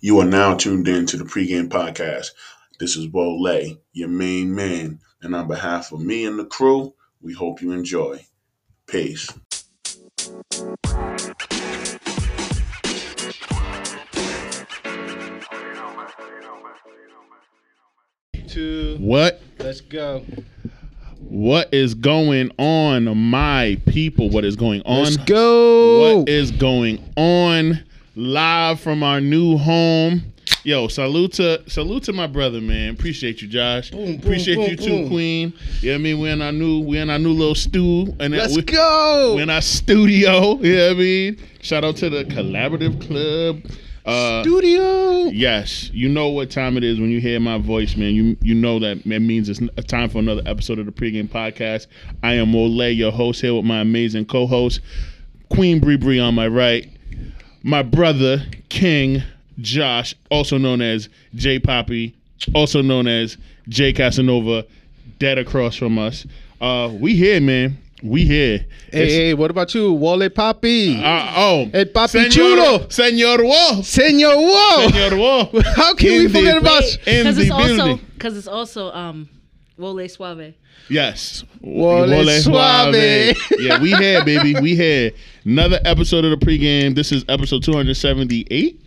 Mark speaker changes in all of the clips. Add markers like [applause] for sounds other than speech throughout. Speaker 1: You are now tuned in to the pregame podcast. This is Bo Lay, your main man. And on behalf of me and the crew, we hope you enjoy. Peace.
Speaker 2: Two.
Speaker 1: What
Speaker 2: Let's go.
Speaker 1: what is going on, my people? What is going on?
Speaker 2: Let's go.
Speaker 1: What is going on? Live from our new home. Yo, salute to salute to my brother, man. Appreciate you, Josh.
Speaker 2: boom,
Speaker 1: Appreciate
Speaker 2: boom,
Speaker 1: you too,
Speaker 2: boom.
Speaker 1: Queen. You know what I mean? We're in our new we're in our new little stew. And that
Speaker 2: Let's
Speaker 1: we,
Speaker 2: go.
Speaker 1: we're in our studio. [laughs] You know what I mean? Shout out to the collaborative club. Uh,
Speaker 2: Studio.
Speaker 1: Yes, you know what time it is when you hear my voice, man. You you know that that means it's n- time for another episode of the pregame podcast. I am Ole, your host here with my amazing co-host Queen Bree Bree on my right, my brother King Josh, also known as J Poppy, also known as J Casanova, dead across from us. Uh, we here, man. We here.
Speaker 2: Hey,
Speaker 1: It's-
Speaker 2: hey, what about you, Wale Papi?
Speaker 1: uh, oh,
Speaker 2: Hey, Papi
Speaker 1: Senor-
Speaker 2: Chulo.
Speaker 1: Senor Wo,
Speaker 2: Senor Whoa.
Speaker 1: Senor Wo.
Speaker 2: [laughs] How can we
Speaker 1: In the-
Speaker 2: forget about
Speaker 1: in
Speaker 3: Because
Speaker 1: the
Speaker 3: it's also
Speaker 1: building.
Speaker 3: because it's also um, Wole Suave.
Speaker 1: Yes.
Speaker 2: Wole suave.
Speaker 1: yeah, we here, baby. We here. Another episode of the pregame. This is episode 278.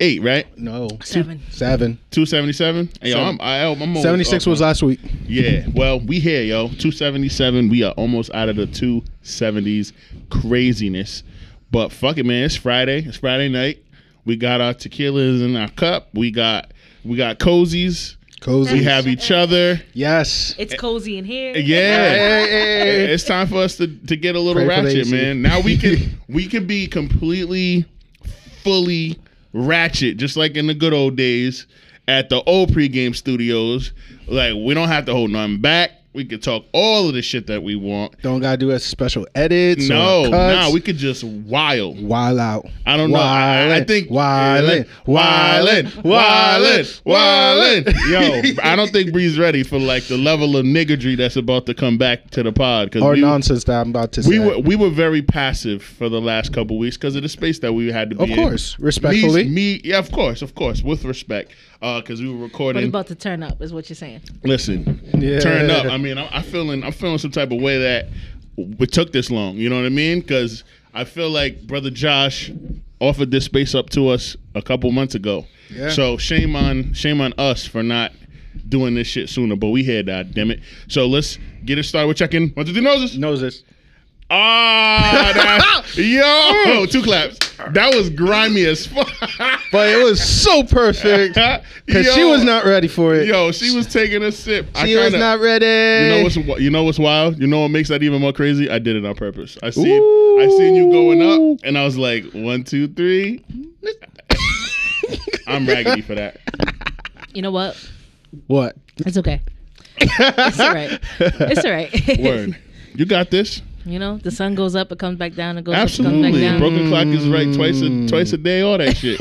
Speaker 1: Eight, right?
Speaker 2: No.
Speaker 3: Seven.
Speaker 2: Seven.
Speaker 1: 277? Hey, yo,
Speaker 2: Seven.
Speaker 1: I'm, I, I'm almost
Speaker 2: 76
Speaker 1: off,
Speaker 2: was
Speaker 1: man.
Speaker 2: last week.
Speaker 1: Yeah. Well, we here, yo. 277. We are almost out of the 270s craziness. But fuck it, man. It's Friday. It's Friday night. We got our tequilas in our cup. We got we got cozies. We
Speaker 2: Cozy.
Speaker 1: have each other.
Speaker 2: Yes.
Speaker 3: It's cozy in here.
Speaker 1: Eh. Yeah.
Speaker 2: Hey, hey, hey.
Speaker 1: it's time for us to, to get a little
Speaker 2: Pray for the E.
Speaker 1: ratchet,
Speaker 2: AC.
Speaker 1: man. Now we
Speaker 2: [laughs]
Speaker 1: can we can be completely, fully ratchet, just like in the good old days at the old pregame studios. Like we don't have to hold nothing back. We could talk all of the shit that we want.
Speaker 2: Don't gotta do a special edits.
Speaker 1: No,
Speaker 2: or
Speaker 1: no,
Speaker 2: cuts.
Speaker 1: we could just wild.
Speaker 2: Wild out.
Speaker 1: I don't know. I- I, I
Speaker 2: Wildin',
Speaker 1: think
Speaker 2: wildin',
Speaker 1: wildin',
Speaker 2: wildin', wildin',
Speaker 1: wildin',
Speaker 2: [laughs] wildin'.
Speaker 1: Yo, I don't think Bree's ready for like the level of niggardry that's about to come back to the pod because
Speaker 2: Or nonsense that I'm about to say.
Speaker 1: we were we were very passive for the last couple weeks because of the space that we had to be
Speaker 2: Of
Speaker 1: in.
Speaker 2: course,
Speaker 1: Me,
Speaker 2: respectfully.
Speaker 1: me, yeah, of course, of course, with respect, because we were
Speaker 3: But it's
Speaker 1: recording.
Speaker 3: about to turn up, is what you're saying.
Speaker 1: Listen,
Speaker 2: Yeah.
Speaker 1: turn up. I mean, I'm, I'm feeling, I'm feeling some type of way that it took this long. You know what I mean? Because I feel like brother Josh offered this space up to us a couple months ago.
Speaker 2: Yeah.
Speaker 1: So shame on, shame on us for not doing this shit sooner. But we had that, damn it. So let's get it started with checking one, two, three noses.
Speaker 2: knows this.
Speaker 1: Ah, that, [laughs] yo, two claps. That was grimy as [laughs] fuck.
Speaker 2: But it was so
Speaker 1: [laughs]
Speaker 2: perfect. Because she was not ready for it.
Speaker 1: Yo, she was taking a sip. I
Speaker 2: she was
Speaker 1: kinda-
Speaker 2: not ready.
Speaker 1: You know what's wi- you know what's wild? You know what makes that even more crazy? I did it on purpose. I seen I seen you going
Speaker 2: Ooh.
Speaker 1: up, and I was like one, two, three. I'm raggedy
Speaker 2: [laughs]
Speaker 1: for that.
Speaker 3: You know what?
Speaker 2: [laughs] what?
Speaker 3: It's okay. it's
Speaker 1: [laughs]
Speaker 3: all right. It's all right.
Speaker 1: Word, you got this.
Speaker 3: [laughs] you know, the sun goes up, it comes back down, it goes up, it
Speaker 1: Absolutely,
Speaker 3: comes back down.
Speaker 1: broken clock is right twice a twice a day. All
Speaker 2: [laughs]
Speaker 1: that shit.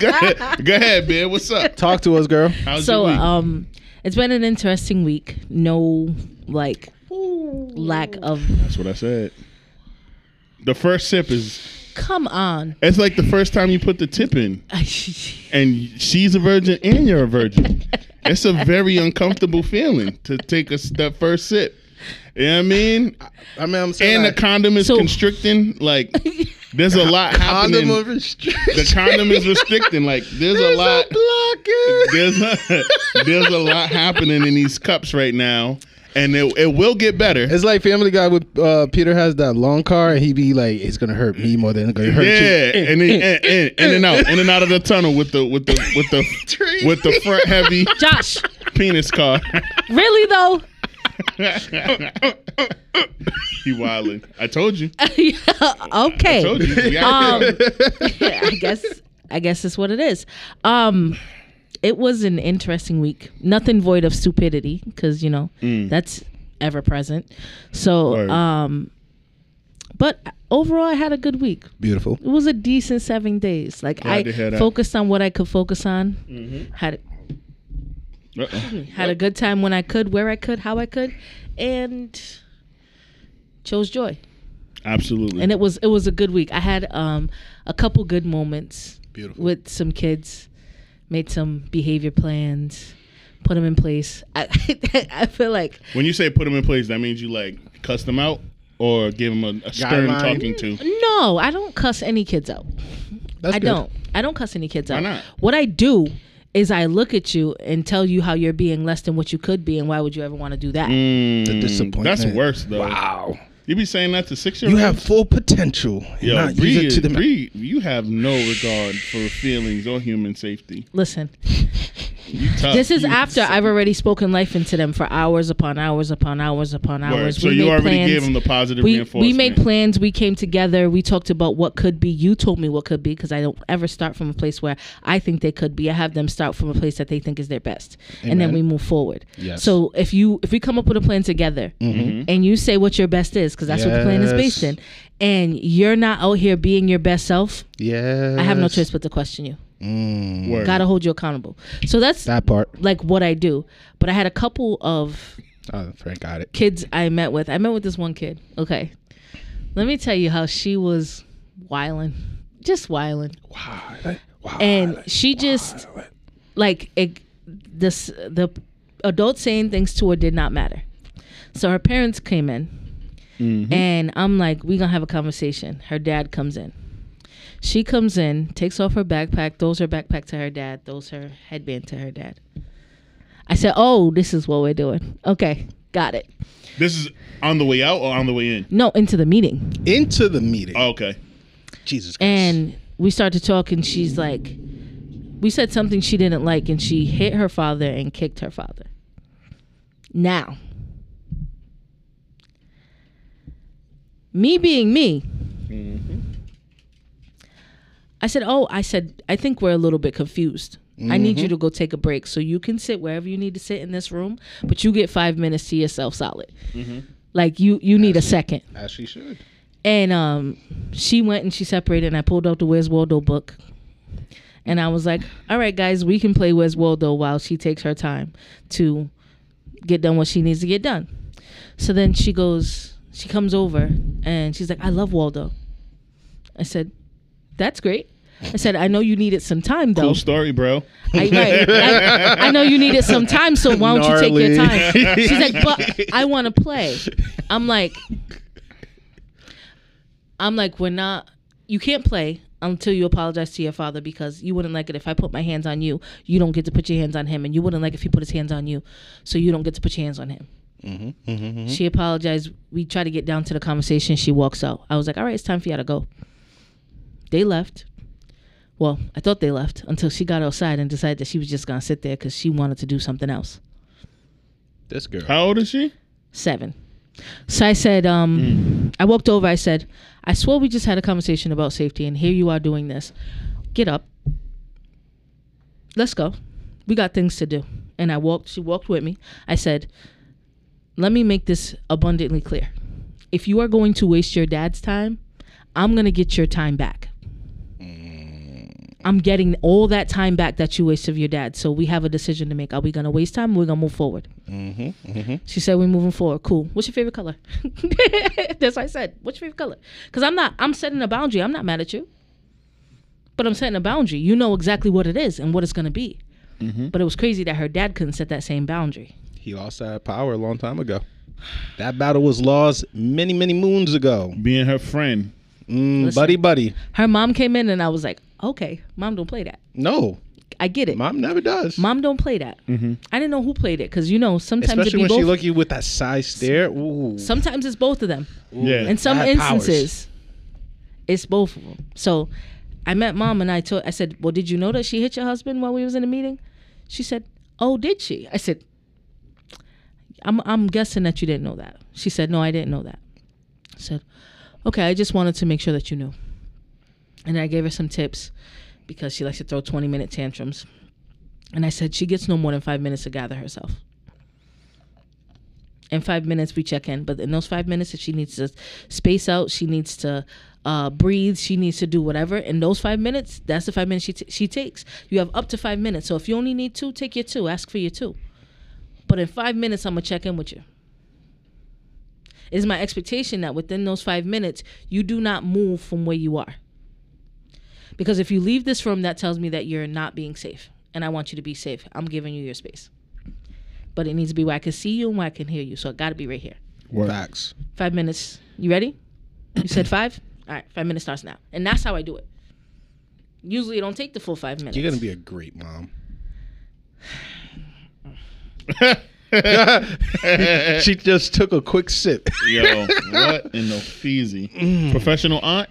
Speaker 1: go, ahead. go ahead, man. What's up?
Speaker 2: Talk to us,
Speaker 1: [laughs]
Speaker 2: girl.
Speaker 1: How's
Speaker 3: So
Speaker 1: your
Speaker 2: uh,
Speaker 1: week?
Speaker 3: um, it's been an interesting week. No like lack of.
Speaker 1: That's what I said. The first sip is
Speaker 3: Come on. [laughs]
Speaker 1: it's like the first time you put the tip in
Speaker 3: I
Speaker 1: and she's a virgin and you're a virgin. it's a very uncomfortable feeling to take a s- that first sip. You know what I mean?
Speaker 2: I mean, I'm saying
Speaker 1: And the
Speaker 2: that
Speaker 1: condom is
Speaker 3: So-
Speaker 1: constricting. Like there's a lot happening.
Speaker 2: condom of [laughs] restriction.
Speaker 1: the condom is restricting. Like there's, a lot
Speaker 2: blocker.
Speaker 1: there's a, there's a lot happening in these cups right now. And it, it will get better.
Speaker 2: [laughs] It's like Family Guy with uh, Peter has that long car, and he be like, "It's gonna hurt me more than it's gonna hurt
Speaker 1: Yeah,
Speaker 2: you."
Speaker 1: and then and, and, in and out, in and out of the tunnel with the with the with the with the front heavy
Speaker 3: Josh,
Speaker 1: penis car. [laughs]
Speaker 3: really though? [laughs]
Speaker 1: he wilding. I told you.
Speaker 3: okay.
Speaker 1: Told you. We out here.
Speaker 3: Um, [laughs] I guess I guess that's what it is. Um, it was an interesting week. Nothing void of stupidity because you know
Speaker 1: Mm.
Speaker 3: that's ever present. So,
Speaker 1: Word.
Speaker 3: um, but overall, I had a good week.
Speaker 2: Beautiful.
Speaker 3: It was a decent seven days. Like
Speaker 1: Glad to hear
Speaker 3: I
Speaker 1: that. Mm-hmm.
Speaker 3: focused on what I could focus on. Had
Speaker 1: Uh-oh.
Speaker 3: had a good time when I could, where I could, how I could, and chose joy
Speaker 1: Absolutely.
Speaker 3: and it was it was a good week. I had um a couple good moments.
Speaker 2: Beautiful.
Speaker 3: with some kids, made some behavior plans, put them in place. I, [laughs] I feel like
Speaker 1: When you say put them in place, that means you like cuss them out or give them a, a stern
Speaker 2: Guideline.
Speaker 1: talking to.
Speaker 3: no, I don't cuss any kids out.
Speaker 2: That's
Speaker 3: I
Speaker 2: good.
Speaker 3: don't. I don't cuss any kids out.
Speaker 1: not?
Speaker 3: What I do is I look at you and tell you how you're being less than what you could be, and why would you ever want to do that?
Speaker 1: Mm,
Speaker 2: disappointment.
Speaker 1: That's worse though.
Speaker 2: Wow.
Speaker 1: You be saying that to six year
Speaker 2: You
Speaker 1: olds.
Speaker 2: have full potential.
Speaker 1: Yo,
Speaker 2: Not use
Speaker 1: Bree
Speaker 2: it
Speaker 1: is-
Speaker 2: to the ma-
Speaker 1: Bree, you have no regard for feelings or human safety.
Speaker 3: Listen,
Speaker 1: You tough.
Speaker 3: this is
Speaker 1: Uh, You-
Speaker 3: after I've already spoken life into them for hours upon hours upon hours upon
Speaker 1: Word.
Speaker 3: hours.
Speaker 1: So
Speaker 3: We
Speaker 1: you
Speaker 3: made
Speaker 1: already
Speaker 3: plans.
Speaker 1: gave them the positive
Speaker 3: we,
Speaker 1: reinforcement.
Speaker 3: we made plans. We came together. We talked about what could be. You told me what could be because I don't ever start from a place where I think they could be. I have them start from a place that they think is their best, and then
Speaker 2: Amen.
Speaker 3: we move forward.
Speaker 2: Yes. Mm-hmm.
Speaker 3: So if you if we come up with a plan together and you say what your best is because that's what the plan is based
Speaker 2: Yes.
Speaker 3: in, and you're not out here being your best self,
Speaker 2: Yeah.
Speaker 3: I have no choice but to question you.
Speaker 1: Word.
Speaker 3: Got to hold you accountable. So that's
Speaker 2: Mm. That part.
Speaker 3: like what I do. But I had a couple of
Speaker 2: Oh, Frank got it.
Speaker 3: kids I met with. I met with this one kid. Okay. Let me tell you how she was wiling. Just wiling.
Speaker 2: Wow. that- Wow.
Speaker 3: And she just like it, this the adults saying things to her did not matter. So her parents came in and I'm like, we gonna have a conversation. Her dad comes in. She comes in, takes off her backpack, throws her backpack to her dad, throws her headband to her dad. I said, Oh, this is what we're doing. Okay, got it.
Speaker 1: This is on the way out or on the way in.
Speaker 3: No, into the meeting.
Speaker 2: into the meeting.
Speaker 1: Oh, okay.
Speaker 2: Jesus Christ.
Speaker 3: and we started to talk and she's like we said something she didn't like and she hit her father and kicked her father now me being me i said oh i said i think we're a little bit confused i need you to go take a break so you can sit wherever you need to sit in this room but you get five minutes to yourself solid like you you need a second
Speaker 2: as she should.
Speaker 3: and um, she went and she separated, and I pulled out the Where's Waldo book. And I was like, all right, guys, we can play Where's Waldo while she takes her time to get done what she needs to get done. So then she goes, she comes over and she's like, I love Waldo. I said, that's great. I said, I know you needed some time though.
Speaker 1: Cool story, bro.
Speaker 3: I, right. I, I know you needed some time, so why don't you take your time?
Speaker 2: Gnarly.
Speaker 3: She's like, but I want to play. I'm like, I'm like, we're not. You can't play until you apologize to your father because you wouldn't like it if I put my hands on you. You don't get to put your hands on him, and you wouldn't like if he put his hands on you, so you don't get to put your hands on him. She apologized. We try to get down to the conversation. She walks out. I was like, all right, it's time for y'all to go. They left. Well, I thought they left until she got outside and decided that she was just gonna sit there because she wanted to do something else.
Speaker 2: This girl.
Speaker 1: How old is she?
Speaker 3: Seven. So I said, um, I walked over. I said, I swear we just had a conversation about safety, and here you are doing this. Get up. Let's go. We got things to do. And I walked. She walked with me. I said, Let me make this abundantly clear. If you are going to waste your dad's time, I'm gonna get your time back. I'm getting all that time back that you wasted of your dad. So we have a decision to make. Are we gonna waste time? Or we're gonna move forward. She said, "We're moving forward. Cool. What's your favorite color?" [laughs] That's what I said. What's your favorite color? Because I'm not. I'm setting a boundary. I'm not mad at you, but I'm setting a boundary. You know exactly what it is and what it's gonna be.
Speaker 2: Mm-hmm.
Speaker 3: But it was crazy that her dad couldn't set that same boundary.
Speaker 2: He lost that power a long time ago. That battle was lost many, many moons ago.
Speaker 1: Being her friend.
Speaker 2: Mm,
Speaker 3: Listen.
Speaker 2: buddy, buddy.
Speaker 3: Her mom came in and I was like, "Okay, mom, don't play that.
Speaker 2: No,
Speaker 3: I get it. Mom,
Speaker 2: mom never does.
Speaker 3: don't play that." I didn't know who played it because you know sometimes
Speaker 2: Especially
Speaker 3: it
Speaker 2: when
Speaker 3: be
Speaker 2: she
Speaker 3: both.
Speaker 2: look at you with that side stare. Ooh.
Speaker 3: sometimes it's both of them.
Speaker 1: Yeah.
Speaker 3: in some
Speaker 2: Bad powers.
Speaker 3: instances, it's both of them. So I met mom and I told I said, "Well, did you know that she hit your husband while we was in a meeting?" She said, "Oh, did she?" I said, "I'm I'm guessing that you didn't know that." She said, "No, I didn't know that." I said, "Okay, I just wanted to make sure that you knew." And I gave her some tips because she likes to throw 20 minute tantrums. And I said she gets no more than 5 minutes to gather herself in five minutes we check in but in those five minutes if she needs to space out she needs to uh, breathe she needs to do whatever in those five minutes that's the five minutes she, t- she takes you have up to five minutes so if you only need two take your two ask for your two but in five minutes i'm gonna check in with you it is my expectation that within those five minutes you do not move from where you are Because if you leave this room, that tells me that you're not being safe. And I want you to be safe. I'm giving you your space. But it needs to be where I can see you and where I can hear you. So it got to be right here.
Speaker 2: Facts.
Speaker 3: Five minutes. You ready? You said
Speaker 2: [coughs]
Speaker 3: five? All right, five minutes starts now. And that's how I do it. Usually it don't take the full five minutes.
Speaker 2: You're gonna be a great
Speaker 3: [laughs]
Speaker 2: mom. she just took a quick sip.
Speaker 1: Yo, what in the feezy?
Speaker 2: Mm.
Speaker 1: Professional aunt?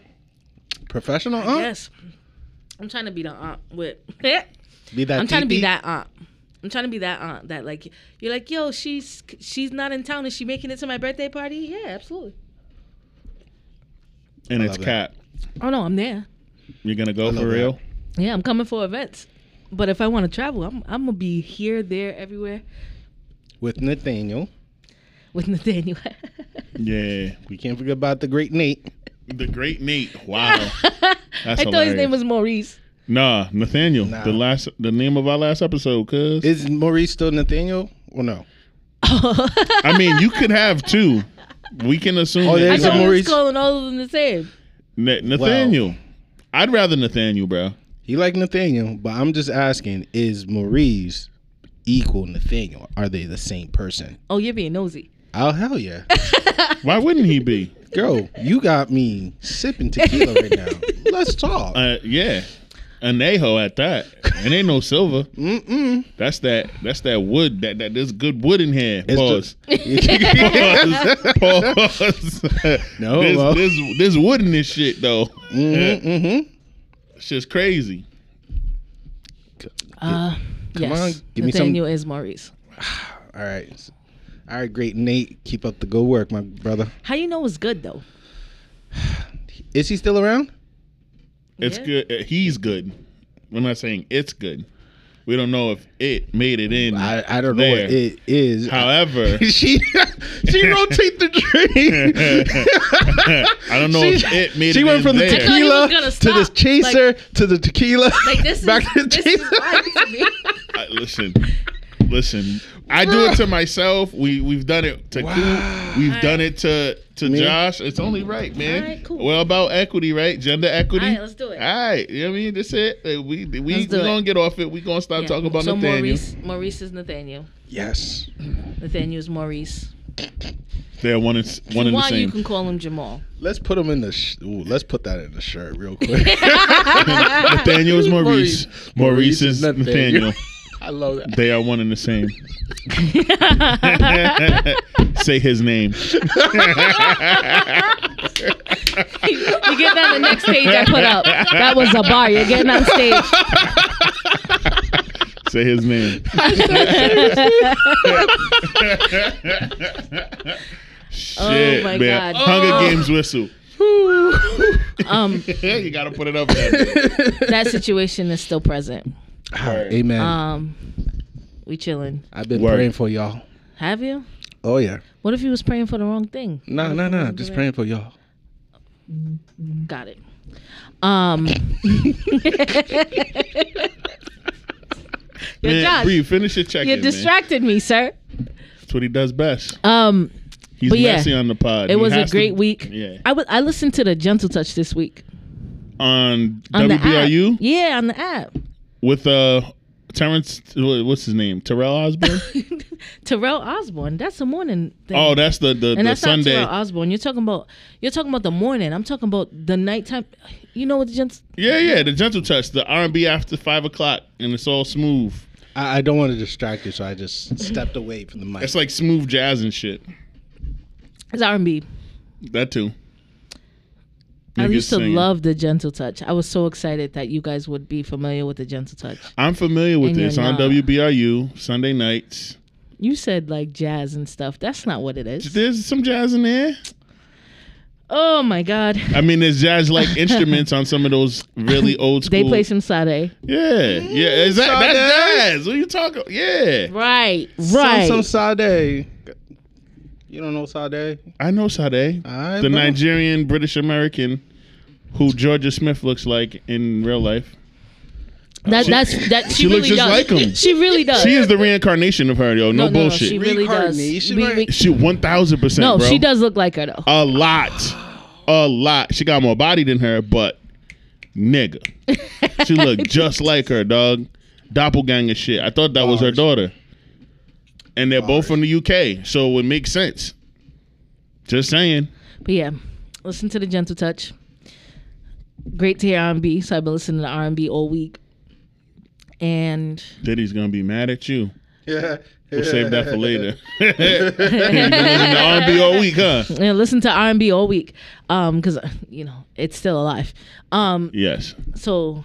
Speaker 2: Professional aunt.
Speaker 3: Yes. I'm trying to be the aunt with. [laughs]
Speaker 2: Be that.
Speaker 3: I'm trying to be
Speaker 2: TT?
Speaker 3: that aunt. I'm trying to be that aunt that like you're like yo she's she's not in town is she making it to my birthday party yeah absolutely
Speaker 1: And
Speaker 2: I
Speaker 1: it's
Speaker 2: love
Speaker 1: cap.
Speaker 2: that.
Speaker 3: oh no I'm there
Speaker 1: You're going to go
Speaker 2: I love
Speaker 1: for real?
Speaker 2: that.
Speaker 3: yeah I'm coming for events but if I want to travel I'm I'm gonna be here there everywhere
Speaker 2: with Nathaniel.
Speaker 3: with [laughs] Nathaniel
Speaker 1: Yeah.
Speaker 2: We can't forget about the great Nate.
Speaker 1: The great Nate. Wow.
Speaker 2: [laughs]
Speaker 3: I
Speaker 1: That's
Speaker 3: thought his name
Speaker 1: hilarious.
Speaker 3: was Maurice [laughs]
Speaker 1: Nah, Nathaniel.
Speaker 2: Nah.
Speaker 1: The last, the name of our last episode, cuz.
Speaker 2: Is Maurice still Nathaniel or no?
Speaker 3: oh
Speaker 1: I mean, you could have two. We can assume.
Speaker 2: Oh,
Speaker 1: that
Speaker 3: I
Speaker 2: there's
Speaker 1: you
Speaker 2: a
Speaker 3: thought
Speaker 1: have
Speaker 3: we was
Speaker 2: Maurice.
Speaker 3: calling all of them the same
Speaker 1: Na- Nathaniel. I'd rather Nathaniel, bro.
Speaker 2: He like Nathaniel, but I'm just asking: Is Maurice equal Nathaniel? Are they the same person?
Speaker 3: oh you're being nosy
Speaker 2: Oh hell
Speaker 1: [laughs]
Speaker 2: yeah,
Speaker 1: Why wouldn't he be?
Speaker 2: girl! You got me sipping tequila right now. Let's
Speaker 1: [laughs]
Speaker 2: talk.
Speaker 1: Uh, yeah, anejo at that. And ain't no silver.
Speaker 2: Mm-mm.
Speaker 1: That's that. That's that wood. That that there's good wood in here.
Speaker 2: It's
Speaker 1: Pause.
Speaker 2: [laughs]
Speaker 1: Pause. Pause.
Speaker 2: No,
Speaker 1: there's,
Speaker 2: well.
Speaker 1: there's there's wood in this shit though.
Speaker 2: Mm-hmm, mm-hmm.
Speaker 1: It's just crazy.
Speaker 3: uh
Speaker 2: Come
Speaker 3: yes
Speaker 2: on, give me some-
Speaker 3: Nathaniel is Maurice
Speaker 2: All right, all right, great Nate. Keep up the good work, my brother.
Speaker 3: how you know it's good though
Speaker 2: Is he still around?
Speaker 1: It's
Speaker 3: Yeah.
Speaker 1: good. uh, He's good. We're not saying it's good. We don't know if it made it in.
Speaker 2: I, I don't know what
Speaker 1: there.
Speaker 2: it is.
Speaker 1: However,
Speaker 2: [laughs]
Speaker 1: [laughs]
Speaker 2: she she rotate the drink.
Speaker 1: I don't know if it made
Speaker 2: she
Speaker 1: it
Speaker 2: went
Speaker 1: in
Speaker 2: from the
Speaker 1: there.
Speaker 3: I thought he was
Speaker 2: tequila
Speaker 3: gonna
Speaker 2: to the
Speaker 3: stop.
Speaker 2: chaser to the tequila [laughs]
Speaker 3: like this is
Speaker 2: back to the
Speaker 3: this is
Speaker 2: chaser.
Speaker 3: wild to
Speaker 2: [laughs]
Speaker 3: me.
Speaker 1: I- listen, listen. I do it to myself. We we've done it to Coop. We've done it to to
Speaker 2: Me?
Speaker 1: Josh. It's only right, man.
Speaker 3: All right, cool.
Speaker 1: Well, about equity, right? Gender equity.
Speaker 3: All right, let's do it.
Speaker 1: All right, you know what I mean. That's it. Uh, We we we
Speaker 3: Let's do it.
Speaker 1: gonna get off it. We gonna stop
Speaker 3: Yeah.
Speaker 1: talking about
Speaker 3: so
Speaker 1: Nathaniel.
Speaker 3: Maurice Maurice is Nathaniel
Speaker 2: Yes.
Speaker 3: Nathaniel is Maurice
Speaker 1: They're one in, s- one in the
Speaker 3: Why you can
Speaker 1: same.
Speaker 3: call him Jamal.
Speaker 2: [laughs]
Speaker 3: [laughs]
Speaker 2: Let's put them in the. Sh- Ooh, let's put that in the shirt real quick.
Speaker 1: Nathaniel
Speaker 3: [laughs]
Speaker 1: is Maurice. Maurice, is
Speaker 2: nothing.
Speaker 1: Nathaniel.
Speaker 2: [laughs] I love that.
Speaker 1: They are one and the
Speaker 3: [laughs]
Speaker 1: same. Say his name.
Speaker 3: you get that on the next stage I put up. That was a bar. You're getting on stage. [laughs]
Speaker 1: Say his name. Shit,
Speaker 3: Oh my
Speaker 1: man.
Speaker 3: God.
Speaker 1: Hunger
Speaker 3: Oh.
Speaker 1: Games whistle.
Speaker 3: Um,
Speaker 1: you gotta put it up there.
Speaker 3: that situation is still present.
Speaker 2: Amen.
Speaker 3: Um, we chilling.
Speaker 2: I've been
Speaker 1: word.
Speaker 2: praying for y'all.
Speaker 3: Have you?
Speaker 2: Oh yeah.
Speaker 3: What if you was praying for the wrong thing?
Speaker 2: No, no, no. Just praying for y'all.
Speaker 3: Got it. Um, [laughs] Yo,
Speaker 1: Man,
Speaker 3: Josh,
Speaker 1: Bree, finish your check.
Speaker 3: you distracted me, sir.
Speaker 1: That's what he does best.
Speaker 3: Um,
Speaker 1: He's
Speaker 3: But yeah,
Speaker 1: messy on the pod.
Speaker 3: it
Speaker 1: He
Speaker 3: was a
Speaker 1: has to-
Speaker 3: great week.
Speaker 1: Yeah.
Speaker 3: I was I listened to the Gentle Touch this week
Speaker 1: On,
Speaker 3: on the
Speaker 1: WBRU
Speaker 3: app. Yeah, on the app.
Speaker 1: with uh Terrence what's his name? Terrell
Speaker 3: [laughs]
Speaker 1: Osborne?
Speaker 3: Terrell Osborne. That's a morning thing.
Speaker 1: oh, that's the the,
Speaker 3: and
Speaker 1: the
Speaker 3: that's
Speaker 1: Sunday.
Speaker 3: not Terrell Osborne. You're talking about you're talking about the morning. I'm talking about the nighttime. You know what the gents?
Speaker 1: yeah, yeah, the gentle touch, the R and B after five o'clock and it's all smooth.
Speaker 2: I, I don't want to distract you, so I just stepped away from the mic.
Speaker 1: It's like smooth jazz and shit.
Speaker 3: It's R&B.
Speaker 1: That too.
Speaker 3: I
Speaker 1: Niggas
Speaker 3: used to
Speaker 1: singing.
Speaker 3: love the Gentle Touch. I was so excited that you guys would be familiar with the Gentle Touch.
Speaker 1: I'm familiar with
Speaker 3: And
Speaker 1: this
Speaker 3: you're
Speaker 1: on
Speaker 3: not.
Speaker 1: WBRU Sunday nights.
Speaker 3: You said like jazz and stuff. That's not what it is.
Speaker 1: There's some jazz in there.
Speaker 3: Oh my God!
Speaker 1: I mean, there's jazz
Speaker 3: [laughs]
Speaker 1: like instruments on some of those really old school.
Speaker 3: They play some Sade.
Speaker 1: Yeah, yeah. Is that that's
Speaker 2: Sade.
Speaker 1: jazz? What are you talking? Yeah,
Speaker 3: Right,
Speaker 2: Right.
Speaker 3: right.
Speaker 2: Some, some Sade. You don't know Sade?
Speaker 1: I know Sade,
Speaker 2: I
Speaker 1: the
Speaker 2: know.
Speaker 1: Nigerian British American who Georgia Smith looks like in real life.
Speaker 3: that, that's that. She,
Speaker 1: she
Speaker 3: really
Speaker 1: looks just
Speaker 3: does.
Speaker 1: like him.
Speaker 3: She really does.
Speaker 1: She is the reincarnation of her, yo. No, bullshit.
Speaker 3: she
Speaker 1: she,
Speaker 3: really does.
Speaker 2: Reincarnation,
Speaker 3: We-
Speaker 2: right?
Speaker 3: we-
Speaker 1: one thousand percent.
Speaker 3: no,
Speaker 1: bro.
Speaker 3: she does look like her though.
Speaker 1: a lot, a lot. She got more body than her, but nigga. She looked just like her, dog. Doppelganger shit. I thought that was her
Speaker 2: Bars.
Speaker 1: daughter. And they're
Speaker 2: Bars.
Speaker 1: both from the UK, so it makes sense. Just saying.
Speaker 3: But yeah, listen to the Gentle Touch. Great to hear R&B. So I've been listening to R&B all week.
Speaker 1: [laughs]
Speaker 3: And
Speaker 1: Diddy's gonna be mad at you.
Speaker 2: Yeah.
Speaker 1: We'll save that
Speaker 2: [laughs]
Speaker 1: for later. [laughs] You've been listening to R&B all week, huh?
Speaker 3: you know, listen to R&B all week um cuz you know, it's still alive. Um
Speaker 1: Yes.
Speaker 3: so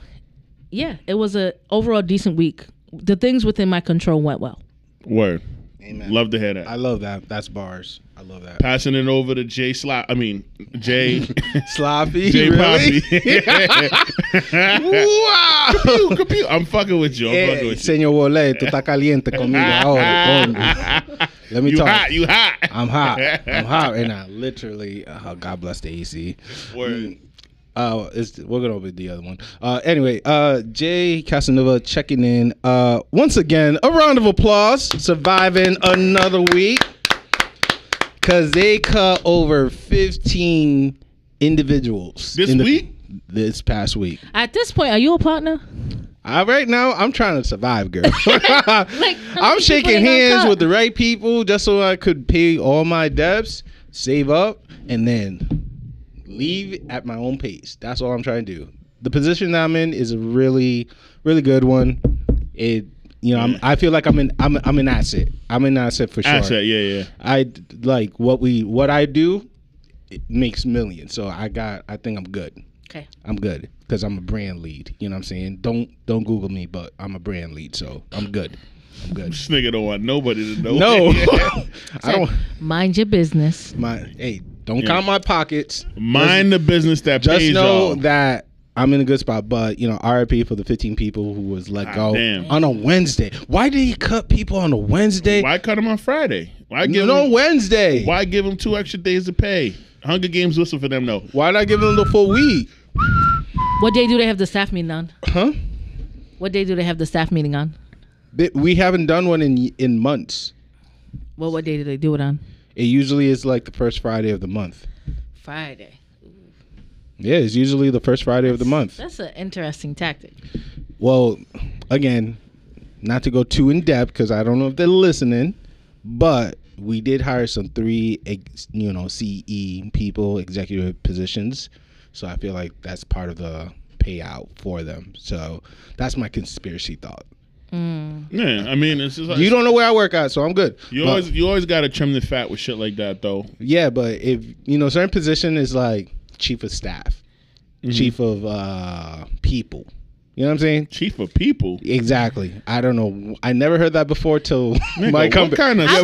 Speaker 3: yeah, it was a overall decent week. The things within my control went well.
Speaker 1: Word.
Speaker 2: Amen.
Speaker 1: Love to hear that.
Speaker 2: I love that. That's bars. I love that.
Speaker 1: Passing it over to Jay Slot. I mean
Speaker 2: [laughs]
Speaker 1: Jay [laughs]
Speaker 2: Sloppy.
Speaker 1: Jay
Speaker 2: really? [laughs]
Speaker 1: [laughs] Poppy.
Speaker 2: wow.
Speaker 1: Pew, pew. I'm fucking with you. I'm
Speaker 2: Hey,
Speaker 1: fucking with you.
Speaker 2: Señor Eh, Wole, tú estás caliente conmigo
Speaker 1: [laughs]
Speaker 2: ahora. coño. Let me
Speaker 1: you
Speaker 2: talk.
Speaker 1: hot. You hot.
Speaker 2: I'm
Speaker 1: [laughs]
Speaker 2: hot. I'm hot right now. Literally, uh, God bless the AC.
Speaker 1: Word.
Speaker 2: Uh, it's, we're gonna open the other one. Uh, anyway, uh, Jay Casanova checking in. Uh, once again, a round of applause. Surviving another week, cause they cut over 15 individuals
Speaker 1: This
Speaker 2: in the-
Speaker 1: week?
Speaker 2: This past week.
Speaker 3: At this point, are you a [laughs] partner?
Speaker 2: I, right now, I'm trying to survive,
Speaker 1: [laughs]
Speaker 2: girl. [laughs] I'm
Speaker 3: many people
Speaker 2: shaking
Speaker 3: they gonna
Speaker 2: hands
Speaker 3: cut?
Speaker 2: with the right people just so I could pay all my debts, save up, and then leave at my own pace. That's all I'm trying to do. The position that I'm in is a really, really good one. It, you know, I'm, I feel like I'm in, I'm, I'm an asset. I'm an asset for sure.
Speaker 1: Asset. Yeah, yeah.
Speaker 2: I like what we, what I do, it makes millions. So I got, I think I'm good.
Speaker 3: Okay.
Speaker 2: I'm good because I'm a brand lead. You know what I'm saying? Don't don't Google me, but I'm a brand lead, so I'm good. I'm good.
Speaker 1: This nigga don't want nobody to know. [laughs]
Speaker 2: No, [laughs] I don't.
Speaker 3: Mind your business.
Speaker 2: My hey, don't count my pockets.
Speaker 1: Mind the business that
Speaker 2: Just
Speaker 1: pays
Speaker 2: know
Speaker 1: off.
Speaker 2: that I'm in a good spot. But you know, RIP for the 15 people who was let go
Speaker 1: damn.
Speaker 2: on a Wednesday. Why did he cut people on a Wednesday?
Speaker 1: Why cut him on Friday? Why give
Speaker 2: no
Speaker 1: him,
Speaker 2: Wednesday. Why?
Speaker 1: Why give him two extra days to pay? Hunger Games whistle for them though.
Speaker 2: Why not give them the full week?
Speaker 3: What day do they have the staff meeting on?
Speaker 2: Huh?
Speaker 3: What day do they have the staff meeting on?
Speaker 2: They- We haven't done one in in months.
Speaker 3: Well, what day do they do it on?
Speaker 2: It usually is like the first Friday of the month.
Speaker 3: Friday.
Speaker 2: Yeah, it's usually the first Friday of the month.
Speaker 3: That's an interesting tactic.
Speaker 2: Well, again, not to go too in depth because I don't know if they're listening, but we did hire some three, ex, you know, CE people, executive positions. So I feel like that's part of the payout for them. So that's my conspiracy thought.
Speaker 3: Mm.
Speaker 1: Yeah, I mean it's just like
Speaker 2: You don't know where I work at, so I'm good.
Speaker 1: you
Speaker 2: But-
Speaker 1: always you always gotta trim the fat with shit like that though.
Speaker 2: yeah, but if you know, certain position is like chief of staff,
Speaker 1: Mm-hmm.
Speaker 2: chief of uh people. You know what I'm saying?
Speaker 1: Chief of people.
Speaker 2: Exactly. I don't know. I never heard that before till [laughs] my
Speaker 1: what
Speaker 2: company.
Speaker 1: kind of-
Speaker 2: yeah,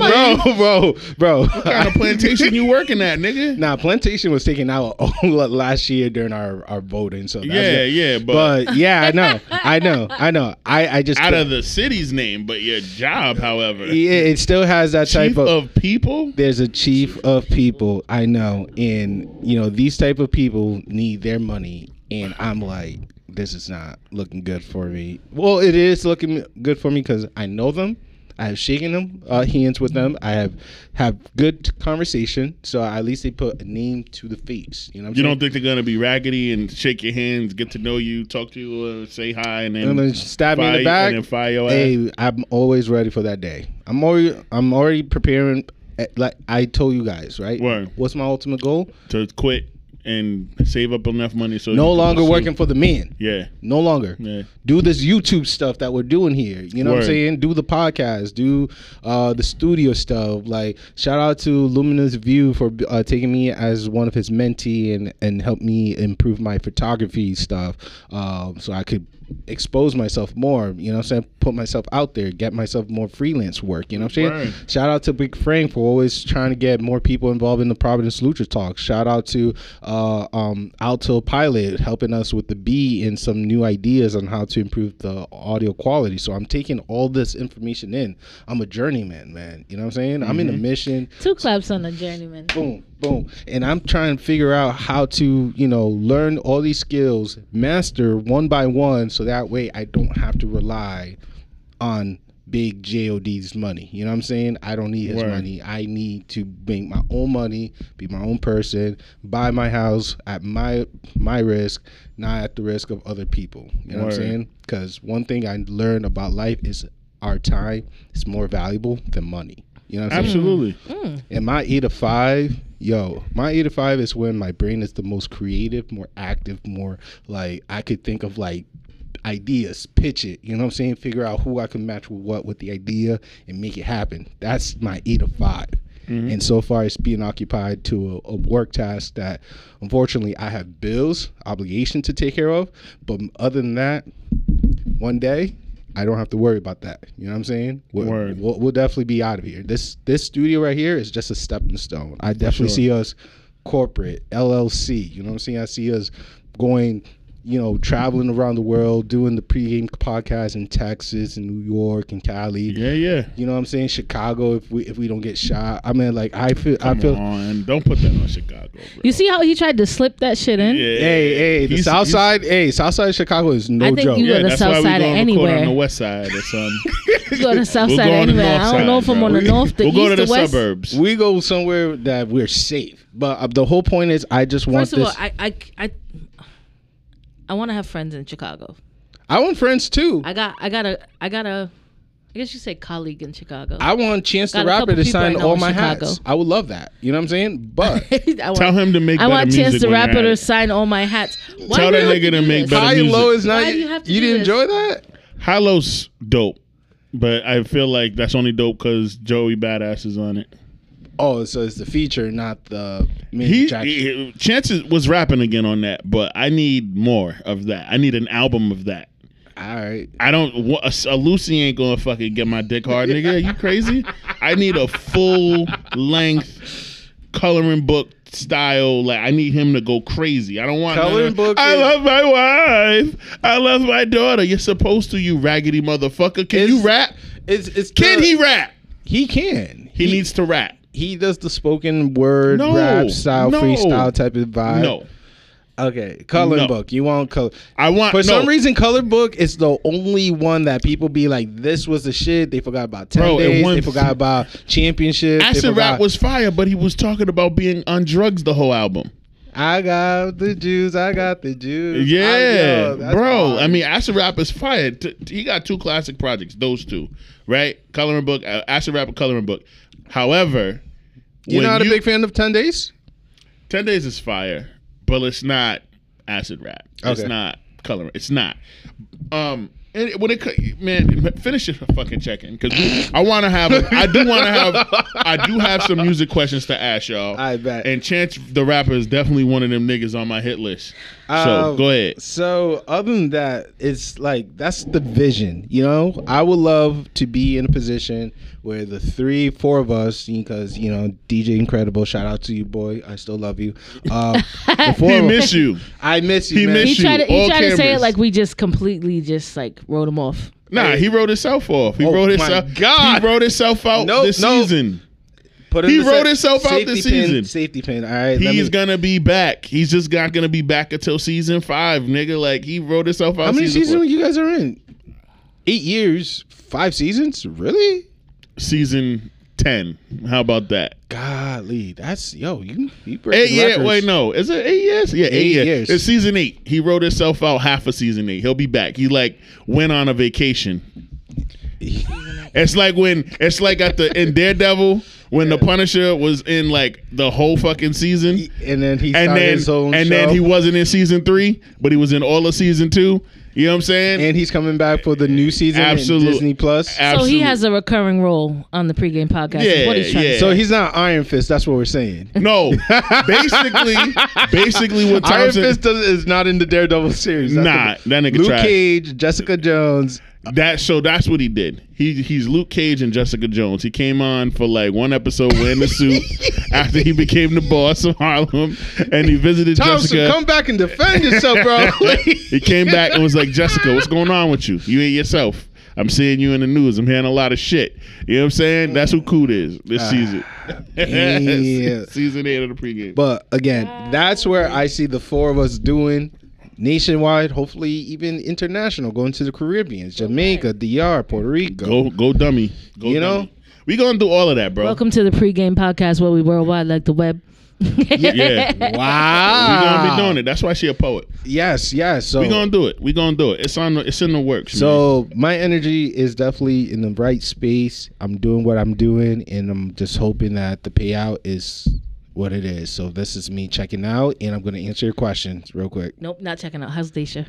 Speaker 2: bro, [laughs]
Speaker 1: I'm
Speaker 2: bro, bro. [laughs]
Speaker 1: What kind of plantation you working at, nigga?
Speaker 2: Nah, plantation was taken out last year during our, our voting. So that's
Speaker 1: yeah,
Speaker 2: it.
Speaker 1: yeah, but,
Speaker 2: But yeah, I know, I know, I know. I I just
Speaker 1: out of the city's name, but your job, however.
Speaker 2: yeah, it still has that type
Speaker 1: Chief of people?
Speaker 2: there's a chief of people I know, and you know these type of people need their money, and I'm like, this is not looking good for me. Well, it is looking good for me because I know them. I have shaken them uh, hands with them. I have have good conversation. So at least they put a name to the face. You know, what
Speaker 1: You
Speaker 2: I'm
Speaker 1: don't think they're gonna be raggedy and shake your hands, get to know you, talk to you, uh, say hi, and then,
Speaker 2: And then stab me in the
Speaker 1: fire-
Speaker 2: back.
Speaker 1: and then fire your ass.
Speaker 2: Hey, I'm always ready for that day. I'm already I'm already preparing. eh, Like I told you guys, right?
Speaker 1: Word.
Speaker 2: What's my ultimate goal?
Speaker 1: to quit and save up enough money so
Speaker 2: No
Speaker 1: you can
Speaker 2: longer
Speaker 1: pursue-
Speaker 2: working for the man.
Speaker 1: Yeah,
Speaker 2: No longer.
Speaker 1: yeah.
Speaker 2: do this YouTube stuff that we're doing here. You know what
Speaker 1: Word.
Speaker 2: I'm saying? Do the podcast, do uh, the studio stuff. Like shout out to Luminous View for uh, taking me as one of his mentee and and help me improve my photography stuff, um, so I could expose myself more. You know what I'm saying? Put myself out there, get myself more freelance work. You know what I'm saying?
Speaker 1: Word.
Speaker 2: Shout out to Big Frank for always trying to get more people involved in the Providence Lucha Talk. Shout out to uh, um, Alto Pilot helping us with the B and some new ideas on how to improve the audio quality. So I'm taking all this information in. I'm a journeyman, man. You know what I'm saying? I'm in a mission.
Speaker 3: Two claps on the journeyman.
Speaker 2: Boom, boom. And I'm trying to figure out how to, you know, learn all these skills, master one by one, so that way I don't have to rely on big JOD's money. You know what I'm saying? I don't need his
Speaker 1: Word.
Speaker 2: money. I need to make my own money, be my own person, buy my house at my my risk, not at the risk of other people. You know what I'm
Speaker 1: Word.
Speaker 2: saying? Cuz one thing I learned about life is our time is more valuable than money. You know what I'm saying?
Speaker 1: Absolutely.
Speaker 2: And my eight to five, yo, my eight to five is when my brain is the most creative, more active, more like I could think of like ideas, pitch it, you know what I'm saying? Figure out who I can match with what with the idea and make it happen. That's my eight to 5 And so far, it's being occupied to a, a work task that unfortunately I have bills, obligation to take care of. But other than that, one day I don't have to worry about that. You know what I'm saying? We'll,
Speaker 1: Word.
Speaker 2: we'll, we'll definitely be out of here. This this studio right here is just a stepping stone. I definitely
Speaker 1: sure.
Speaker 2: see us corporate LLC. You know what I'm saying? I see us going. You know, traveling around the world, doing the pregame podcast in Texas and New York and Cali.
Speaker 1: Yeah, yeah.
Speaker 2: You know what I'm saying? Chicago, if we if we don't get shot, I mean, like I feel, I
Speaker 1: Come
Speaker 2: feel.
Speaker 1: on. Don't put that on Chicago, bro.
Speaker 3: You see how he tried to slip that shit in?
Speaker 1: Yeah.
Speaker 2: Hey, hey, the
Speaker 1: He's-
Speaker 2: South
Speaker 1: he's-
Speaker 2: Side, hey, South Side of Chicago is no
Speaker 3: I think
Speaker 2: joke.
Speaker 3: you-
Speaker 1: Yeah,
Speaker 3: go to
Speaker 1: that's
Speaker 3: South
Speaker 1: why
Speaker 3: Side
Speaker 1: we're
Speaker 3: or
Speaker 1: going to record on
Speaker 3: anywhere.
Speaker 1: the west side or something.
Speaker 3: You go
Speaker 1: [laughs]
Speaker 3: to the south
Speaker 1: We'll
Speaker 3: side
Speaker 1: go on the
Speaker 3: anywhere.
Speaker 1: north
Speaker 3: I don't know if
Speaker 1: side,
Speaker 3: I'm on
Speaker 1: bro.
Speaker 3: the north, [laughs] the
Speaker 1: we'll
Speaker 3: east,
Speaker 1: go to the,
Speaker 3: west.
Speaker 1: suburbs.
Speaker 2: we go somewhere that we're safe. But uh, the whole point is, I just want
Speaker 3: First of
Speaker 2: this.
Speaker 3: all, I I I, I want to have friends in Chicago.
Speaker 2: I, want friends too. I,
Speaker 3: I got I got a I got a I guess you say colleague in Chicago.
Speaker 2: want Chance the
Speaker 3: Got a
Speaker 2: Rapper
Speaker 3: couple
Speaker 2: to
Speaker 3: people I
Speaker 2: sign
Speaker 3: know
Speaker 2: all
Speaker 3: in
Speaker 2: my
Speaker 3: Chicago.
Speaker 2: hats. I would love that. You know what I'm
Speaker 3: [laughs]
Speaker 2: saying? But
Speaker 3: [laughs] I want,
Speaker 1: Tell him to make
Speaker 3: I
Speaker 1: better
Speaker 3: want Chance
Speaker 1: music
Speaker 3: the
Speaker 1: when you're
Speaker 3: Rapper
Speaker 1: at
Speaker 3: to
Speaker 1: it.
Speaker 3: sign all my hats. Why
Speaker 1: Tell
Speaker 3: do
Speaker 1: that
Speaker 3: you have
Speaker 1: nigga
Speaker 3: to
Speaker 1: to
Speaker 3: do
Speaker 1: make
Speaker 3: this?
Speaker 1: better-
Speaker 2: high and low
Speaker 1: music.
Speaker 2: is not.
Speaker 3: Why do
Speaker 2: You,
Speaker 3: you have to
Speaker 2: you
Speaker 3: do
Speaker 2: didn't
Speaker 3: this?
Speaker 2: enjoy that?
Speaker 1: Hilo's dope, but I feel like that's only dope because Joey Badass is on it.
Speaker 2: Oh, so it's the feature, not the main
Speaker 1: He,
Speaker 2: track.
Speaker 1: he Chances was rapping again on that, but I need more of that. I need an album of that.
Speaker 2: all right.
Speaker 1: I don't. wa- A, a Lucy ain't gonna fucking get my dick hard, nigga. you crazy? I need a full length coloring book style. Like I need him to go crazy. I don't want none of-
Speaker 2: Coloring book
Speaker 1: I
Speaker 2: is-
Speaker 1: love my wife. I love my daughter. You're supposed to, you raggedy motherfucker. Can you
Speaker 2: It's-
Speaker 1: rap?
Speaker 2: It's it's
Speaker 1: Can
Speaker 2: the-
Speaker 1: he rap?
Speaker 2: He can.
Speaker 1: He, needs to rap.
Speaker 2: He does the spoken word
Speaker 1: No,
Speaker 2: rap style,
Speaker 1: no.
Speaker 2: freestyle type of vibe.
Speaker 1: No,
Speaker 2: Okay, coloring
Speaker 1: No.
Speaker 2: book. You want color?
Speaker 1: I want
Speaker 2: For
Speaker 1: no.
Speaker 2: some reason, color book is the only one that people be like, "This was the shit." They forgot about ten
Speaker 1: Bro, it
Speaker 2: days.
Speaker 1: won-
Speaker 2: They forgot about championship. they
Speaker 1: Acid
Speaker 2: forgot-
Speaker 1: Rap was fire, but he was talking about being on drugs the whole album.
Speaker 2: I got the Jews. I got the Jews. I-
Speaker 1: Yeah,
Speaker 2: yo, that's
Speaker 1: bro.
Speaker 2: hard.
Speaker 1: I mean, Acid Rap is fire. T- t- he got two classic projects, those two, right? Coloring Book, uh, Acid Rap, and Coloring Book. However,
Speaker 2: you
Speaker 1: when
Speaker 2: not a big fan of Ten Days?
Speaker 1: Ten Days is fire, but it's not Acid Rap. It's
Speaker 2: Okay.
Speaker 1: not Coloring. It's not. Um, and it- when it co- man, finish your fucking check-in because
Speaker 2: [laughs]
Speaker 1: I want to have. a- I do want to have. I do have some music questions to ask y'all.
Speaker 2: I bet.
Speaker 1: And Chance the Rapper is definitely one of them niggas on my hit list. So
Speaker 2: Um,
Speaker 1: go ahead.
Speaker 2: So other than that, it's like that's the vision, you know. I would love to be in a position where the three, four of us, because you know, DJ Incredible, shout out to you, boy. I still love you. Um, the four
Speaker 1: He
Speaker 2: of us-
Speaker 1: miss you.
Speaker 2: [laughs] I miss you.
Speaker 1: He
Speaker 2: man.
Speaker 1: miss
Speaker 3: He
Speaker 1: issue,
Speaker 3: tried to he
Speaker 1: all
Speaker 3: tried to say it
Speaker 1: cameras.
Speaker 3: like we just completely just like wrote him off.
Speaker 1: Nah, he wrote himself off. He
Speaker 2: Oh
Speaker 1: wrote
Speaker 2: my
Speaker 1: himself.
Speaker 2: God.
Speaker 1: He wrote himself out
Speaker 2: Nope,
Speaker 1: this
Speaker 2: nope.
Speaker 1: season.
Speaker 2: Put
Speaker 1: He
Speaker 2: the
Speaker 1: wrote
Speaker 2: sa-
Speaker 1: himself out this
Speaker 2: safety pin-
Speaker 1: season.
Speaker 2: Safety pin. All right. let
Speaker 1: He's
Speaker 2: me-
Speaker 1: gonna be back. He's just not gonna be back until season five, nigga. Like he wrote himself out.
Speaker 2: How many
Speaker 1: season
Speaker 2: seasons
Speaker 1: four.
Speaker 2: you guys are in? Eight years, five seasons, really?
Speaker 1: Season ten. How about that?
Speaker 2: Golly, that's yo. You you
Speaker 1: Eight
Speaker 2: breaking
Speaker 1: years.
Speaker 2: records.
Speaker 1: Wait, no. Is it eight years? Yeah, eight,
Speaker 2: Eight
Speaker 1: years.
Speaker 2: years.
Speaker 1: It's season eight. He wrote himself out half of season eight. He'll be back. He like went on
Speaker 2: [laughs]
Speaker 1: a vacation. It's like when it's like at the in Daredevil when the Punisher was in like the whole fucking season.
Speaker 2: And then he
Speaker 1: and
Speaker 2: started
Speaker 1: then
Speaker 2: his own
Speaker 1: and then
Speaker 2: show.
Speaker 1: he wasn't in season three, but he was in all of season two. You know what I'm saying?
Speaker 2: and he's coming back for the new season
Speaker 1: Absolute-
Speaker 2: in Disney Plus.
Speaker 1: Absolute-
Speaker 3: So he has a recurring role on the pregame podcast. is
Speaker 1: Yeah,
Speaker 3: what he's trying
Speaker 1: yeah.
Speaker 3: to
Speaker 2: So he's not Iron Fist. That's what we're saying. [laughs]
Speaker 1: no. basically, basically what
Speaker 2: Iron
Speaker 1: Thompson
Speaker 2: Fist does, is not in the Daredevil series. That's
Speaker 1: Nah,
Speaker 2: the-
Speaker 1: that nigga
Speaker 2: Luke
Speaker 1: trash.
Speaker 2: Cage, Jessica Jones.
Speaker 1: that so that's what he did. He he's Luke Cage and Jessica Jones. He came on for like one episode wearing the suit
Speaker 2: [laughs]
Speaker 1: after he became the boss of Harlem, and he visited
Speaker 2: Thompson,
Speaker 1: Jessica.
Speaker 2: come back and defend yourself, bro.
Speaker 1: [laughs]
Speaker 2: [laughs]
Speaker 1: he came back and was like, Jessica, what's going on with you? You ain't yourself. I'm seeing you in the news. I'm hearing a lot of shit. You know what I'm saying? That's who Coot is this
Speaker 2: Ah.
Speaker 1: season.
Speaker 2: [laughs] damn.
Speaker 1: [laughs] season eight of the pregame.
Speaker 2: but again, that's where I see the four of us doing nationwide, hopefully even international, going to the Caribbean, Jamaica, DR, Puerto Rico.
Speaker 1: Go go dummy. Go
Speaker 2: You know?
Speaker 1: dummy. we gonna do all of that, bro.
Speaker 3: Welcome to the pregame podcast where we worldwide like the web.
Speaker 1: Yeah. we
Speaker 2: Wow.
Speaker 1: gonna be doing it. That's why she a poet.
Speaker 2: [laughs] Yes, yes. So
Speaker 1: We gonna do it. We gonna do it. It's on. The, it's in the works. man.
Speaker 2: So my energy is definitely in the right space. I'm doing what I'm doing, and I'm just hoping that the payout is what it is. So this is me checking out, and I'm gonna answer your questions real quick.
Speaker 3: [laughs] nope, not checking out. How's Daisha?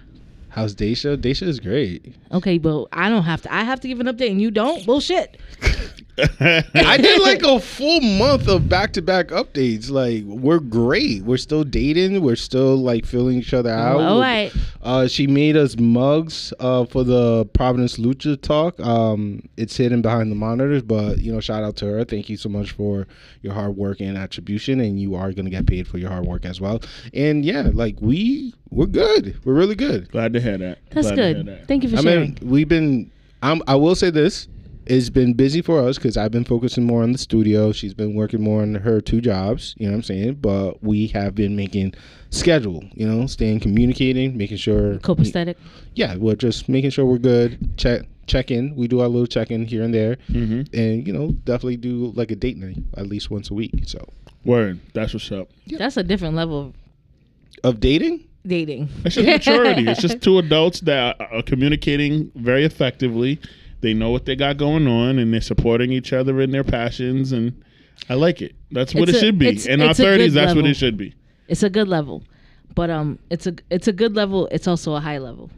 Speaker 2: How's Daisha? Daisha is great.
Speaker 3: Okay, but I don't have to. I have to give an update, and you don't. Bullshit.
Speaker 2: I did like a full month of back-to-back updates. Like we're great. We're still dating. We're still like feeling each other out.
Speaker 3: Oh, all right.
Speaker 2: Uh, she made us mugs uh, for the Providence Lucha Talk. Um, it's hidden behind the monitors, but you know, shout out to her. Thank you so much for your hard work and attribution, and you are gonna get paid for your hard work as well. And yeah, like we we're good. We're really good.
Speaker 1: Glad to hear that.
Speaker 3: That's
Speaker 1: Glad to
Speaker 3: good.
Speaker 1: hear that.
Speaker 3: Thank you for
Speaker 2: I
Speaker 3: sharing.
Speaker 2: mean, we've been. I'm, I will say this. It's been busy for us because I've been focusing more on the studio. She's been working more on her two jobs. You know what I'm saying? But we have been making schedule. You know, staying communicating, making sure
Speaker 3: Copacetic.
Speaker 2: yeah, we're just making sure we're good. Check check in. We do our little check in here and there,
Speaker 1: Mhm.
Speaker 2: and you know, definitely do like a date night at least once a week. So
Speaker 1: Word. That's what's up.
Speaker 3: That's a different level of
Speaker 2: of dating,
Speaker 3: dating.
Speaker 1: It's just maturity. it's just two adults that are, are communicating very effectively. They know what they got going on, and they're supporting each other in their passions. And I like it. That's what it
Speaker 3: It's a-
Speaker 1: should be.
Speaker 3: it's-
Speaker 1: in our
Speaker 3: it's a good
Speaker 1: thirties, that's what
Speaker 3: level.
Speaker 1: it should be.
Speaker 3: It's a good level, but um, it's a it's a good level. It's also a high level.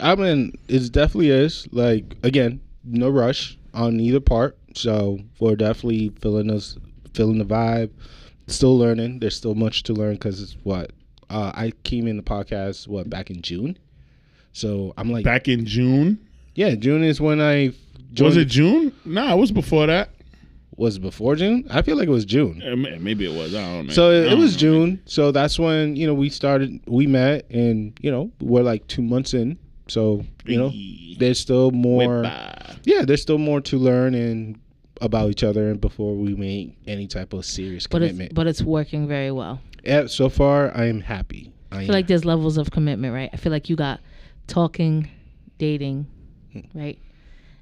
Speaker 2: I mean, it definitely is. Like again, no rush on either part. So we're definitely feeling us, feeling the vibe. Still learning. There's still much to learn because it's what uh, I came in the podcast what back in June. So I'm like,
Speaker 1: Back in June,
Speaker 2: yeah, June is when I joined.
Speaker 1: was it June? Nah, it was before that.
Speaker 2: was it before June? I feel like it was June.
Speaker 1: Eh, ma- Maybe it was. I don't know.
Speaker 2: So
Speaker 1: I
Speaker 2: it,
Speaker 1: don't
Speaker 2: was
Speaker 1: know.
Speaker 2: June. So that's when you know we started, we met, and you know we're like two months in. So you know
Speaker 1: Hey.
Speaker 2: there's still more.
Speaker 1: Whip-a.
Speaker 2: Yeah, there's still more to learn and about each other, and before we make any type of serious
Speaker 3: But it's
Speaker 2: commitment.
Speaker 3: but it's working very well.
Speaker 2: Yeah, so far, I am happy. I
Speaker 3: I
Speaker 2: am.
Speaker 3: feel like there's levels of commitment, right? I feel like you got talking, dating,
Speaker 2: Hmm.
Speaker 3: right?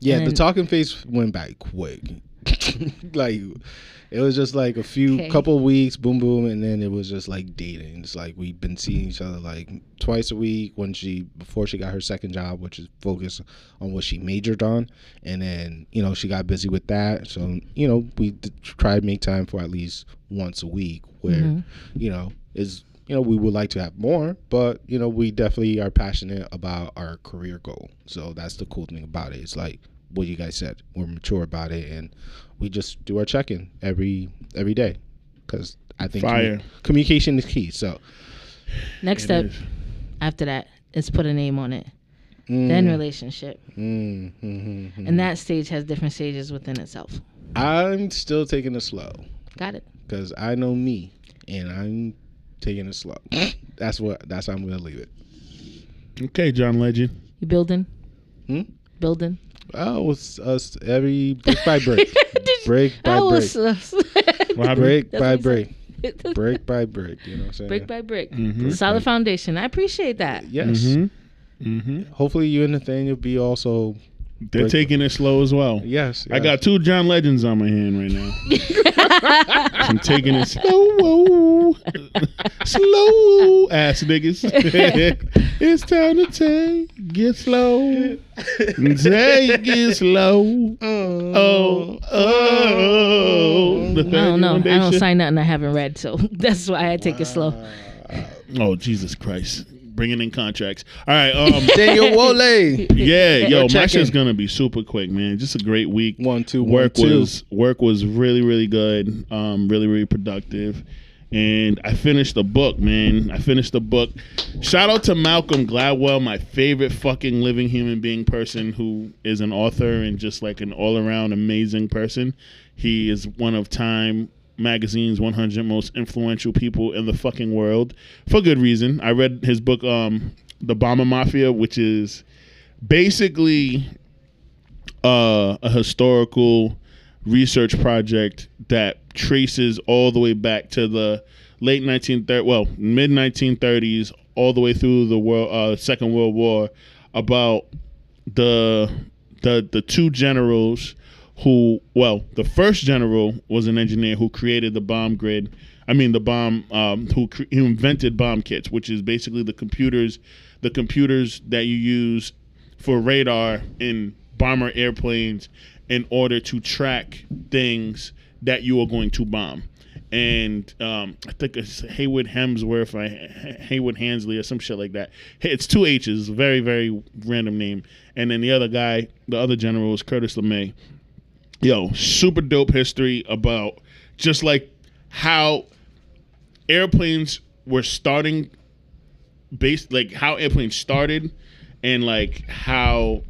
Speaker 2: yeah, the
Speaker 3: and-
Speaker 2: talking phase went by quick. [laughs] like it was just like a few
Speaker 3: Okay.
Speaker 2: couple weeks, boom boom, and then it was just like dating. It's like we've been seeing each other like twice a week when she before she got her second job, which is focused on what she majored on, and then you know she got busy with that. So you know we d- try to make time for at least once a week, where
Speaker 3: Mhm.
Speaker 2: you know is you know we would like to have more, but you know we definitely are passionate about our career goal. So that's the cool thing about it. It's like what you guys said. We're mature about it, and we just do our check-in every every day because I think
Speaker 1: Fire.
Speaker 2: commu- communication is key. So
Speaker 3: Next
Speaker 1: It
Speaker 3: step
Speaker 1: is.
Speaker 3: after that is put a name on it.
Speaker 2: Hmm.
Speaker 3: Then relationship,
Speaker 2: mm, mm, mm, mm.
Speaker 3: and that stage has different stages within itself.
Speaker 2: I'm still taking it slow
Speaker 3: Got it.
Speaker 2: because I know me, and I'm taking it slow. [laughs] that's what. That's how I'm gonna leave it.
Speaker 1: Okay, John Legend.
Speaker 3: You building?
Speaker 2: Hmm?
Speaker 3: Building.
Speaker 2: Oh, it's us every brick by brick,
Speaker 3: [laughs] Did you-
Speaker 2: break by
Speaker 3: I
Speaker 2: break,
Speaker 3: [laughs] was,
Speaker 1: What happened?
Speaker 3: [laughs]
Speaker 2: break
Speaker 3: That's
Speaker 2: by
Speaker 3: what
Speaker 2: break,
Speaker 3: he break,
Speaker 2: brick by brick. You know what I'm saying?
Speaker 3: brick by brick.
Speaker 1: Mhm.
Speaker 3: Solid foundation. I appreciate that.
Speaker 2: Yes.
Speaker 1: hmm hmm
Speaker 2: Hopefully, you and Nathaniel be also.
Speaker 1: They're
Speaker 2: Break-
Speaker 1: taking it slow as well.
Speaker 2: Yes.
Speaker 1: I
Speaker 2: yes.
Speaker 1: got two John Legends on my hand right now.
Speaker 3: [laughs]
Speaker 1: I'm taking it slow, [laughs] slow ass
Speaker 3: [laughs]
Speaker 1: niggas. it's time to take it slow, take it slow. Oh, oh, oh. The
Speaker 3: I don't know. I don't
Speaker 1: foundation.
Speaker 3: sign nothing I haven't read, so [laughs] that's why I take it slow.
Speaker 1: Oh Jesus Christ! Bringing in contracts. All right.
Speaker 3: [laughs]
Speaker 1: Um.
Speaker 2: Daniel Wole.
Speaker 1: [laughs] Yeah, yo, my
Speaker 2: check
Speaker 1: shit's
Speaker 2: in.
Speaker 1: gonna be super quick, man. Just a great week.
Speaker 2: One, two, one,
Speaker 1: work
Speaker 2: two.
Speaker 1: was uh, work was really really good um really really productive and i finished the book man i finished the book shout out to malcolm gladwell my favorite fucking living human being person who is an author and just like an all-around amazing person he is one of time magazine's 100 most influential people in the fucking world for good reason i read his book um the bomber mafia which is basically uh, a historical research project that traces all the way back to the late 1930, well, mid 1930s, all the way through the world, uh, Second World War, about the the the two generals who, well, the first general was an engineer who created the bomb grid. I mean, the bomb um, who, cre- who invented bomb kits, which is basically the computers, the computers that you use for radar in bomber airplanes in order to track things that you are going to bomb. And um, I think it's Haywood Hemsworth, I, Haywood Hansley, or some shit like that. Hey, It's two H's, very very random name. And then the other guy, the other general, was Curtis LeMay. Yo, super dope history about just like how airplanes were starting based like how airplanes started and like how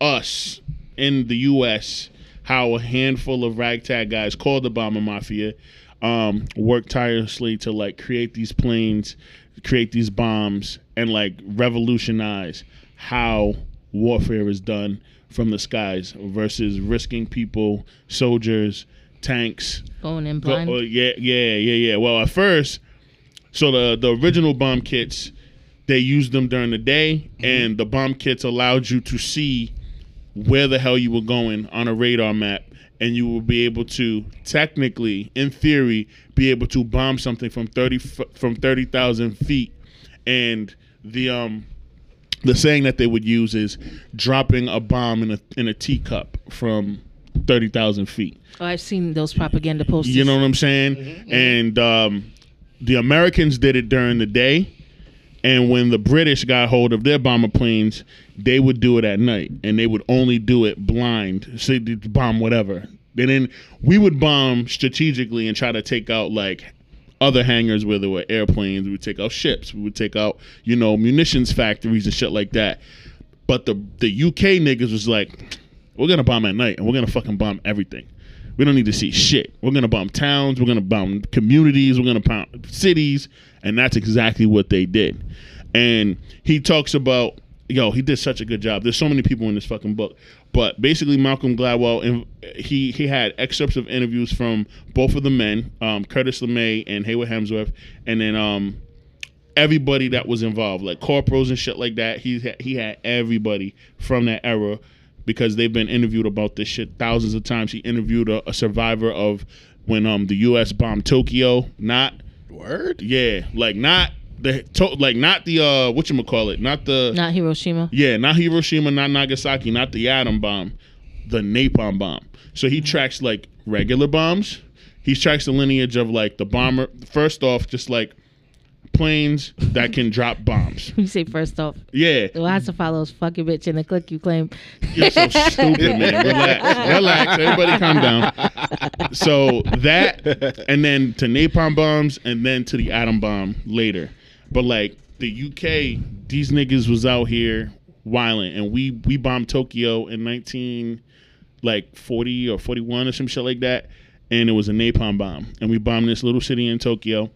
Speaker 1: us in the US how a handful of ragtag guys called the bomber mafia um, worked tirelessly to like create these planes create these bombs and like revolutionize how warfare is done from the skies versus risking people soldiers tanks
Speaker 3: Going in
Speaker 1: Go-
Speaker 3: blind.
Speaker 1: oh, yeah, yeah, yeah, yeah. Well, at first, so the the original bomb kits, they used them during the day, and the bomb kits allowed you to see where the hell you were going on a radar map, and you will be able to technically, in theory, be able to bomb something from thirty f- from thirty thousand feet, and the um the saying that they would use is dropping a bomb in a in a teacup from thirty thousand feet.
Speaker 3: Oh, I've seen those propaganda posters.
Speaker 1: You know what I'm saying? And um, the Americans did it during the day. And when the British got hold of their bomber planes, they would do it at night, and they would only do it blind. So they'd bomb whatever. And then we would bomb strategically and try to take out like other hangars where there were airplanes. We would take out ships. We would take out you know munitions factories and shit like that. But the the UK niggas was like, we're gonna bomb at night, and we're gonna fucking bomb everything. We don't need to see shit. We're gonna bomb towns. We're gonna bomb communities. We're gonna bomb cities, and that's exactly what they did. And he talks about yo, he did such a good job. There's so many people in this fucking book, but basically Malcolm Gladwell and he he had excerpts of interviews from both of the men, um, Curtis LeMay and Hayward Hemsworth, and then um, everybody that was involved, like corporals and shit like that. He had- he had everybody from that era because they've been interviewed about this shit thousands of times. He interviewed a, a survivor of when um the U.S. bombed Tokyo, not
Speaker 2: Word.
Speaker 1: yeah, like not the to, like not the uh what you call it, not the
Speaker 3: Not [laughs] Hiroshima.
Speaker 1: yeah, not Hiroshima, not Nagasaki, not the atom bomb, the napalm bomb. So he tracks like regular bombs. He tracks the lineage of like the bomber. First off, just like planes that can drop bombs.
Speaker 3: You say first off,
Speaker 1: Yeah.
Speaker 3: who has to follow is fucking bitch and the click you claim. [laughs]
Speaker 1: You're so stupid, man. Relax. Relax. Everybody calm down. So that and then to napalm bombs and then to the atom bomb later. But like the UK, these niggas was out here wilding and we we bombed Tokyo in 19 like 40 or 41 or some shit like that and it was a napalm bomb and we bombed this little city in Tokyo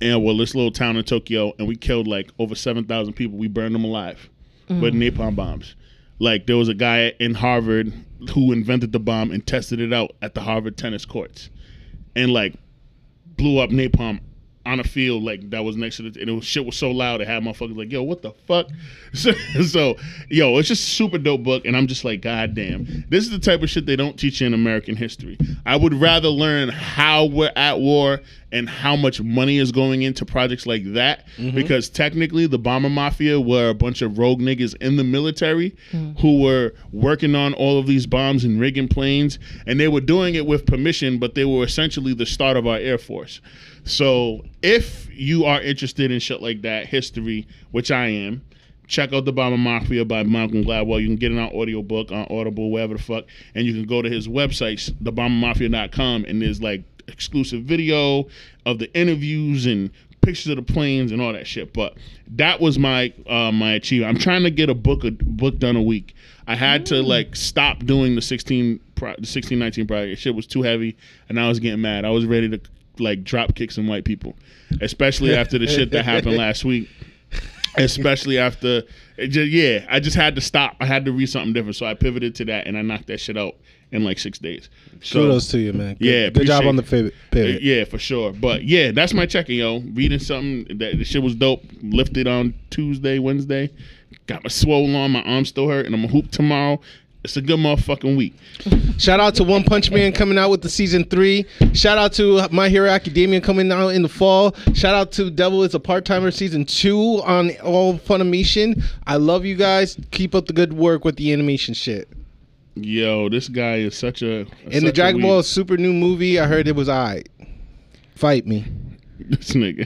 Speaker 1: and well this little town in Tokyo and we killed like over 7,000 people. We burned them alive with napalm bombs. Like there was a guy in Harvard who invented the bomb and tested it out at the Harvard tennis courts, and like blew up napalm on a field like that was next to the and it was shit was so loud it had motherfuckers like yo what the fuck [laughs] so, so yo it's just a super dope book and I'm just like god damn this is the type of shit they don't teach you in American history I would rather learn how we're at war and how much money is going into projects like that because technically the bomber mafia were a bunch of rogue niggas in the military who were working on all of these bombs and rigging planes and they were doing it with permission but they were essentially the start of our air force so if you are interested in shit like that, history, which I am, check out The Bomber Mafia by Malcolm Gladwell. You can get it on audiobook, on Audible, wherever the fuck. And you can go to his website, thebombermafia.com, and there's like exclusive video of the interviews and pictures of the planes and all that shit. But that was my uh, my achievement. I'm trying to get a book a book done a week. I had to like stop doing the 16 pro- the 16 19 project. Shit was too heavy, and I was getting mad. I was ready to like drop kick some white people, especially after the shit that happened last week. especially after it just, yeah i just had to stop i had to read something different so i pivoted to that and i knocked that shit out in like six days so,
Speaker 2: Kudos to you, man. Good,
Speaker 1: Yeah,
Speaker 2: good job
Speaker 1: appreciate
Speaker 2: on the pivot. pivot.
Speaker 1: yeah for sure but yeah that's my checking yo reading something that the shit was dope lifted on tuesday wednesday got my swole on my arm still hurt and i'm a hoop tomorrow it's a good motherfucking week
Speaker 2: Shout out to One Punch Man coming out with the season three. Shout out to My Hero Academia coming out in the fall. Shout out to Devil is a Part Timer season two on All Funimation. I love you guys. Keep up the good work with the animation shit.
Speaker 1: yo this guy is such a
Speaker 2: And the Dragon Ball Super new movie, I heard it was alright. Fight me.
Speaker 1: [laughs] this nigga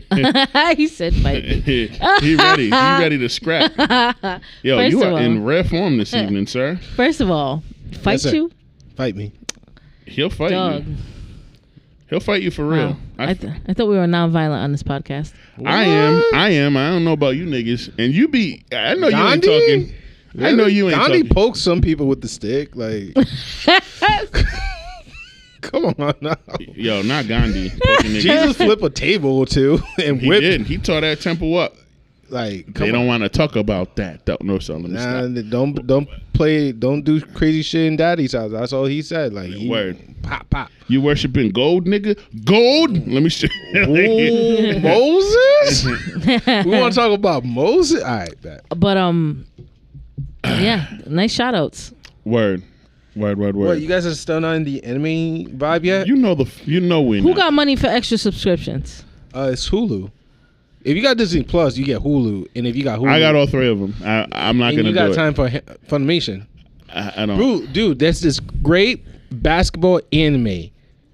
Speaker 1: [laughs]
Speaker 3: he said, "Fight."
Speaker 1: he ready he ready to scrap yo
Speaker 3: First
Speaker 1: you
Speaker 3: of
Speaker 1: are in
Speaker 3: all-
Speaker 1: rare form this evening sir
Speaker 3: First of all, fight
Speaker 2: Yes, sir.
Speaker 3: you,
Speaker 2: Fight me.
Speaker 1: he'll fight
Speaker 3: dog.
Speaker 1: you He'll fight you for real.
Speaker 3: Wow.
Speaker 1: I,
Speaker 3: I, th- I thought we were nonviolent on this podcast.
Speaker 1: I am. I am. I don't know about you niggas. And you be. I know
Speaker 2: Gandhi?
Speaker 1: you ain't talking. I know you ain't
Speaker 2: Gandhi
Speaker 1: talking.
Speaker 2: poked some people with the stick.
Speaker 1: [laughs]
Speaker 2: Like, come on now.
Speaker 1: Yo, not Gandhi.
Speaker 2: [laughs]
Speaker 1: poking niggas.
Speaker 2: Jesus flip a table or two [laughs] and
Speaker 1: he
Speaker 2: whip.
Speaker 1: did. He tore that temple up.
Speaker 2: Like,
Speaker 1: they
Speaker 2: come
Speaker 1: don't
Speaker 2: on.
Speaker 1: want to talk about that. Don't know something.
Speaker 2: Nah, don't don't play. Don't do crazy shit in daddy's house. That's all he said. Like, he-
Speaker 1: Word.
Speaker 2: Pop pop.
Speaker 1: [laughs] You worshiping gold, nigga? Gold? Let me show.
Speaker 2: Ooh, Moses. we want to talk about Moses. All right, bet.
Speaker 1: [coughs]
Speaker 3: But um, yeah, nice shout outs.
Speaker 1: word, word, word, word.
Speaker 2: What you
Speaker 1: you,
Speaker 2: guys are still not in the enemy vibe yet?
Speaker 1: know the. f- You know we.
Speaker 3: Who
Speaker 1: not.
Speaker 3: got money for extra subscriptions?
Speaker 2: Uh, it's Hulu. If you got Disney Plus, you get Hulu, and if you got Hulu,
Speaker 1: I got all three of them. I, I'm not
Speaker 2: And
Speaker 1: gonna
Speaker 2: you got
Speaker 1: do
Speaker 2: time for H- Funimation,
Speaker 1: it. I, I don't.
Speaker 2: Bro, dude. There's this great basketball anime,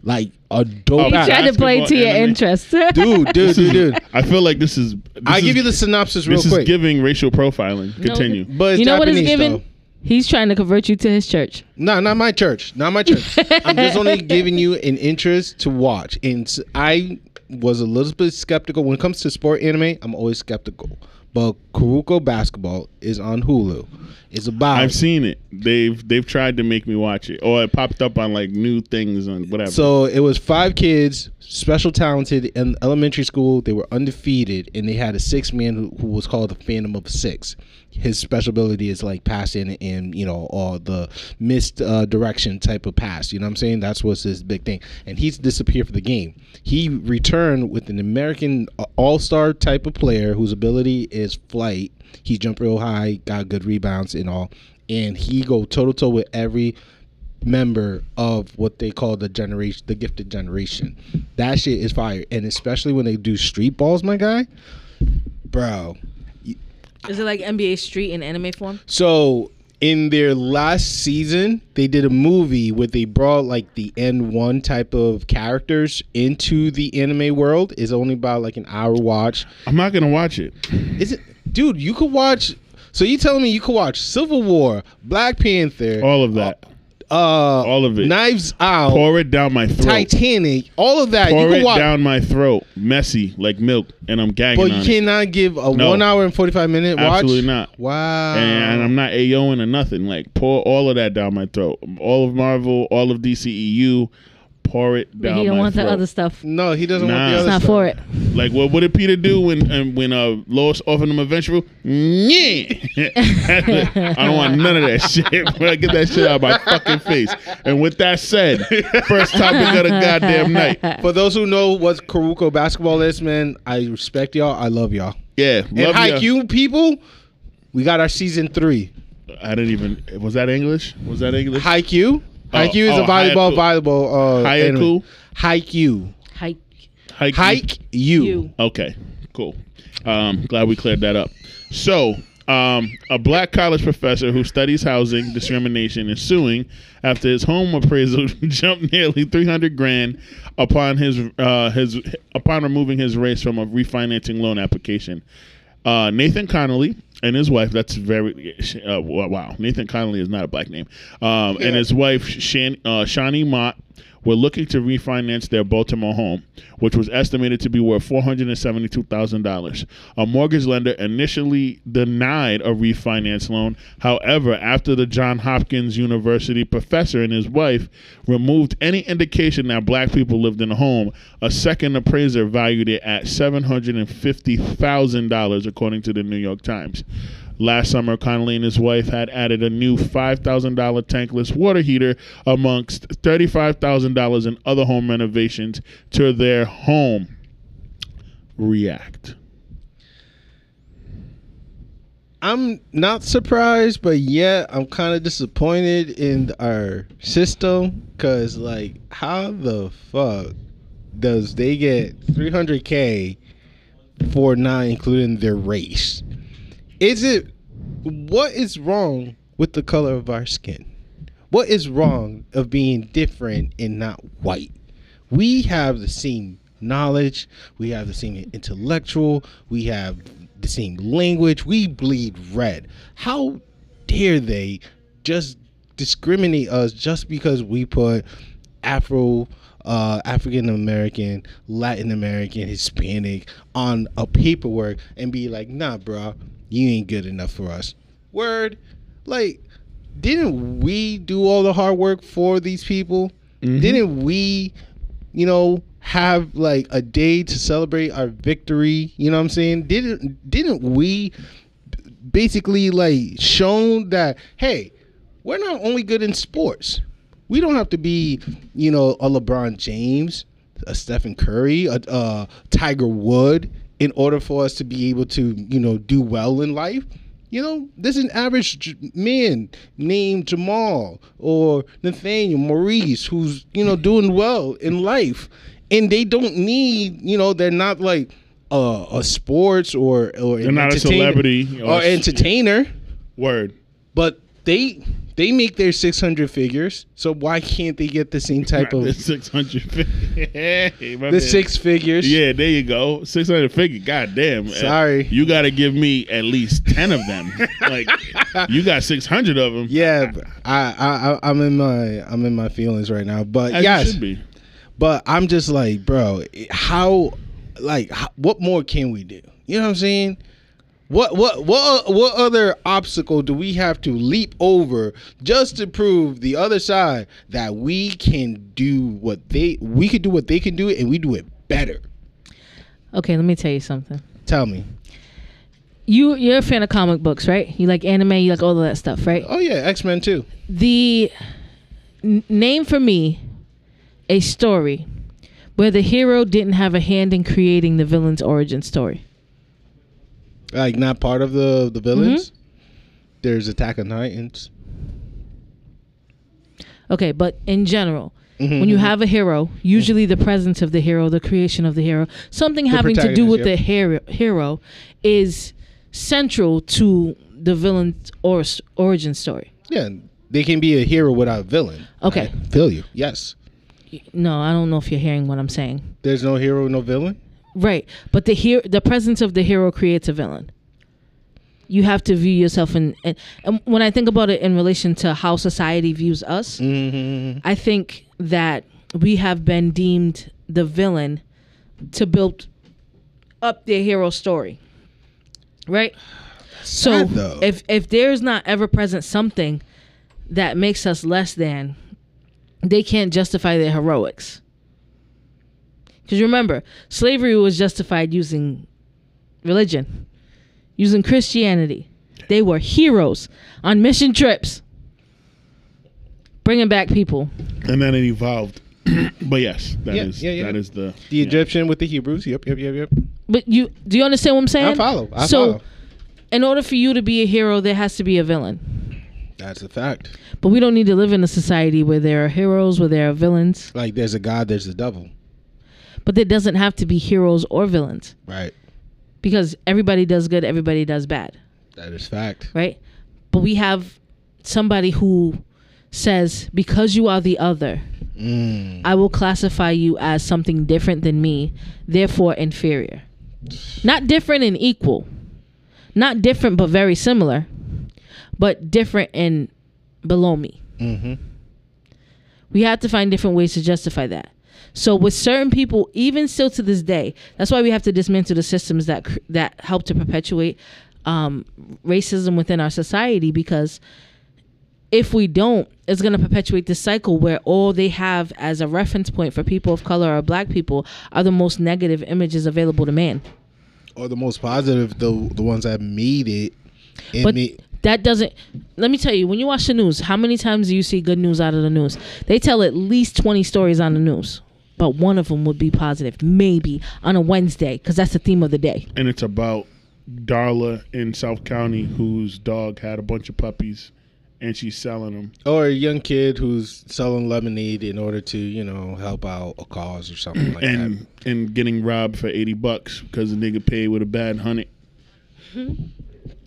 Speaker 2: like a dope.
Speaker 1: Oh,
Speaker 2: ass-
Speaker 1: Basketball
Speaker 3: Trying to play to your
Speaker 1: anime.
Speaker 2: [laughs]
Speaker 3: interest, [laughs]
Speaker 2: dude, dude, dude, dude.
Speaker 1: I feel like this is.
Speaker 2: I give you
Speaker 1: the.
Speaker 2: the synopsis real
Speaker 1: This is
Speaker 2: quick.
Speaker 1: giving racial profiling. Continue.
Speaker 2: but it's
Speaker 3: you know what it's
Speaker 2: Japanese,
Speaker 3: giving?
Speaker 2: though.
Speaker 3: He's trying to convert you to his church.
Speaker 2: No, not my church. Not my church. I'm just only
Speaker 3: [laughs]
Speaker 2: giving you an interest to watch. And s- I was a little bit skeptical when it comes to sport anime. I'm always skeptical. But Kuruko Basketball is on Hulu. It's about
Speaker 1: I've seen it. They've they've tried to make me watch it, or it popped up on like new things on whatever.
Speaker 2: So it was five kids, special talented in elementary school. They were undefeated, and they had a six man who, who was called the Phantom of Six. His special ability is like passing and you know all the missed uh, direction type of pass. You know what I'm saying? That's what's his big thing. And he's disappeared for the game. He returned with an American All Star type of player whose ability is flight. He jumped real high, got good rebounds and all, and he go toe to toe with every member of what they call the generation, the gifted generation. That shit is fire, and especially when they do street balls, my guy, bro.
Speaker 3: Is it like NBA Street in anime form?
Speaker 2: So in their last season, they did a movie where they brought like the N one type of characters into the anime world. It's only about like an hour watch.
Speaker 1: I'm not gonna watch it.
Speaker 2: Is it, dude? You could watch. So you telling me you could watch Civil War, Black Panther,
Speaker 1: All of that.
Speaker 2: uh, all
Speaker 1: of it.
Speaker 2: Knives Out,
Speaker 1: Pour it down my throat.
Speaker 2: Titanic, all of that.
Speaker 1: Pour
Speaker 2: you can
Speaker 1: it
Speaker 2: watch,
Speaker 1: down my throat. Messy like milk, and I'm gagging
Speaker 2: but
Speaker 1: on
Speaker 2: you
Speaker 1: it.
Speaker 2: cannot give a
Speaker 1: No.
Speaker 2: one hour and forty five minute watch.
Speaker 1: Absolutely not.
Speaker 2: Wow.
Speaker 1: And I'm not aoing or nothing. Like pour all of that down my throat. All of Marvel, all of DCEU. Pour it down
Speaker 3: he don't
Speaker 1: my
Speaker 3: want
Speaker 1: throat.
Speaker 3: the other stuff.
Speaker 2: no, he doesn't
Speaker 1: Nah.
Speaker 2: want the other
Speaker 1: It's
Speaker 3: It's not
Speaker 2: stuff.
Speaker 3: for it.
Speaker 1: Like what? What did Peter do when um, when uh, Lois offered him a vengeful? Yeah, [laughs] I don't want none of that shit. [laughs] But get that shit out of my fucking face. And with that said, first topic of the goddamn night.
Speaker 2: For those who know what Karuko basketball is, man, I respect y'all. I love y'all.
Speaker 1: Yeah,
Speaker 2: and
Speaker 1: ya.
Speaker 2: high Q people, we got our season three.
Speaker 1: I didn't even. Was that English? Was that English?
Speaker 2: High Q. High Q
Speaker 1: Oh,
Speaker 2: is
Speaker 1: oh,
Speaker 2: a volleyball,
Speaker 1: Haiku.
Speaker 2: volleyball. Uh,
Speaker 1: Haiku?
Speaker 2: High Q.
Speaker 3: Hike
Speaker 1: Haiku?
Speaker 2: Hike you.
Speaker 3: you.
Speaker 1: Okay, cool. Um, glad we cleared that up. So, um, a black college professor who studies housing discrimination is suing after his home appraisal [laughs] jumped nearly three hundred grand upon his uh, his upon removing his race from a refinancing loan application. Uh, Nathan Connolly and his wife. That's very uh, wow. Nathan Connolly is not a black name. Um, And his wife Shan, uh, Shani Mott were looking to refinance their Baltimore home, which was estimated to be worth $472,000. A mortgage lender initially denied a refinance loan. However, after the John Hopkins University professor and his wife removed any indication that black people lived in the home, a second appraiser valued it at $750,000, according to the New York Times. Last summer, Connolly and his wife had added a new $5,000 tankless water heater amongst $35,000 in other home renovations to their home. React.
Speaker 2: I'm not surprised, but yeah, I'm kind of disappointed in our system because, like, how the fuck does they get 300k for not including their race? Is it what is wrong with the color of our skin? What is wrong of being different and not white? We have the same knowledge, we have the same intellectual, we have the same language, we bleed red. How dare they just discriminate us just because we put Afro uh, African American, Latin American, Hispanic on a paperwork and be like, nah, bro, you ain't good enough for us. Word, like, didn't we do all the hard work for these people? Didn't we, you know, have like a day to celebrate our victory? You know what I'm saying? Didn't didn't we basically like shown that hey, we're not only good in sports. We don't have to be, you know, a LeBron James, a Stephen Curry, a, a Tiger Wood in order for us to be able to, you know, do well in life. You know, there's an average J- man named Jamal or Nathaniel Maurice who's, you know, doing well in life. And they don't need, you know, they're not like uh, a sports or, or
Speaker 1: They're not a celebrity or
Speaker 2: or
Speaker 1: a-
Speaker 2: entertainer
Speaker 1: Word.
Speaker 2: but they they make their 600 figures so why can't they get the same type
Speaker 1: The [laughs]
Speaker 2: of
Speaker 1: 600. Hey, my
Speaker 2: the
Speaker 1: man.
Speaker 2: six figures
Speaker 1: Yeah, there you go. 600 figure. God damn.
Speaker 2: Sorry.
Speaker 1: You got to give me at least 10
Speaker 2: [laughs]
Speaker 1: of them. like, you got 600 of them.
Speaker 2: yeah but I, I i i'm in my i'm in my feelings right now but
Speaker 1: As you
Speaker 2: yes
Speaker 1: should be.
Speaker 2: but i'm just like bro how like how, what more can we do you know what i'm saying what what what what other obstacle do we have to leap over just to prove the other side that we can do what they we can do what they can do and we do it better
Speaker 3: Okay, let me tell you something.
Speaker 2: tell me
Speaker 3: You you're a fan of comic books, right? You like anime, you like all of that stuff, right?
Speaker 2: Oh yeah, X Men too.
Speaker 3: The n- name for me a story where the hero didn't have a hand in creating the villain's origin story.
Speaker 2: Like not part of the the villains.
Speaker 3: Mm-hmm.
Speaker 2: There's Attack on Titans.
Speaker 3: Okay, but in general, when you have a hero, usually the presence of the hero, the creation of the hero, something having to do
Speaker 2: protagonist,
Speaker 3: with
Speaker 2: yep.
Speaker 3: the hero, hero is central to the villain's or- origin story.
Speaker 2: Yeah, they can be a hero without a villain.
Speaker 3: Okay.
Speaker 2: Feel you? Yes.
Speaker 3: No, I don't know if you're hearing what I'm saying.
Speaker 2: There's no hero, no villain.
Speaker 3: Right, but the hero, the presence of the hero creates a villain. You have to view yourself in, in, and when I think about it in relation to how society views us, I think that we have been deemed the villain to build up their hero story. Right? So
Speaker 2: Sad, though.
Speaker 3: if if there's not ever present something that makes us less than, they can't justify their heroics. Because remember, slavery was justified using religion, using Christianity. They were heroes on mission trips, bringing back people.
Speaker 1: and then it evolved. [clears throat] but yes, that
Speaker 2: Yeah,
Speaker 1: is
Speaker 2: yeah, yeah.
Speaker 1: that is the
Speaker 2: The
Speaker 1: yeah.
Speaker 2: Egyptian with the Hebrews. Yep, yep, yep, yep.
Speaker 3: But you do you understand what I'm saying?
Speaker 2: I follow. I
Speaker 3: so,
Speaker 2: follow.
Speaker 3: in order for you to be a hero, there has to be a villain.
Speaker 2: That's a fact.
Speaker 3: But we don't need to live in a society where there are heroes, where there are villains.
Speaker 2: Like there's a god, there's a devil.
Speaker 3: But there doesn't have to be heroes or villains
Speaker 2: Right.
Speaker 3: because everybody does good, everybody does bad.
Speaker 2: That is fact.
Speaker 3: right? But we have somebody who says, because you are the other,
Speaker 2: Mm.
Speaker 3: I will classify you as something different than me, therefore inferior. Not different and equal, not different but very Mm-hmm. similar, but different and below me.
Speaker 2: hmm
Speaker 3: We have to find different ways to justify that. So with certain people, even still to this day, that's why we have to dismantle the systems that cr- that help to perpetuate um, racism within our society. Because if we don't, it's going to perpetuate this cycle where all they have as a reference point for people of color or black people are the most negative images available to man.
Speaker 2: Or the most positive, the the ones that made it. And
Speaker 3: But
Speaker 2: made-
Speaker 3: that doesn't. Let me tell you, when you watch the news, how many times do you see good news out of the news? They tell at least twenty stories on the news, but one of them would be positive, maybe on a Wednesday, because that's the theme of the day.
Speaker 1: and it's about Darla in South County whose dog had a bunch of puppies and she's selling them.
Speaker 2: or a young kid who's selling lemonade in order to you know help out a cause or something like that.
Speaker 1: and and getting robbed for eighty bucks because the nigga paid with a bad hundred.
Speaker 2: Hmm?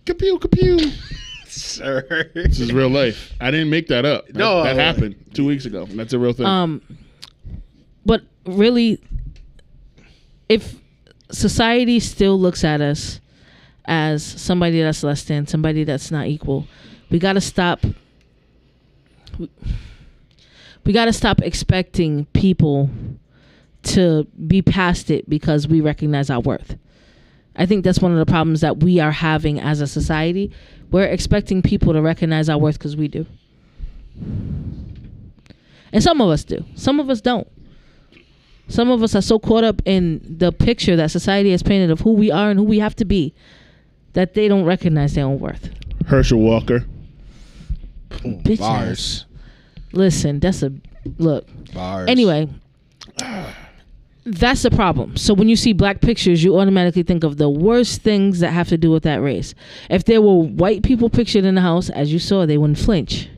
Speaker 1: Kapew kapew.
Speaker 2: [laughs] Sir,
Speaker 1: This is real life. I didn't make that up. That-
Speaker 2: No.
Speaker 1: that, happened two weeks ago. That's a real thing.
Speaker 3: Um, but really, if society still looks at us as somebody that's less than, somebody that's not equal, we got to stop. We, we got to stop expecting people to be past it because we recognize our worth. I think that's one of the problems that we are having as a society. We're expecting people to recognize our worth because we do. And some of us do. Some of us don't. Some of us are so caught up in the picture that society has painted of who we are and who we have to be that they don't recognize their own worth.
Speaker 1: Herschel Walker.
Speaker 3: Bitch
Speaker 2: bars,
Speaker 3: Listen, that's a look.
Speaker 2: bars. [sighs]
Speaker 3: Anyway, that's the problem. So when you see black pictures, you automatically think of the worst things that have to do with that race. If there were white people pictured in the house, as you saw, they wouldn't flinch.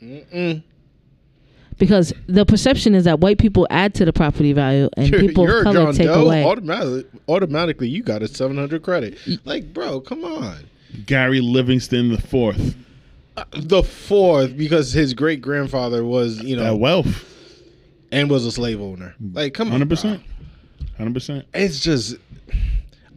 Speaker 2: Mm-mm.
Speaker 3: Because the perception is that white people add to the property value and
Speaker 2: [laughs] You're-
Speaker 3: people
Speaker 2: you're
Speaker 3: of
Speaker 2: a
Speaker 3: color
Speaker 2: John
Speaker 3: take
Speaker 2: Doe,
Speaker 3: away.
Speaker 2: automatically, automatically you got a 700 credit. Like, bro, come on.
Speaker 1: Gary Livingston the fourth.
Speaker 2: Uh, The fourth, because his great grandfather was, you know,
Speaker 1: That wealth.
Speaker 2: and was a slave owner. Like, come on,
Speaker 1: Hundred
Speaker 2: bro.
Speaker 1: percent. Hundred percent.
Speaker 2: It's just,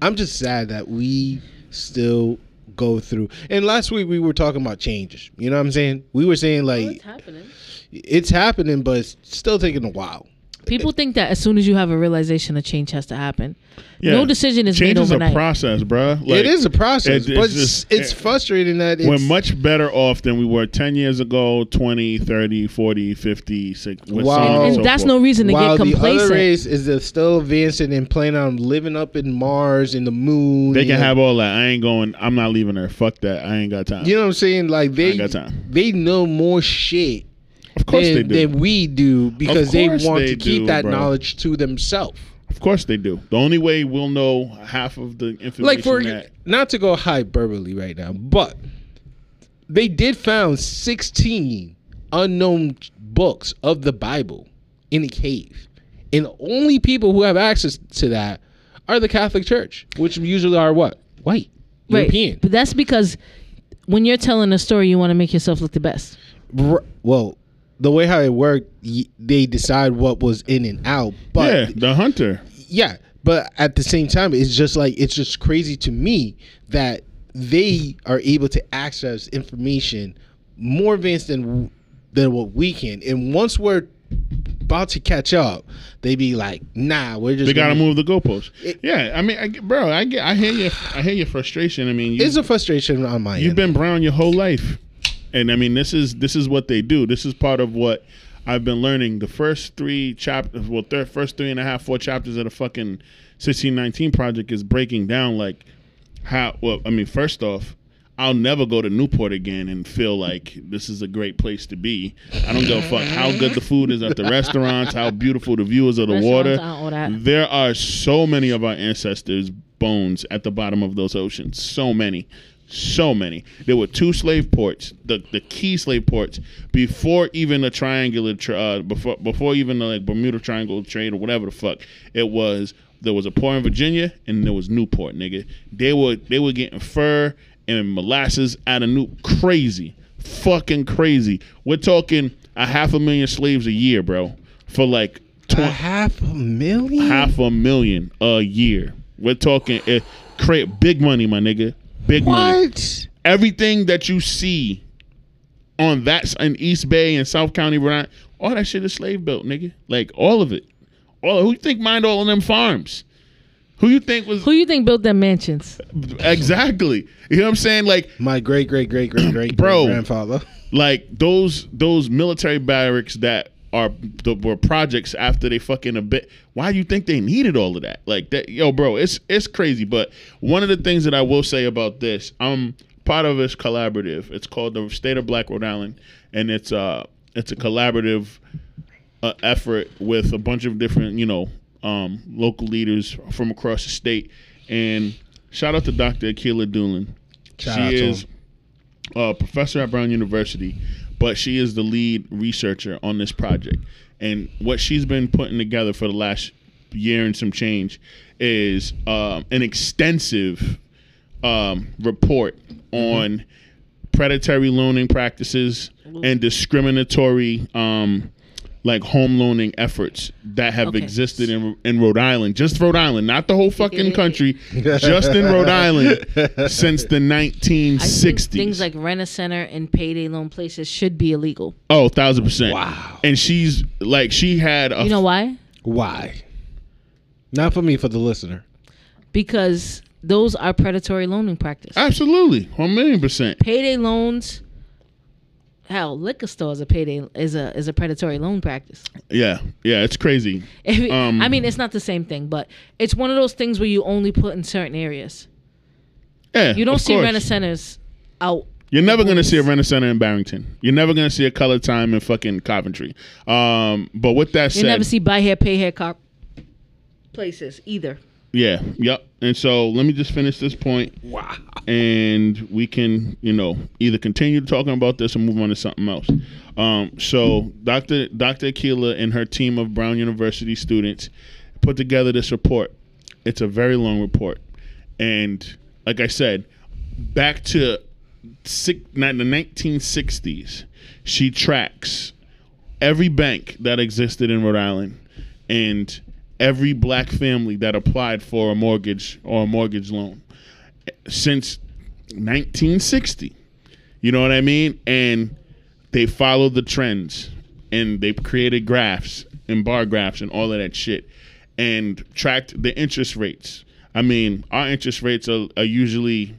Speaker 2: I'm just sad that we still go through. And last week we were talking about changes. You know what I'm saying? We were saying like
Speaker 3: Oh, happening.
Speaker 2: it's happening, but it's still taking a while.
Speaker 3: People think that as soon as you have a realization, a change has to happen. No decision is
Speaker 1: Change
Speaker 3: made
Speaker 1: is a
Speaker 3: overnight.
Speaker 1: process, bruh. Like,
Speaker 2: it is a process,
Speaker 1: it- it's
Speaker 2: but it's,
Speaker 1: just-
Speaker 2: it's
Speaker 1: it-
Speaker 2: frustrating that it's,
Speaker 1: we're much better off than we were 10 years ago 20 30 40 50 60 with so on
Speaker 2: Wow.
Speaker 3: and
Speaker 1: so
Speaker 3: that's
Speaker 1: forth.
Speaker 3: no reason to
Speaker 2: while
Speaker 3: get
Speaker 2: the other
Speaker 3: complacent.
Speaker 2: race is just still advancing and planning on living up in Mars and the moon.
Speaker 1: they can
Speaker 2: and-
Speaker 1: have all that i ain't going i'm not leaving her fuck that i ain't got time
Speaker 2: You know what I'm saying? Like they
Speaker 1: ain't got time.
Speaker 2: they know more shit
Speaker 1: of course they
Speaker 2: than,
Speaker 1: do
Speaker 2: than we do because they
Speaker 1: course
Speaker 2: want to
Speaker 1: they
Speaker 2: keep
Speaker 1: do,
Speaker 2: that
Speaker 1: bro.
Speaker 2: knowledge to themselves.
Speaker 1: of course they do the only way we'll know half of the information
Speaker 2: Like for
Speaker 1: that
Speaker 2: not to go hyperbole right now, but they did found 16 unknown books of the Bible in a cave. And the only people who have access to that are the Catholic Church, which usually are what? White. European.
Speaker 3: But that's because when you're telling a story, you want to make yourself look the best.
Speaker 2: Br- well, the way how it worked, y- they decide what was in and out.
Speaker 1: yeah
Speaker 2: But
Speaker 1: the hunter
Speaker 2: yeah, but at the same time, it's just like it's just crazy to me that they are able to access information more advanced than than what we can. And once we're about to catch up, they be like, "Nah, we're just
Speaker 1: they gotta
Speaker 2: gonna-
Speaker 1: move the goalposts
Speaker 2: It-
Speaker 1: yeah i mean I, get- bro i get i hear your i hear your frustration i mean you,
Speaker 2: It's a frustration on my
Speaker 1: You've
Speaker 2: end.
Speaker 1: been brown your whole life, and I mean this is this is what they do. This is part of what I've been learning. The first three chapters, well, thir- first three and a half, four chapters of the fucking sixteen nineteen project is breaking down like how. Well, I mean, first off. I'll never go to Newport again and feel like this is a great place to be. I don't give a fuck how good the food
Speaker 2: [laughs]
Speaker 1: is at the restaurants, how beautiful the view is of the water.
Speaker 3: Restaurants aren't all that.
Speaker 1: There are so many of our ancestors' bones at the bottom of those oceans. So many. So many. There were two slave ports, the, the key slave ports, before even the triangular, tr- uh, before before even the like Bermuda Triangle trade or whatever the fuck it was. There was a port in Virginia and there was Newport, nigga. They were they were getting fur and molasses out of New crazy, fucking crazy. We're talking a half a million slaves a year, bro, for like
Speaker 2: a
Speaker 1: twenty
Speaker 2: half a million.
Speaker 1: half a million a year. We're talking eh, it, create big money, my nigga. Big money.
Speaker 2: what?
Speaker 1: Everything that you see on that s- in East Bay and South County, Rhode Island, all that shit is slave built, nigga. Like all of it. All who you think mined all of them farms? Who you think was
Speaker 3: Who you think built them mansions?
Speaker 1: exactly? You know what I'm saying? Like
Speaker 2: My great great great great great
Speaker 1: Bro.
Speaker 2: grandfather.
Speaker 1: like those those military barracks that are that were projects after they fucking a bit why do you think they needed all of that like that yo bro it's it's crazy but one of the things that i will say about this i'm part of this collaborative it's called the state of black rhode island and it's uh it's a collaborative uh, effort with a bunch of different, you know, um, local leaders from across the state. And shout out to Dr. Akila Doolin.
Speaker 2: Shout
Speaker 1: she
Speaker 2: out to
Speaker 1: is
Speaker 2: him.
Speaker 1: a professor at Brown University, but she is the lead researcher on this project. And what she's been putting together for the last year and some change is um, an extensive um, report on predatory loaning practices and discriminatory um, like home loaning efforts that have
Speaker 3: Okay.
Speaker 1: existed in in Rhode Island, just Rhode Island, not the whole fucking country, just in Rhode Island since the
Speaker 3: I
Speaker 1: 1960s.
Speaker 3: think things like rent a center and payday loan places should be illegal.
Speaker 1: oh, thousand percent.
Speaker 2: Wow.
Speaker 1: And she's like, she had a
Speaker 3: You know why?
Speaker 2: Why? Not for me, for the listener.
Speaker 3: Because those are predatory loaning practice.
Speaker 1: Ah. absolutely one million percent.
Speaker 3: payday loans. Hell, liquor stores a payday is a is a predatory loan practice.
Speaker 1: Yeah, yeah, it's crazy.
Speaker 3: If you-
Speaker 1: Um,
Speaker 3: I mean, it's not the same thing, but it's one of those things where you only put in certain areas.
Speaker 1: Yeah,
Speaker 3: You don't
Speaker 1: of
Speaker 3: see
Speaker 1: course.
Speaker 3: rent a centers out.
Speaker 1: You're never gonna see a Renaissance Center in Barrington. You're never gonna see a Color Time in fucking Coventry. Um, but with that
Speaker 3: You
Speaker 1: said,
Speaker 3: never see buy hair, pay hair cop places either.
Speaker 1: yeah, yep. And so let me just finish this point,
Speaker 2: Wow.
Speaker 1: and we can, you know, either continue talking about this or move on to something else. Um, so Dr. Dr. Akila and her team of Brown University students put together this report. It's a very long report, and like I said, back to six, not the 1960s, she tracks every bank that existed in Rhode Island and every black family that applied for a mortgage or a mortgage loan since 1960. You know what I mean? And they followed the trends and they created graphs and bar graphs and all of that shit and tracked the interest rates. I mean, our interest rates are, are usually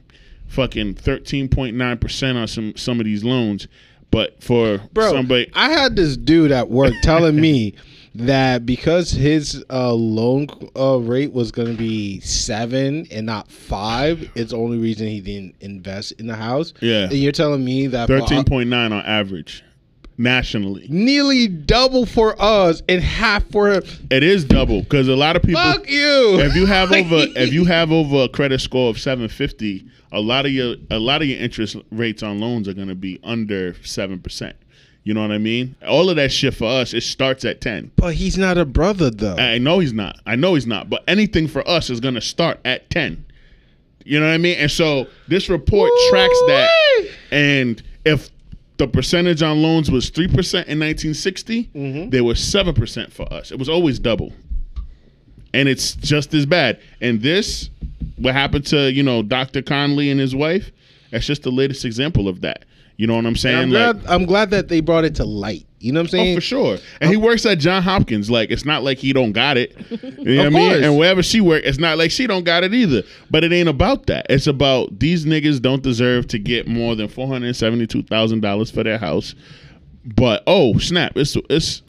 Speaker 1: fucking 13.9% on some some of these loans, but for
Speaker 2: Bro,
Speaker 1: somebody
Speaker 2: I had this dude at work telling
Speaker 1: [laughs]
Speaker 2: me that because his uh, loan uh, rate was going to be seven and not five, it's the only reason he didn't invest in the house.
Speaker 1: Yeah.
Speaker 2: And you're telling me that for-
Speaker 1: 13.9 on average nationally.
Speaker 2: nearly double for us and half for him.
Speaker 1: It is double cuz a lot of people
Speaker 2: Fuck you.
Speaker 1: if you have over if
Speaker 2: [laughs]
Speaker 1: you have over a credit score of 750 a lot of your a lot of your interest rates on loans are going to be under 7% you know what i mean all of that shit for us it starts at 10
Speaker 2: but he's not a brother though.
Speaker 1: i know he's not i know he's not but anything for us is going to start at 10 you know what i mean and so this report tracks that
Speaker 2: Ooh-wee.
Speaker 1: and if the percentage on loans was 3% in 1960 they were 7% for us it was always double and it's just as bad. And this, what happened to you know Dr. Conley and his wife, that's just the latest example of that. You know what I'm saying?
Speaker 2: I'm
Speaker 1: like,
Speaker 2: glad, I'm glad that they brought it to light. You know what I'm
Speaker 1: oh,
Speaker 2: saying?
Speaker 1: for sure. And he works at John Hopkins. Like, it's not like he don't got it. You know what
Speaker 2: [laughs]
Speaker 1: I
Speaker 2: Of
Speaker 1: mean?
Speaker 2: course.
Speaker 1: And wherever she work, it's not like she don't got it either. But it ain't about that. It's about these niggas don't deserve to get more than four hundred seventy-two thousand dollars for their house. But oh snap! It's it's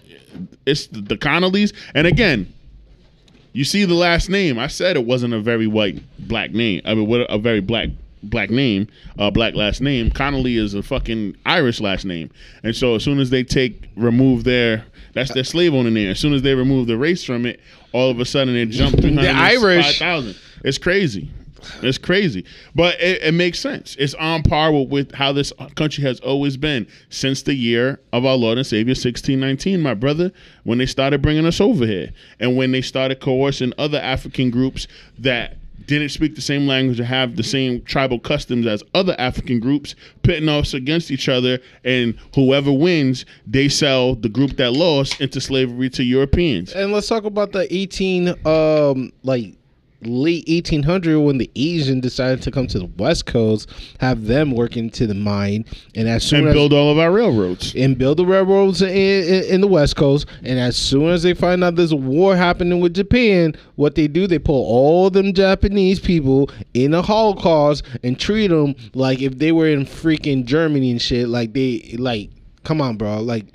Speaker 1: it's the Connollys. And again, you see the last name. I said it wasn't a very white black name. I mean, what a very black black name, uh, black last name. Connolly is a fucking Irish last name, and so as soon as they take remove their that's their slave owner name. As soon as they remove the race from it, all of a sudden they jump three hundred
Speaker 2: Irish.
Speaker 1: five thousand. It's crazy. It's crazy, but it, it makes sense. It's on par with, with how this country has always been since the year of our Lord and Savior 1619, my brother, when they started bringing us over here and when they started coercing other African groups that didn't speak the same language or have the same tribal customs as other African groups, pitting us against each other, and whoever wins, they sell the group that lost into slavery to Europeans.
Speaker 2: And let's talk about the 18, um, like late 1800 when the Asian decided to come to the West Coast, have them work into the mine, and as soon
Speaker 1: and
Speaker 2: as
Speaker 1: build all of our railroads.
Speaker 2: and build the railroads in, in, in the West Coast. And as soon as they find out there's a war happening with Japan, what they do, they pull all them Japanese people in the Holocaust and treat them like if they were in freaking Germany and shit. Like they, like, come on, bro. Like,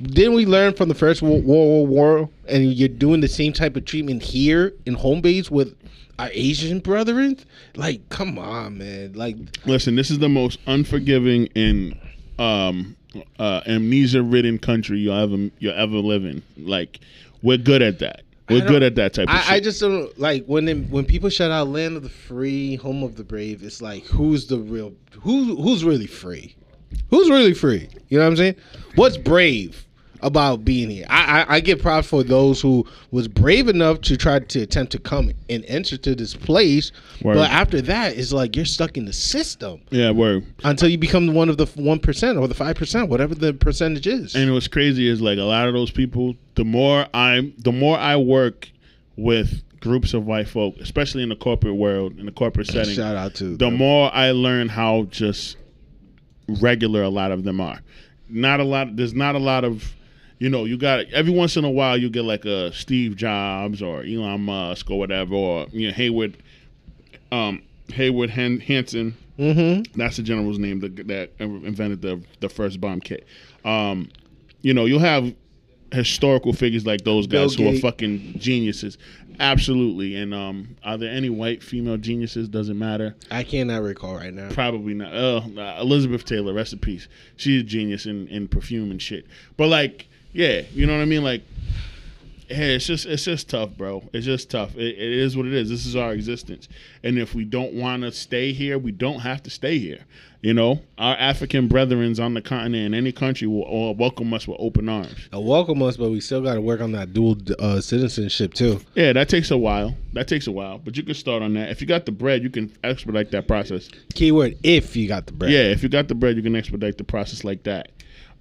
Speaker 2: didn't we learn from the first World War, War and you're doing the same type of treatment here in home base with our Asian brethren? Like, come on, man. Like,
Speaker 1: Listen, this is the most unforgiving and um, uh, amnesia-ridden country you'll ever you'll ever live in. Like, we're good at that. We're
Speaker 2: don't-
Speaker 1: good at that type of shit.
Speaker 2: I, I just don't like when it, when people shout out "Land of the Free, Home of the Brave." It's like who's the real who who's really free? Who's really free? You know what I'm saying? What's brave about being here? I I, I get proud for those who was brave enough to try to attempt to come and enter to this place,
Speaker 1: Word.
Speaker 2: but after that, it's like you're stuck in the system
Speaker 1: yeah, word.
Speaker 2: until you become one of the one percent or the five percent, whatever the percentage is.
Speaker 1: And what's crazy is like a lot of those people. The more I, the more I work with groups of white folk, especially in the corporate world, in the corporate setting,
Speaker 2: Shout out to
Speaker 1: the
Speaker 2: them.
Speaker 1: more I learn how just regular a lot of them are. Not a lot. There's not a lot of, you know, you got every once in a while you get like a Steve Jobs or Elon Musk or whatever or you know Hayward, um, Hayward Han- Hanson. Mm-hmm. That's the general's name that, that invented the the first bomb kit. Um, you know, you'll have historical figures like those
Speaker 2: Bill
Speaker 1: guys who are
Speaker 2: Gates.
Speaker 1: fucking geniuses. Absolutely. And um, are there any white female geniuses? Doesn't matter.
Speaker 2: I cannot recall right now.
Speaker 1: Probably not. Uh, uh, Elizabeth Taylor, rest in peace. She's a genius in, in perfume and shit. But like, yeah, you know what I mean. Like, hey, it's just it's just tough, bro. It's just tough. It, it is what it is. This is our existence. And if we don't want to stay here, we don't have to stay here. You know, our African brethrens on the continent in any country will all welcome us with open arms.
Speaker 2: a welcome us, but we still got to work on that dual uh, citizenship too.
Speaker 1: Yeah, that takes a while. That takes a while, but you can start on that. If you got the bread, you can expedite that process.
Speaker 2: Keyword: if you got the bread.
Speaker 1: Yeah, if you got the bread, you can expedite the process like that.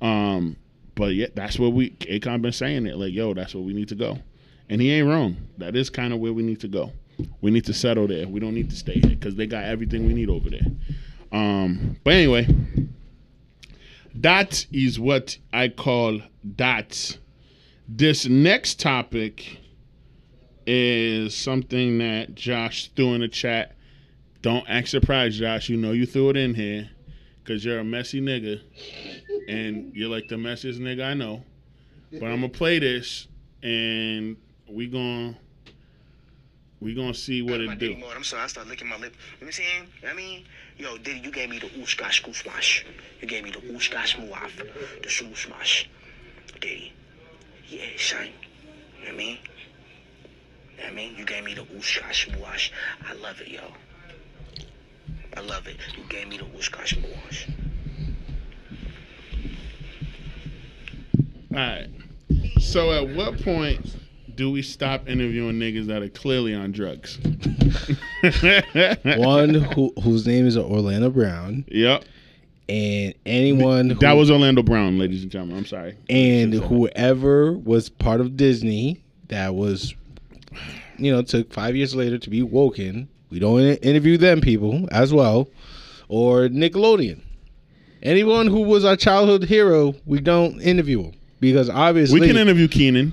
Speaker 1: Um, but yeah, that's where we Akon been saying it like, yo, that's where we need to go, and he ain't wrong. That is kind of where we need to go. We need to settle there. We don't need to stay here because they got everything we need over there. Um, but anyway, that is what I call that. This next topic is something that Josh threw in the chat. Don't act surprised, Josh. You know you threw it in here because you're a messy nigga and you're like the messiest nigga I know. But I'm gonna play this and we gon' we gonna see what
Speaker 4: my
Speaker 1: it
Speaker 4: dick
Speaker 1: do.
Speaker 4: more. I'm sorry, I start licking my lip. You know what I'm saying? You know what I mean? Yo, Diddy, you gave me the ooshkash goofwash. You gave me the ooshkash muaf. The smooshmash. Diddy. Yeah, son. You know what I mean? You know what I mean? You gave me the ooshkash muash. I love it, yo. I love it. You gave me the ooshkash muash.
Speaker 1: All right. So at what point do we stop interviewing niggas that are clearly on drugs? [laughs]
Speaker 2: One who, whose name is Orlando Brown,
Speaker 1: Yep.
Speaker 2: and anyone who,
Speaker 1: That was Orlando Brown, ladies and gentlemen. I'm sorry.
Speaker 2: and whoever was part of Disney that was, you know, took five years later to be woken. We don't in- interview them people as well, or Nickelodeon. Anyone who was our childhood hero, we don't interview them because obviously
Speaker 1: We can interview Keenan.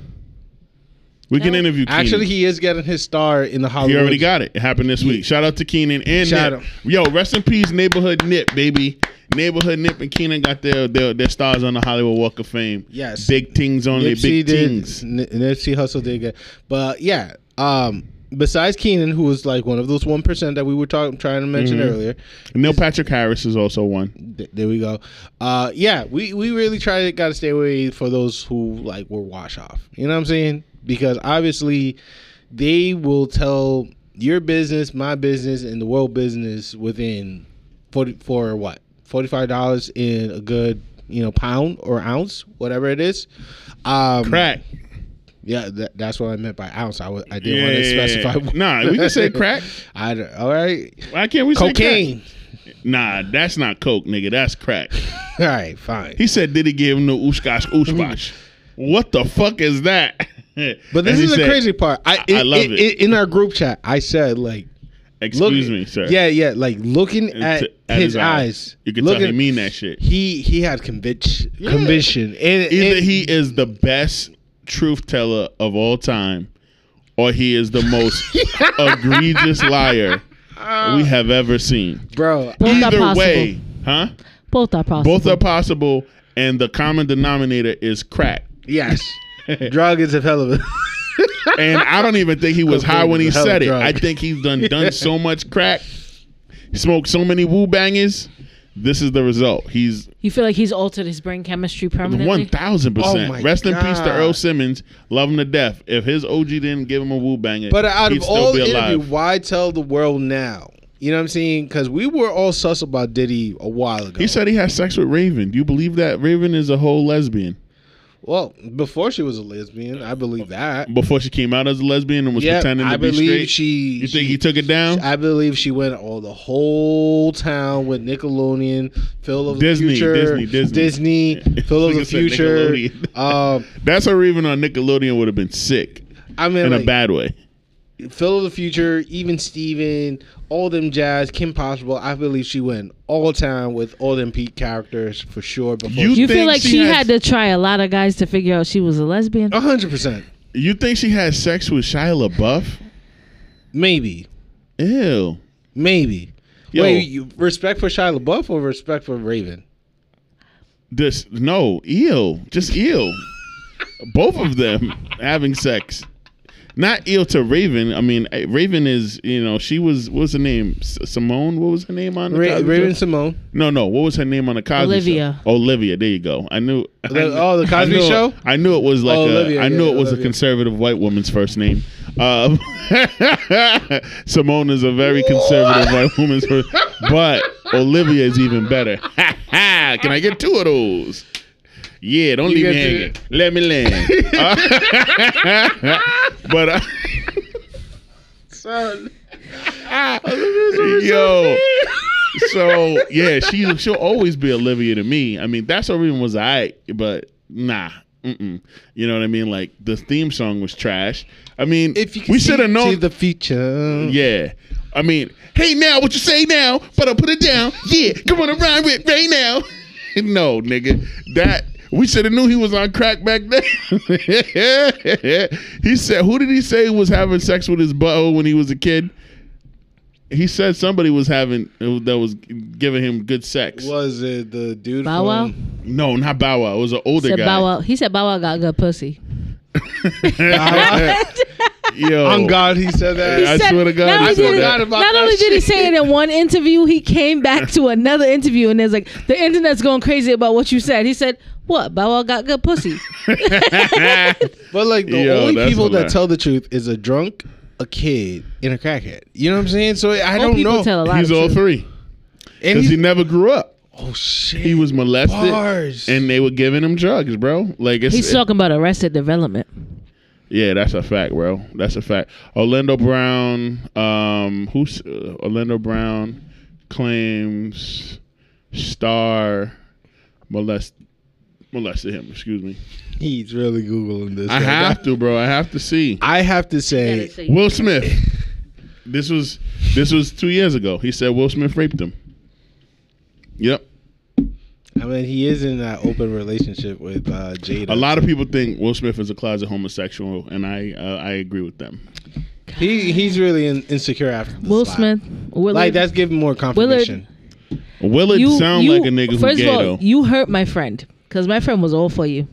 Speaker 1: We can
Speaker 3: No.
Speaker 1: interview Keenan.
Speaker 2: Actually, he is getting his star in the Hollywood.
Speaker 1: He already got it. It happened this week. Shout out to Keenan and
Speaker 2: Shout
Speaker 1: Nip.
Speaker 2: out.
Speaker 1: Yo, rest in peace, neighborhood Nip, baby. Neighborhood Nip and Keenan got their, their their stars on the Hollywood Walk of Fame.
Speaker 2: Yes.
Speaker 1: big things on their
Speaker 2: Nipsey
Speaker 1: big
Speaker 2: did.
Speaker 1: things.
Speaker 2: N- Nipsey Hustle did get, but yeah. Um, besides Keenan, who was like one of those one percent that we were talking trying to mention
Speaker 1: Mm-hmm.
Speaker 2: earlier.
Speaker 1: Neil Patrick Harris is also one.
Speaker 2: Th- there we go. Uh, yeah, we we really try to got to stay away for those who like were wash off. You know what I'm saying? Because obviously, they will tell your business, my business, and the world business within forty for what forty five dollars in a good you know pound or ounce, whatever it is. Um,
Speaker 1: Crack.
Speaker 2: Yeah, that, that's what I meant by ounce. I, was, I didn't
Speaker 1: Yeah,
Speaker 2: want to
Speaker 1: yeah, yeah.
Speaker 2: specify. [laughs]
Speaker 1: Nah, we can say crack.
Speaker 2: I don't- all right,
Speaker 1: Why can't we
Speaker 2: cocaine. [laughs]
Speaker 1: say cocaine? Nah, that's not coke, nigga. That's crack.
Speaker 2: All right, fine. [laughs]
Speaker 1: He said, "Did he give him the ushkash ushbash?" what the fuck is that?
Speaker 2: But this is the crazy part. I,
Speaker 1: I- I
Speaker 2: it-
Speaker 1: love
Speaker 2: it-
Speaker 1: it.
Speaker 2: it- In our group chat, I said like, look-
Speaker 1: Excuse me, sir.
Speaker 2: Yeah, yeah, like looking
Speaker 1: And
Speaker 2: at,
Speaker 1: to- at
Speaker 2: his
Speaker 1: his eyes.
Speaker 2: eyes.
Speaker 1: You can
Speaker 2: looking,
Speaker 1: tell he mean that shit.
Speaker 2: He he had conviction, conviction, and,
Speaker 1: Either
Speaker 2: and-
Speaker 1: he is the best truth teller of all time, or he is the most
Speaker 2: [laughs]
Speaker 1: egregious liar
Speaker 2: Uh,
Speaker 1: we have ever seen.
Speaker 2: bro.
Speaker 3: Both are
Speaker 1: Either
Speaker 3: possible.
Speaker 1: way, huh?
Speaker 3: Both are possible.
Speaker 1: Both are possible, and the common denominator is crack. [laughs]
Speaker 2: Yes, drug is a hell of a. [laughs]
Speaker 1: And I don't even think he was
Speaker 2: Cocaine
Speaker 1: high when he
Speaker 2: is a hell
Speaker 1: said
Speaker 2: of
Speaker 1: it.
Speaker 2: a drug.
Speaker 1: I think
Speaker 2: [laughs]
Speaker 1: he's done done so much crack, smoked so many woo bangers. This is the result. He's
Speaker 3: You feel like he's altered his brain chemistry permanently.
Speaker 1: one thousand
Speaker 2: Oh my
Speaker 1: percent. Rest in peace to
Speaker 2: God.
Speaker 1: Earl Simmons. Love him to death. If his OG didn't give him a woo banger,
Speaker 2: But out
Speaker 1: he'd
Speaker 2: of
Speaker 1: still
Speaker 2: all
Speaker 1: be
Speaker 2: the
Speaker 1: alive.
Speaker 2: interview, why tell the world now? You know what I'm saying? Because we were all sus about Diddy a while ago.
Speaker 1: He said he had sex with Raven. Do you believe that Raven is a whole lesbian?
Speaker 2: "Well, before she was a lesbian, I believe that."
Speaker 1: Before she came out as a lesbian and was
Speaker 2: Yeah,
Speaker 1: pretending to
Speaker 2: I
Speaker 1: be
Speaker 2: believe
Speaker 1: straight.
Speaker 2: she.
Speaker 1: you think
Speaker 2: she-
Speaker 1: he took it down?
Speaker 2: I believe she went all the whole town with Nickelodeon, Phil of
Speaker 1: Disney,
Speaker 2: the Future,
Speaker 1: Disney, Disney. [laughs]
Speaker 2: Disney, Phil of
Speaker 1: Nigga
Speaker 2: the
Speaker 1: said
Speaker 2: Future.
Speaker 1: Nickelodeon.
Speaker 2: Um,
Speaker 1: That's her Raven on Nickelodeon would have been sick
Speaker 2: I mean,
Speaker 1: in a
Speaker 2: like,
Speaker 1: bad way.
Speaker 2: Phil of the Future, even Steven, all them jazz, Kim Possible. I believe she went all time with all them Pete characters for sure. Before
Speaker 1: You-
Speaker 3: You feel
Speaker 1: think
Speaker 3: like
Speaker 1: she
Speaker 3: she
Speaker 1: has-
Speaker 3: had to try a lot of guys to figure out she was a lesbian.
Speaker 2: a hundred percent,
Speaker 1: You think she had sex with Shia LaBeouf?
Speaker 2: maybe,
Speaker 1: Ew.
Speaker 2: maybe.
Speaker 1: Yo.
Speaker 2: Wait, you, respect for Shia LaBeouf or respect for Raven?
Speaker 1: This no, ew. Just ew. Both of them having sex. Not ill to Raven. I mean, eh, Raven is you know she was what's her name S- Simone. What was her name on the
Speaker 2: Ra-
Speaker 1: Cosby
Speaker 2: Raven
Speaker 1: Show?
Speaker 2: Simone.
Speaker 1: No, no. What was her name on the Cosby
Speaker 3: Olivia.
Speaker 1: Show? Olivia. There you go. I knew. I knew-
Speaker 2: oh, the
Speaker 1: I
Speaker 2: Cosby
Speaker 1: knew-
Speaker 2: Show?
Speaker 1: I knew it was like.
Speaker 2: Oh,
Speaker 1: a-
Speaker 2: Olivia,
Speaker 1: I knew
Speaker 2: yeah,
Speaker 1: it was
Speaker 2: Olivia.
Speaker 1: a conservative white woman's first name. Um, [laughs] Simone is a very conservative white woman's first, but Olivia is even better. [laughs] Can I get two of those? Yeah, don't leave
Speaker 2: get
Speaker 1: me
Speaker 2: two.
Speaker 1: hanging. Let me land. Uh, [laughs] but. Uh,
Speaker 2: Son.
Speaker 1: Yo.
Speaker 2: [laughs]
Speaker 1: So yeah, she she'll always be Olivia to me. I mean, that's what Raven was I, but nah. Mm-mm. You know what I mean? Like the theme song was trash. I mean,
Speaker 2: If you can
Speaker 1: we
Speaker 2: see
Speaker 1: should have known.
Speaker 2: to the future.
Speaker 1: yeah, I mean, hey now, what you say now? But I put it down. Yeah, come on and rhyme with right now. [laughs] no, nigga, that we should have knew he was on crack back then. [laughs] he said, who did he say was having sex with his butthole when he was a kid? He said somebody was having that was giving him good sex.
Speaker 2: Was it the dude
Speaker 3: Bow Wow?
Speaker 2: from
Speaker 1: No, not Bow Wow. It was an older
Speaker 3: Said
Speaker 1: guy.
Speaker 3: Bow Wow. He said Bow Wow got good pussy.
Speaker 1: [laughs]
Speaker 3: [laughs]
Speaker 1: Yo,
Speaker 2: On God, he said that.
Speaker 1: I
Speaker 3: said-
Speaker 1: swear to God, he
Speaker 3: not only
Speaker 1: said
Speaker 3: did he-
Speaker 1: that.
Speaker 2: about
Speaker 3: Not
Speaker 2: that
Speaker 3: only did he
Speaker 2: shit.
Speaker 3: say it in one interview, he came back to another interview and there's like the internet's going crazy about what you said. He said, "What? Bow Wow got
Speaker 1: [laughs]
Speaker 3: good pussy."
Speaker 2: But like the
Speaker 1: Yo,
Speaker 2: only
Speaker 1: that's
Speaker 2: people that
Speaker 1: hilarious.
Speaker 2: tell the truth is a drunk, a kid, and a crackhead. You know what I'm saying? So I
Speaker 3: Old
Speaker 2: don't
Speaker 3: people
Speaker 2: know.
Speaker 3: tell a lot
Speaker 1: He's
Speaker 3: of
Speaker 1: all
Speaker 3: truth.
Speaker 1: three
Speaker 2: and
Speaker 1: because
Speaker 2: he's,
Speaker 1: he never grew up.
Speaker 2: oh shit.
Speaker 1: He was molested,
Speaker 2: Bars.
Speaker 1: and they were giving him drugs, bro. Like it's
Speaker 3: He's talking about Arrested Development.
Speaker 1: yeah, that's a fact, bro. That's a fact. Orlando Brown, um, who's uh, Orlando Brown claims star molest molested him. Excuse me.
Speaker 2: he's really googling this.
Speaker 1: I
Speaker 2: right
Speaker 1: have
Speaker 2: now.
Speaker 1: to, bro. I have to see.
Speaker 2: I have to say,
Speaker 1: Will Smith. This was this was two years ago. He said Will Smith raped him. Yep.
Speaker 2: I mean, he is in an open relationship with uh, Jada.
Speaker 1: A lot of people think Will Smith is a closet homosexual, and I uh, I agree with them.
Speaker 2: He he's really in, insecure after this
Speaker 3: Will
Speaker 2: slap.
Speaker 3: Smith. Willard,
Speaker 2: Like that's giving more confirmation.
Speaker 1: Willard
Speaker 3: You
Speaker 1: sound
Speaker 3: you-
Speaker 1: like a nigga who
Speaker 3: First
Speaker 1: gay
Speaker 3: of all,
Speaker 1: though.
Speaker 3: you hurt my friend because my friend was all for you.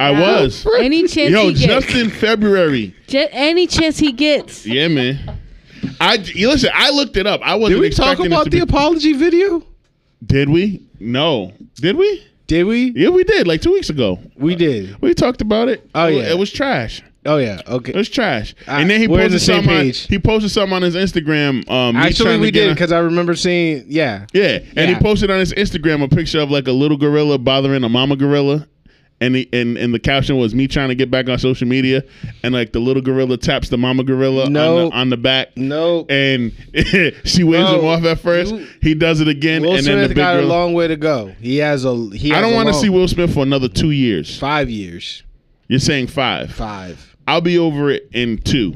Speaker 1: I was.
Speaker 3: Any chance
Speaker 1: Yo,
Speaker 3: he gets,
Speaker 1: just in February.
Speaker 3: ju- any chance he gets,
Speaker 1: Yeah, man. I you listen. I looked it up. I
Speaker 2: Did
Speaker 1: wasn't.
Speaker 2: we talk
Speaker 1: expecting this
Speaker 2: about
Speaker 1: to
Speaker 2: the
Speaker 1: be-
Speaker 2: apology video?
Speaker 1: Did we? No. Did we?
Speaker 2: Did we?
Speaker 1: Yeah, we did. Like two weeks ago.
Speaker 2: We did.
Speaker 1: We talked about it.
Speaker 2: Oh,
Speaker 1: It-
Speaker 2: yeah.
Speaker 1: it was trash.
Speaker 2: Oh yeah.
Speaker 1: It
Speaker 2: Okay.
Speaker 1: was trash.
Speaker 2: I-
Speaker 1: and then he
Speaker 2: we're on
Speaker 1: posted
Speaker 2: the same
Speaker 1: something. On,
Speaker 2: page.
Speaker 1: he posted something on his Instagram. Um, me
Speaker 2: Actually,
Speaker 1: trying to
Speaker 2: we
Speaker 1: get
Speaker 2: did
Speaker 1: a-
Speaker 2: because I remember seeing. Yeah.
Speaker 1: Yeah, and
Speaker 2: Yeah.
Speaker 1: he posted on his Instagram a picture of like a little gorilla bothering a mama gorilla, and the and, and the caption was me trying to get back on social media, and like the little gorilla taps the mama gorilla
Speaker 2: No.
Speaker 1: on, the, on the back,
Speaker 2: No.
Speaker 1: and [laughs] she waves him
Speaker 2: No,
Speaker 1: off at first.
Speaker 2: you-
Speaker 1: he does it again,
Speaker 2: Will
Speaker 1: and then the
Speaker 2: Smith
Speaker 1: big
Speaker 2: got a
Speaker 1: gorilla.
Speaker 2: long way to go. He has a. He
Speaker 1: I
Speaker 2: has
Speaker 1: don't
Speaker 2: a
Speaker 1: want to
Speaker 2: long-
Speaker 1: see Will Smith for another two years.
Speaker 2: five years.
Speaker 1: You're saying five.
Speaker 2: Five.
Speaker 1: I'll be over it in two.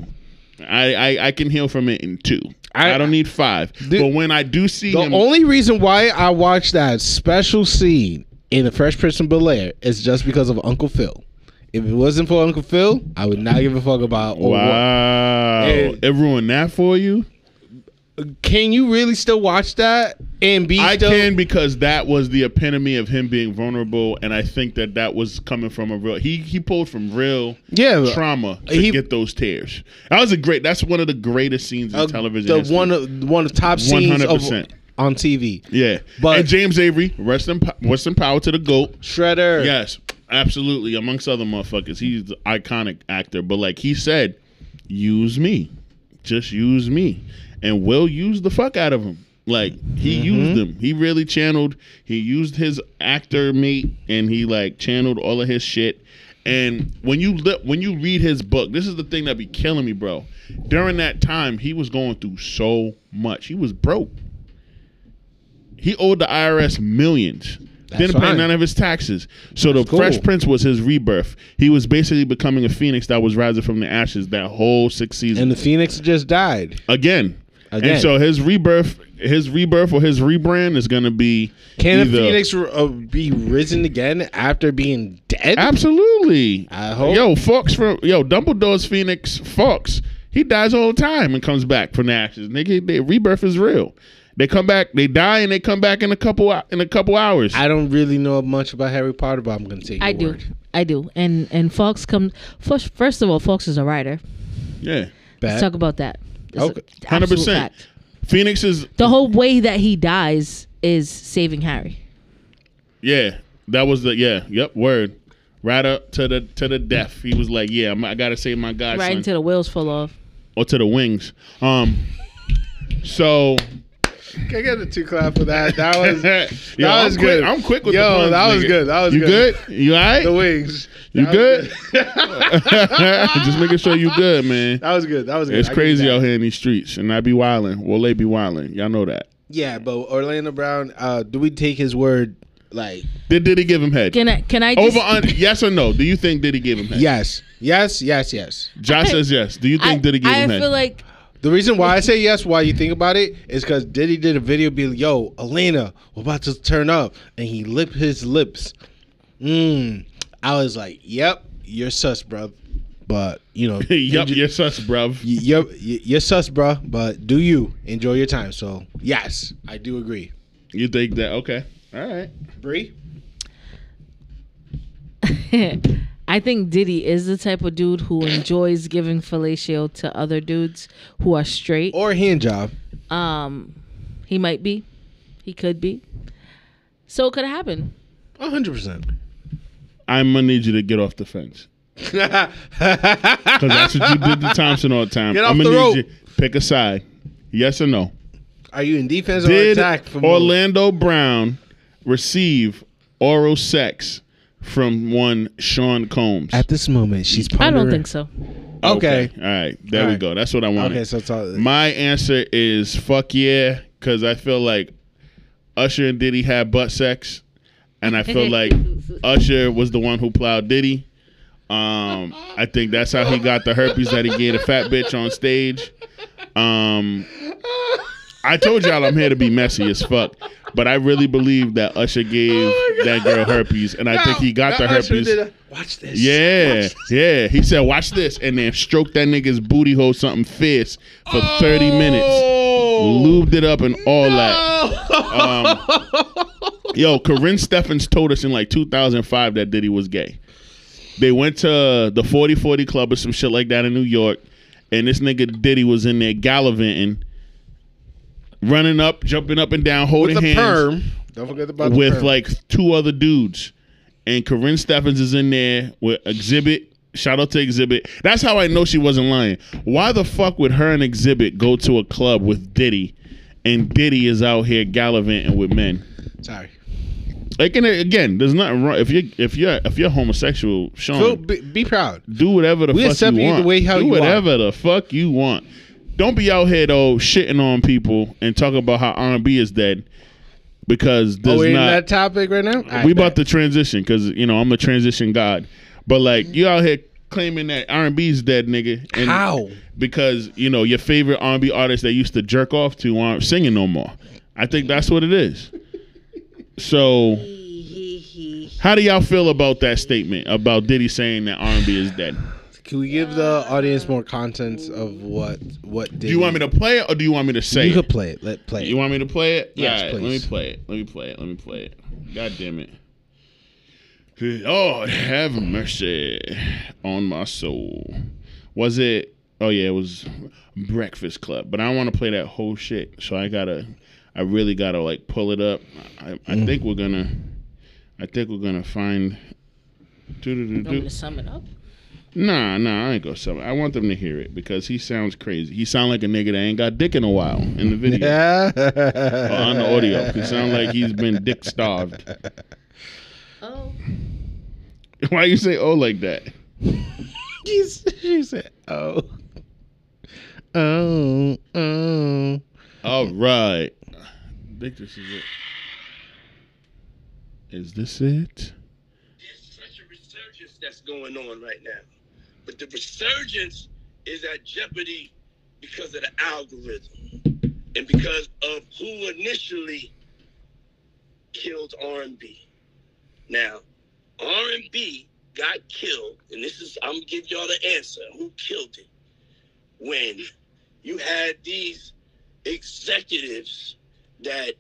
Speaker 1: I, I, I can heal from it in two. I,
Speaker 2: I-
Speaker 1: don't need five.
Speaker 2: The-
Speaker 1: but when I do see
Speaker 2: The
Speaker 1: him,
Speaker 2: only reason why I watched that special scene in The Fresh Prince of Bel Air is just because of Uncle Phil. If it wasn't for Uncle Phil, I would not give a fuck about. or what-
Speaker 1: wow,
Speaker 2: Hey.
Speaker 1: it ruined that for you.
Speaker 2: Can you really still watch that and be?
Speaker 1: I
Speaker 2: still-
Speaker 1: can because that was the epitome of him being vulnerable, and I think that that was coming from a real. He he pulled from real
Speaker 2: Yeah, but-
Speaker 1: trauma to
Speaker 2: He-
Speaker 1: get those tears. That was a great. That's one of the greatest scenes in
Speaker 2: uh,
Speaker 1: television.
Speaker 2: The
Speaker 1: history.
Speaker 2: one of one of the top scenes of
Speaker 1: 100%.
Speaker 2: on TV.
Speaker 1: yeah.
Speaker 2: but-
Speaker 1: and James Avery, rest in po- rest in power to the goat.
Speaker 2: Shredder.
Speaker 1: Yes, absolutely. Amongst other motherfuckers, he's the iconic actor. But like he said, use me, just use me, and we'll use the fuck out of him. Like he used him. He really channeled. He used his actor mate, and he like channeled all of his shit. And when you li- when you read his book, this is the thing that be killing me, bro. During that time, he was going through so much. He was broke. He owed the IRS millions. Didn't pay
Speaker 2: fine.
Speaker 1: none of his taxes. So the
Speaker 2: cool.
Speaker 1: Fresh Prince was his rebirth. He was basically becoming a phoenix that was rising from the ashes that whole six seasons
Speaker 2: And the Phoenix just died.
Speaker 1: again.
Speaker 2: Again.
Speaker 1: And so his rebirth, his rebirth or his rebrand is going to be
Speaker 2: Can
Speaker 1: either-
Speaker 2: the Phoenix uh, be risen again after being dead?
Speaker 1: Absolutely.
Speaker 2: I hope.
Speaker 1: Yo, Fox from yo Dumbledore's Phoenix Fox. He dies all the time and comes back from the ashes. Nigga, they, rebirth is real. They come back, they die, and they come back in a couple hou- in a couple hours.
Speaker 2: I don't really know much about Harry Potter, but I'm gonna take. Your
Speaker 3: I do.
Speaker 2: word.
Speaker 3: I do. And and Fox comes first. First of all, Fox is a writer.
Speaker 1: yeah,
Speaker 2: Bet.
Speaker 3: Let's talk about that. It's a
Speaker 2: Okay.
Speaker 1: hundred
Speaker 3: absolute
Speaker 1: percent.
Speaker 3: fact.
Speaker 1: Phoenix is
Speaker 3: The whole way that he dies is saving Harry.
Speaker 1: yeah. That was the yeah. Yep. Word. Right up to the to the death. He was like, yeah, I'm, I gotta save my godson.
Speaker 3: right until the wheels fall off.
Speaker 1: or to the wings. Um. So
Speaker 2: Can I get a two clap for that? That [laughs]
Speaker 1: [laughs]
Speaker 2: was
Speaker 1: Yo,
Speaker 2: that
Speaker 1: I'm
Speaker 2: was
Speaker 1: quick-
Speaker 2: good.
Speaker 1: I'm quick with
Speaker 2: Yo,
Speaker 1: the puns,
Speaker 2: that was
Speaker 1: nigga.
Speaker 2: good. That was
Speaker 1: you
Speaker 2: good.
Speaker 1: good. You all right?
Speaker 2: The wings.
Speaker 1: You
Speaker 2: That was
Speaker 1: good? [laughs]
Speaker 2: [laughs]
Speaker 1: Just making sure you good, man.
Speaker 2: That was good. That was good.
Speaker 1: It's
Speaker 2: I give you
Speaker 1: crazy
Speaker 2: that.
Speaker 1: out here in these streets, and I be wilding. Well, they be wilding. Y'all know that.
Speaker 2: Yeah, but Orlando Brown. Uh, do we take his word? Like
Speaker 1: Did Diddy give him head?
Speaker 3: Can I? Can I? Just,
Speaker 1: Over under? yes or no? Do you think Diddy give him head?
Speaker 2: yes, yes, yes, yes.
Speaker 1: Josh
Speaker 3: I-
Speaker 1: says yes. Do you
Speaker 3: I,
Speaker 1: think Diddy give
Speaker 3: I
Speaker 1: him
Speaker 3: feel
Speaker 1: head?
Speaker 3: like [laughs]
Speaker 2: The reason why I say yes, why you think about it, is because Diddy did a video be like, yo, Elena, we're about to turn up. And he lipped his lips. Mmm. I was like, yep, you're sus, bruv. But, you [laughs] know,
Speaker 1: [laughs] Yup,
Speaker 2: enjo-
Speaker 1: you're sus, bruv.
Speaker 2: y- You're, y- you're sus, bruh, but do you enjoy your time? So, yes, I do agree.
Speaker 1: You think that? Okay. All right.
Speaker 2: Bree?
Speaker 3: I think Diddy is the type of dude who enjoys giving fellatio to other dudes who are straight.
Speaker 2: Or hand job.
Speaker 3: Um, he might be, he could be. So it could happen.
Speaker 2: 100%.
Speaker 1: I'm gonna need you to get off
Speaker 2: [laughs]
Speaker 1: the fence. Cause that's what you did to Thompson all the time.
Speaker 2: Get off
Speaker 1: I'm
Speaker 2: the
Speaker 1: gonna
Speaker 2: rope.
Speaker 1: need you pick a side. Yes or no?
Speaker 2: Are you in defense or
Speaker 1: Did
Speaker 2: attack? From
Speaker 1: Orlando Brown receive oral sex from one Sean Combs?
Speaker 2: At this moment, she's
Speaker 3: I
Speaker 2: pondering.
Speaker 3: don't think so.
Speaker 2: Okay.
Speaker 1: All right. There
Speaker 2: All
Speaker 1: we
Speaker 2: right.
Speaker 1: go. That's what I wanted.
Speaker 2: Okay, so it's all-
Speaker 1: my answer is fuck yeah, because I feel like Usher and Diddy had butt sex, and I feel like Usher was the one who plowed Diddy. Um, I think that's how he got the herpes that he gave a fat bitch on stage. Um, I told y'all I'm here to be messy as fuck, but I really believe that Usher gave that girl herpes, and I think he got the herpes.
Speaker 2: Watch this.
Speaker 1: Yeah, yeah. He said, "Watch this," and then stroked that nigga's booty hole something fierce for thirty
Speaker 2: Oh.
Speaker 1: minutes, lubed it up and all that. Um, yo, Corinne Steffens told us in like 2005 that Diddy was gay. They went to the 4040 Club or some shit like that in New York, and this nigga Diddy was in there gallivanting, running up, jumping up and down, holding
Speaker 2: with the perm.
Speaker 1: hands
Speaker 2: Don't forget about the
Speaker 1: with
Speaker 2: perm.
Speaker 1: like two other dudes, and Corinne Steffens is in there with Exhibit. Shout out to Exhibit. That's how I know she wasn't lying. Why the fuck would her and Exhibit go to a club with Diddy, and Diddy is out here gallivanting with men?
Speaker 2: sorry.
Speaker 1: Like, and again, there's nothing wrong if you are if you're if you're homosexual, Sean.
Speaker 2: Phil, be, be proud.
Speaker 1: Do whatever the
Speaker 2: We
Speaker 1: fuck
Speaker 2: accept
Speaker 1: you
Speaker 2: you the
Speaker 1: want.
Speaker 2: way how
Speaker 1: do
Speaker 2: you are.
Speaker 1: whatever the fuck you want. Don't be out here though shitting on people and talking about how R&B is dead because
Speaker 2: Oh,
Speaker 1: there's
Speaker 2: we're in
Speaker 1: not
Speaker 2: that topic right now.
Speaker 1: we about to transition because you know I'm a transition god. But like you out here claiming that R and B's dead, nigga. And
Speaker 2: How?
Speaker 1: Because you know your favorite R and B artists that used to jerk off to aren't singing no more. I think that's what it is. So, how do y'all feel about that statement about Diddy saying that R and B is dead?
Speaker 2: Can we give the audience more contents of what what did
Speaker 1: Do you want me to play it or do you want me to say
Speaker 2: You
Speaker 1: it?
Speaker 2: could play it. Let play.
Speaker 1: You
Speaker 2: it.
Speaker 1: want me to play it?
Speaker 2: Yes,
Speaker 1: Alright, Let me
Speaker 2: please.
Speaker 1: play it. Let me play it. Let me play it. God damn it. Lord have mercy on my soul. Was it? Oh yeah, it was Breakfast Club. But I don't want to play that whole shit, so I gotta, I really gotta like pull it up. I, I
Speaker 2: Mm.
Speaker 1: think we're gonna, I think we're gonna find.
Speaker 3: You want me to sum it up?
Speaker 1: Nah, nah, I ain't gonna sell it. I want them to hear it because he sounds crazy. He sound like a nigga that ain't got dick in a while in the video
Speaker 2: [laughs]
Speaker 1: or on the Oh, audio. It sound like he's been dick starved. [laughs]
Speaker 3: Oh.
Speaker 1: Why you say oh like that?
Speaker 2: He's- [laughs] she said, "Oh, oh, oh."
Speaker 1: All right. I think this is it. Is this it?
Speaker 5: there's such a resurgence that's going on right now. But the resurgence is at jeopardy because of the algorithm and because of who initially killed R&B. Now, R&B got killed, and this is I'm gonna give y'all the answer. Who killed it? When you had these executives that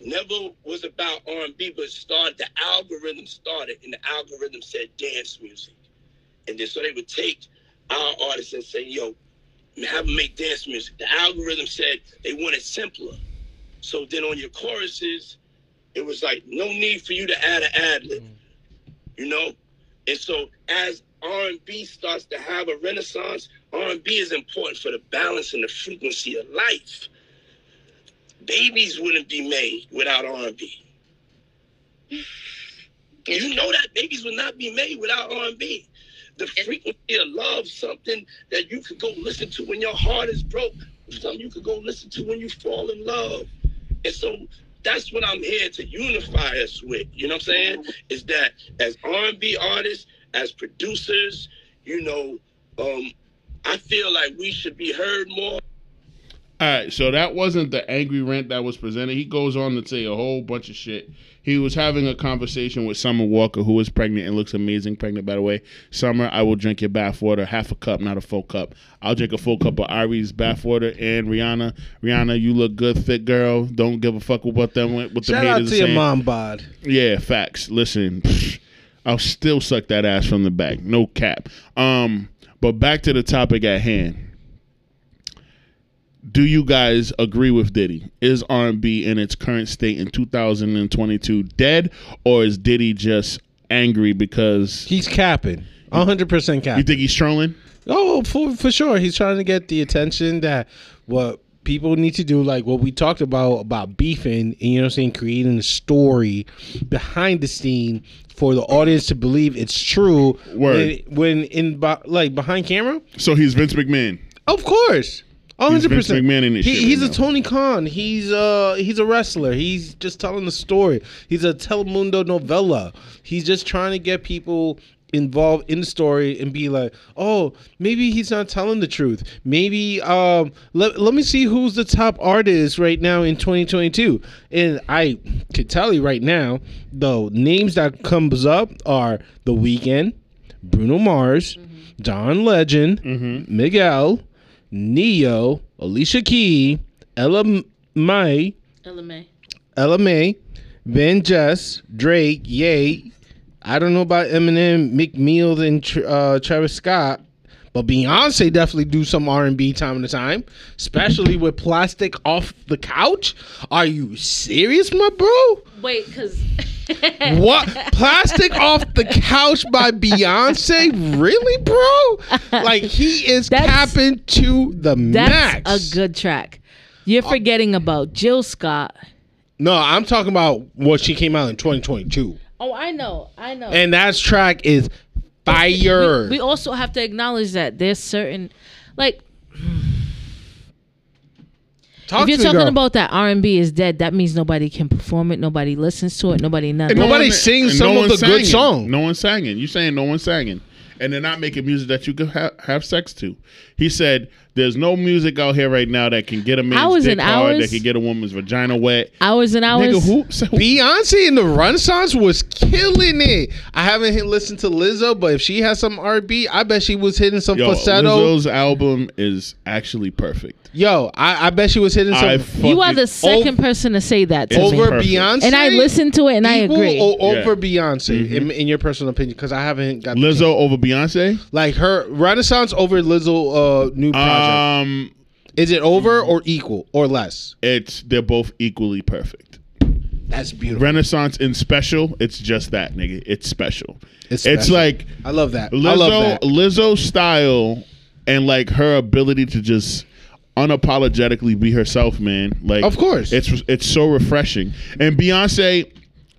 Speaker 5: never was about R&B, but started the algorithm started, and the algorithm said dance music, and then so they would take our artists and say, "Yo, have them make dance music." The algorithm said they wanted simpler, so then on your choruses, it was like no need for you to add an ad lib, you know. And so as R&B starts to have a renaissance, R&B is important for the balance and the frequency of life babies wouldn't be made without R&B. You know that babies would not be made without R&B. The frequency of love, something that you could go listen to when your heart is broke, something you could go listen to when you fall in love. And so that's what I'm here to unify us with. You know what I'm saying? Is that as R&B artists, as producers, you know, um, I feel like we should be heard more.
Speaker 1: All right, so that wasn't the angry rant that was presented. He goes on to say a whole bunch of shit. He was having a conversation with Summer Walker, who is pregnant and looks amazing, pregnant by the way. Summer, I will drink your bathwater, half a cup, not a full cup. I'll drink a full cup of Ari's bathwater and Rihanna. Rihanna, you look good, thick girl. Don't give a fuck what them what the
Speaker 2: Shout out
Speaker 1: haters
Speaker 2: to
Speaker 1: are
Speaker 2: your
Speaker 1: saying.
Speaker 2: mom, bod.
Speaker 1: Yeah, facts. Listen, I'll still suck that ass from the back. No cap. Um, but back to the topic at hand. Do you guys agree with Diddy? Is R&B in its current state in 2022 dead or is Diddy just angry because
Speaker 2: He's capping. 100%
Speaker 1: you
Speaker 2: capping.
Speaker 1: think he's trolling?
Speaker 2: Oh, for, for sure. He's trying to get the attention that what people need to do, like what we talked about, about beefing, and you know what I'm saying, creating a story behind the scene for the audience to believe it's true.
Speaker 1: Word.
Speaker 2: When, when in, bo- like, behind camera?
Speaker 1: So he's Vince McMahon.
Speaker 2: Of course. A
Speaker 1: He's
Speaker 2: hundred
Speaker 1: Vince
Speaker 2: percent.
Speaker 1: McMahon in this
Speaker 2: He-
Speaker 1: shit right
Speaker 2: He's a
Speaker 1: now.
Speaker 2: Tony Khan. He's uh he's a wrestler. He's just telling the story. He's a Telemundo novella. He's just trying to get people involved in the story and be like, oh, maybe he's not telling the truth. Maybe um let, let me see who's the top artist right now in 2022. And I could tell you right now, the names that comes up are The Weeknd, Bruno Mars,
Speaker 1: Mm-hmm.
Speaker 2: John Legend, Miguel, Neo, Alicia Key, Ella May,
Speaker 3: LMA.
Speaker 2: Ella May, Van Jess, Drake, Ye. I don't know about Eminem, McMeals, and Tr- uh, Travis Scott, but Beyonce definitely do some R and B time to time, especially with "Plastic Off the Couch." Are you serious, my
Speaker 3: [laughs]
Speaker 2: bro?
Speaker 3: Wait, because.
Speaker 2: What plastic off the couch by Beyonce? Really, bro? Like he is
Speaker 3: That's-
Speaker 2: capping to the
Speaker 3: That's
Speaker 2: max.
Speaker 3: a good track. You're
Speaker 1: Uh,
Speaker 3: forgetting about Jill Scott.
Speaker 2: no, I'm talking about what she came out in 2022,
Speaker 3: Oh, I know. I know.
Speaker 2: and that track is fire.
Speaker 3: we, we also have to acknowledge that there's certain like
Speaker 2: Talk
Speaker 3: if you're
Speaker 2: to me,
Speaker 3: talking
Speaker 2: girl.
Speaker 3: about that R and B is dead, that means nobody can perform it, nobody listens to it, nobody nothing.
Speaker 2: no- Nobody
Speaker 1: one-
Speaker 2: sings
Speaker 1: and
Speaker 2: some of
Speaker 1: one
Speaker 2: the
Speaker 1: sang
Speaker 2: good
Speaker 1: it.
Speaker 2: songs.
Speaker 1: No one's singing. You saying no one's singing, and they're not making music that you could ha- have sex to. He said, "There's no music out here right now that can get a man's
Speaker 3: Hours
Speaker 1: dick
Speaker 3: and
Speaker 1: hard,
Speaker 3: hours?
Speaker 1: that can get a woman's vagina wet."
Speaker 3: hours and hours.
Speaker 1: Nigga, who? So,
Speaker 2: Beyonce in the Renaissance was killing it. I haven't hit- listened to Lizzo, but if she has some R&B, I bet she was hitting some
Speaker 1: [laughs] yo,
Speaker 2: falsetto.
Speaker 1: Lizzo's album is actually perfect.
Speaker 2: Yo, I, I bet she was hitting
Speaker 1: I
Speaker 2: some
Speaker 3: You are
Speaker 1: fucking-
Speaker 3: the second person to say that to
Speaker 2: over
Speaker 3: me,
Speaker 1: perfect.
Speaker 2: Beyonce.
Speaker 3: and I listened to it and I
Speaker 2: Equal
Speaker 3: agree.
Speaker 2: o-
Speaker 1: Yeah. Mm-hmm.
Speaker 2: over Beyonce, in, in your personal opinion, because I haven't got the
Speaker 1: Lizzo
Speaker 2: chance.
Speaker 1: over Beyonce.
Speaker 2: like her Renaissance over Lizzo uh, new project.
Speaker 1: Um,
Speaker 2: Is it over or equal or less?
Speaker 1: it's they're both equally perfect.
Speaker 2: That's beautiful.
Speaker 1: Renaissance and special. It's just that nigga. It's special.
Speaker 2: It's
Speaker 1: it's
Speaker 2: special.
Speaker 1: like
Speaker 2: I love that. I love
Speaker 1: Lizzo
Speaker 2: that.
Speaker 1: Lizzo style and like her ability to just unapologetically be herself, man. Like
Speaker 2: Of course.
Speaker 1: It's it's so refreshing. And Beyonce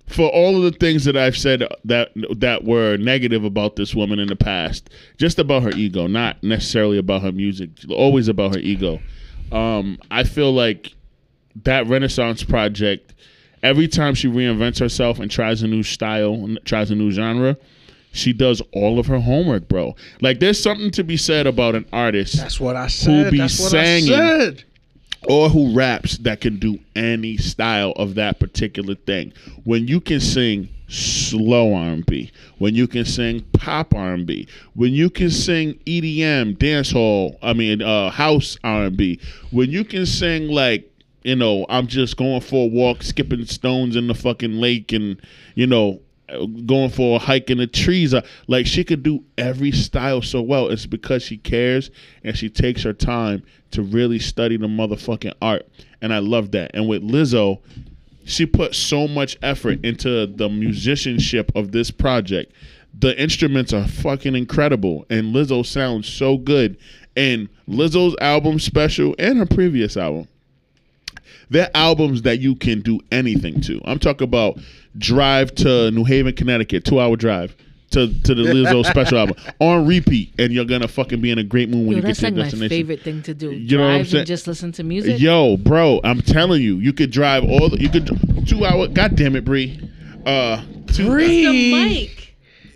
Speaker 1: for all of the things that I've said that that were negative about this woman in the past, just about her ego, not necessarily about her music, always about her ego. Um, I feel like that Renaissance project, every time she reinvents herself and tries a new style, and tries a new genre, she does all of her homework, bro. Like there's something to be said about an artist
Speaker 2: That's what I said.
Speaker 1: be
Speaker 2: That's what
Speaker 1: singing?
Speaker 2: I said.
Speaker 1: or who raps that can do any style of that particular thing. When you can sing slow R&B, when you can sing pop R&B, when you can sing E EDM, dancehall, I mean uh, house R&B, when you can sing like you know, I'm just going for a walk, skipping stones in the fucking lake, and you know, going for a hike in the trees. Uh, Like she could do every style so well. It's because she cares and she takes her time to really study the motherfucking art. And I love that. And with Lizzo, she put so much effort into the musicianship of this project. The instruments are fucking incredible, and Lizzo sounds so good. And Lizzo's album special and her previous album, they're albums that you can do anything to. I'm talking about drive to New Haven, Connecticut, two hour drive to to
Speaker 2: [laughs]
Speaker 1: the Lizzo special album on repeat, and you're gonna fucking be in a great mood when
Speaker 3: Yo,
Speaker 1: you get
Speaker 3: that's
Speaker 1: to your
Speaker 3: like my
Speaker 1: destination.
Speaker 3: favorite thing to do.
Speaker 1: You know what I'm
Speaker 3: Drive
Speaker 1: saying?
Speaker 3: and just listen to music.
Speaker 1: Yo, bro, I'm telling you, you could drive all the, you could two hour. God damn it, Bree. Uh, two,
Speaker 2: Bree.
Speaker 3: The mic.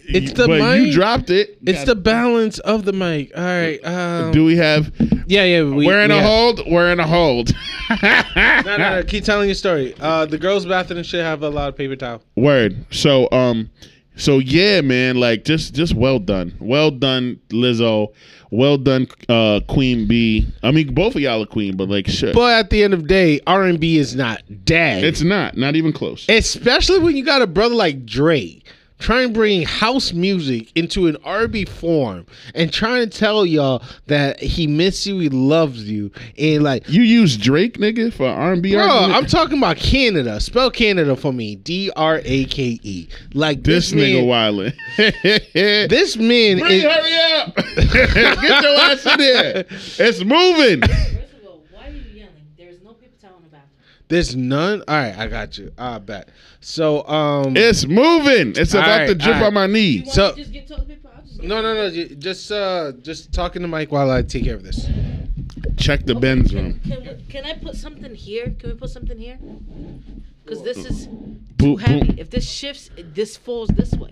Speaker 2: It's the
Speaker 1: but
Speaker 2: mic.
Speaker 1: you dropped it.
Speaker 2: It's the balance of the mic. All right. Um,
Speaker 1: Do we have?
Speaker 2: yeah, yeah. We,
Speaker 1: we're in
Speaker 2: we
Speaker 1: a
Speaker 2: have-
Speaker 1: hold. We're in a hold.
Speaker 2: No, no, no. Keep telling your story. Uh, the girls' bathroom should have a lot of paper towel.
Speaker 1: Word. So um so yeah, man, like just just well done. Well done, Lizzo. Well done, uh Queen B. I mean both of y'all are queen, but like shit.
Speaker 2: But at the end of the day, R and B is not dead.
Speaker 1: it's not, not even close.
Speaker 2: especially when you got a brother like Dre trying to bring house music into an R&B form and trying to tell y'all that he misses you, he loves you, and like.
Speaker 1: you use Drake, nigga, for R and B.
Speaker 2: Bro, I'm talking about Canada. Spell Canada for me. D R A K E. Like
Speaker 1: this
Speaker 2: this,
Speaker 1: nigga
Speaker 2: man,
Speaker 1: wildin'. this
Speaker 2: This man.
Speaker 1: [laughs] Bree,
Speaker 2: is-
Speaker 1: hurry up! [laughs] Get your ass in there. It's moving.
Speaker 3: First of all, why are you yelling? There's no paper towel in the bathroom.
Speaker 2: There's none. All right, I got you. I bet. So, um,
Speaker 1: It's moving. It's
Speaker 2: All
Speaker 1: about
Speaker 2: right,
Speaker 1: to drip
Speaker 2: all right.
Speaker 1: on my knee.
Speaker 2: So- want me to
Speaker 3: just get toilet paper? I'll just
Speaker 2: no, no, no. ju- Just, uh, just talking to Mike while I take care of this.
Speaker 1: Check the Benz room.
Speaker 3: Can, we- can I put something here? Can we put something here? Because this is too
Speaker 1: Boop, boop.
Speaker 3: heavy. If this shifts, it- this falls this way.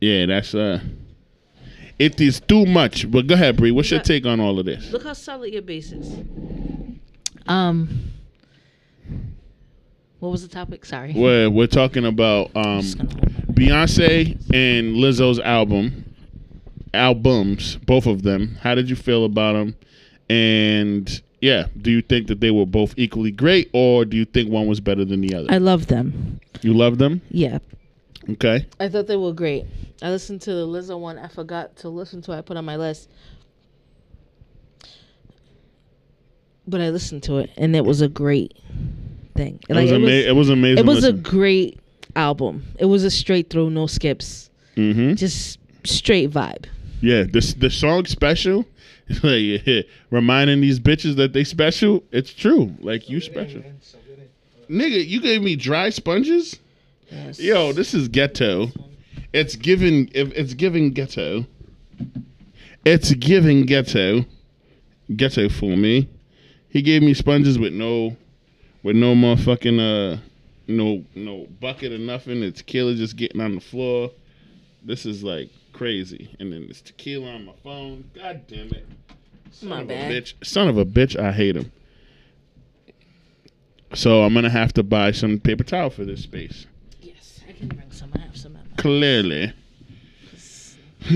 Speaker 1: Yeah, that's uh it is too much. But go ahead, Bree. What's your take on all of this?
Speaker 3: Look how solid your base is. Um, what was the topic? Sorry.
Speaker 1: We're we're talking about um
Speaker 3: Just gonna hold my-
Speaker 1: Beyonce and Lizzo's album albums, both of them. How did you feel about them? And yeah, do you think that they were both equally great or do you think one was better than the other?
Speaker 3: I love them.
Speaker 1: you love them?
Speaker 3: Yeah,
Speaker 1: Okay.
Speaker 3: I thought they were great. I listened to the Lizzo one. I forgot to listen to. it. I put on my list, but I listened to it, and it was a great thing.
Speaker 1: It,
Speaker 3: Like,
Speaker 1: was, ama- it was amazing.
Speaker 3: it was a
Speaker 1: listen.
Speaker 3: great album. It was a straight through, no skips,
Speaker 1: Mhm.
Speaker 3: just straight vibe.
Speaker 1: Yeah, this the song special, [laughs] like, [laughs] reminding these bitches that they special. It's true, like you special, nigga. You gave me dry sponges. Yo, this is ghetto. It's giving. if- It's giving ghetto. It's giving ghetto. Ghetto for me. He gave me sponges with no, with no motherfucking uh, no no bucket or nothing. The tequila just getting on the floor. This is like crazy. And then this tequila on my phone. God damn it. Son
Speaker 3: My
Speaker 1: of
Speaker 3: bad.
Speaker 1: a bitch. Son of a bitch. I hate him. So I'm gonna have to buy some paper towel for this space.
Speaker 3: Yes, I can bring some. I have some at my
Speaker 1: Clearly. [sighs]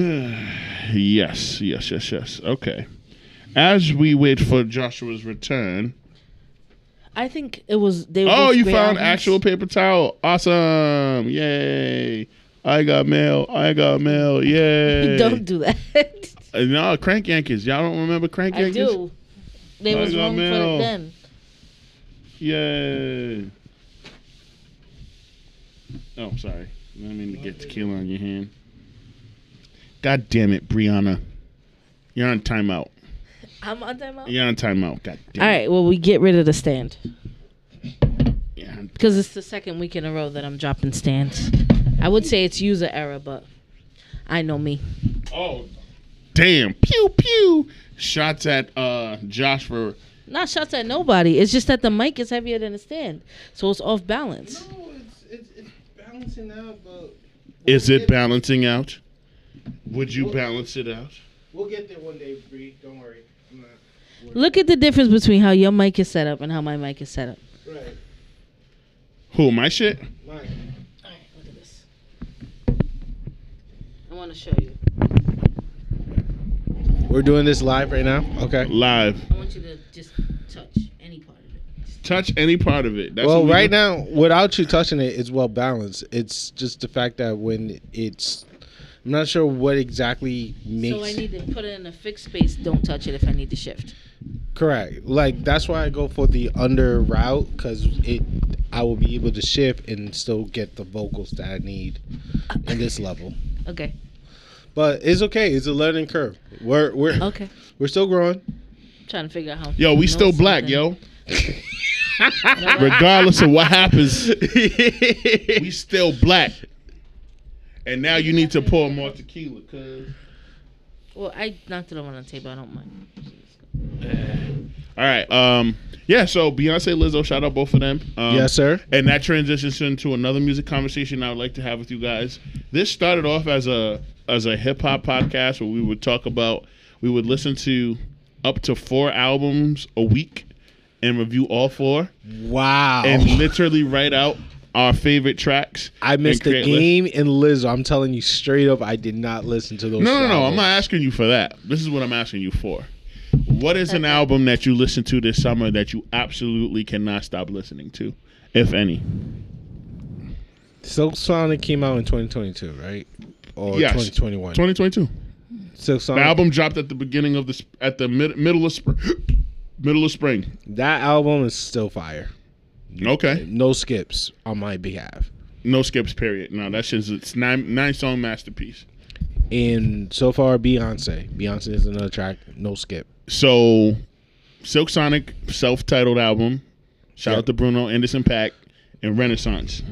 Speaker 1: yes, yes, yes, yes. Okay. As we wait for Joshua's return.
Speaker 3: I think it was they. were
Speaker 1: Oh,
Speaker 3: both
Speaker 1: you
Speaker 3: great
Speaker 1: found
Speaker 3: albums.
Speaker 1: actual paper towel. Awesome. Yay. I got mail. I got mail.
Speaker 3: [laughs]
Speaker 1: Yay.
Speaker 3: [laughs] Don't
Speaker 1: [laughs]
Speaker 3: do that.
Speaker 1: Uh, no, Crank Yankees. Y'all don't remember Crank
Speaker 3: I
Speaker 1: Yankees?
Speaker 3: do. They
Speaker 1: I
Speaker 3: was
Speaker 1: got
Speaker 3: wrong for
Speaker 1: mail.
Speaker 3: it then.
Speaker 1: Yay. Oh, sorry. I didn't mean to get tequila on your hand. God damn it, Brianna. You're on timeout.
Speaker 3: I'm on time out.
Speaker 1: You're on timeout. God damn
Speaker 3: All right. Well, we get rid of the stand
Speaker 1: it. You're on-
Speaker 3: because it's the second week in a row that I'm dropping stands. I would say it's user error, but I know me.
Speaker 1: Oh, damn. Pew, pew. Shots at uh, Josh for.
Speaker 3: Not shots at nobody. It's just that the mic is heavier than the stand, so it's off balance.
Speaker 2: No, it's, it's, it's balancing out, but
Speaker 1: Is it balancing out? Would you balance it out?
Speaker 2: we'll get there one day, Bree. Don't worry. I'm not worried.
Speaker 3: Look at the difference between how your mic is set up and how my mic is set up.
Speaker 2: right,
Speaker 1: Who, my shit?
Speaker 2: mine.
Speaker 3: All right, look at this. I want to show you.
Speaker 2: We're doing this live right now. Okay.
Speaker 1: Live.
Speaker 3: I want you to just touch any part of it.
Speaker 1: Touch any part of it. That's
Speaker 2: well,
Speaker 1: what we
Speaker 2: right
Speaker 1: do.
Speaker 2: now, without you touching it, it's well balanced. It's just the fact that when it's, I'm not sure what exactly makes.
Speaker 3: So I need to put it in a fixed space. Don't touch it if I need to shift.
Speaker 2: Correct. Like that's why I go for the under route because it, I will be able to shift and still get the vocals that I need in this level.
Speaker 3: Okay.
Speaker 2: But it's okay. It's a learning curve. We're we're
Speaker 3: Okay.
Speaker 2: we're still growing.
Speaker 3: I'm trying to figure out how.
Speaker 1: Yo, we
Speaker 3: know
Speaker 1: still black,
Speaker 3: something. [laughs]
Speaker 1: yo. Regardless of what
Speaker 2: [laughs]
Speaker 1: happens, we still black. And now you need to pour more tequila, cuz.
Speaker 3: Well, I knocked it over on the table. I don't mind.
Speaker 1: All right. Um. Yeah. So Beyonce, Lizzo, shout out both of them. Um,
Speaker 2: yes, sir.
Speaker 1: And that transitions into another music conversation I would like to have with you guys. This started off as a as a hip hop podcast where we would talk about we would listen to up to four albums a week and review all four
Speaker 2: Wow.
Speaker 1: and literally write out our favorite tracks.
Speaker 2: Oh. I missed
Speaker 1: and
Speaker 2: the
Speaker 1: create lists.
Speaker 2: game and Lizzo. I'm telling you straight up, I did not listen to those.
Speaker 1: No, no, no. I'm
Speaker 2: albums.
Speaker 1: not asking you for that. This is what I'm asking you for. What is an album that you listened to this summer that you absolutely cannot stop listening to, if any?
Speaker 2: Silk Sonic came out in 2022, right? Or
Speaker 1: Yes.
Speaker 2: 2021.
Speaker 1: 2022.
Speaker 2: Silk
Speaker 1: The
Speaker 2: Sonic.
Speaker 1: album dropped at the beginning of the sp- at the mid- middle of spring. [gasps] middle of spring.
Speaker 2: That album is still fire.
Speaker 1: Okay.
Speaker 2: No skips on my behalf.
Speaker 1: No skips. Period. No, that's just it's nine nine song masterpiece.
Speaker 2: And so far, Beyonce. Beyonce is another track. No skip.
Speaker 1: So, Silk Sonic self titled album. Shout
Speaker 2: Yeah.
Speaker 1: out to Bruno Anderson Pack and Renaissance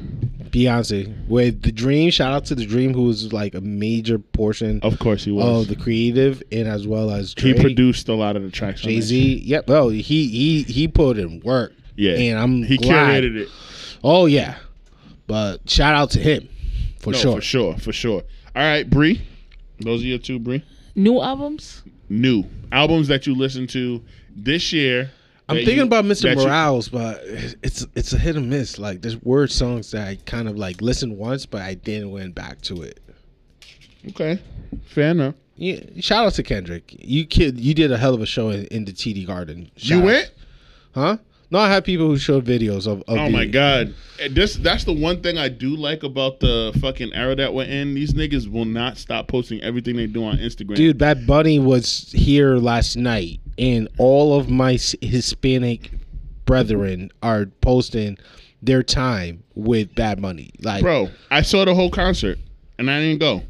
Speaker 2: Beyonce with the Dream. Shout out to the Dream, who was like a major portion of,
Speaker 1: Of course he was.
Speaker 2: Oh, the creative, and as well as
Speaker 1: he
Speaker 2: Drake,
Speaker 1: produced a lot of the tracks. on that
Speaker 2: Jay Z. Yep. Oh, he he he put in work.
Speaker 1: Yeah,
Speaker 2: And I'm
Speaker 1: he
Speaker 2: glad.
Speaker 1: curated it.
Speaker 2: Oh yeah. But shout out to him for
Speaker 1: No,
Speaker 2: sure.
Speaker 1: for sure, for sure. All right, Bree, those are your two Bree
Speaker 3: New albums?
Speaker 1: new albums that you listened to this year.
Speaker 2: I'm
Speaker 1: that
Speaker 2: thinking
Speaker 1: you-
Speaker 2: about Mr.
Speaker 1: that you-
Speaker 2: Morales, but it's it's a hit or miss. Like there's word songs that I kind of like listened once, but I didn't went back to it.
Speaker 1: okay, fair enough.
Speaker 2: Yeah, shout out to Kendrick. You kid, you did a hell of a show in, in the TD Garden. Shout
Speaker 1: you
Speaker 2: out.
Speaker 1: went?
Speaker 2: huh? No, I had people who showed videos of. of
Speaker 1: Oh
Speaker 2: the-
Speaker 1: my god, And this that's the one thing I do like about the fucking era that we're in. These niggas will not stop posting everything they do on Instagram.
Speaker 2: dude! Bad Bunny was here last night, and all of my s- Hispanic brethren are posting their time with Bad Bunny. Like,
Speaker 1: bro, I saw the whole concert and I didn't go.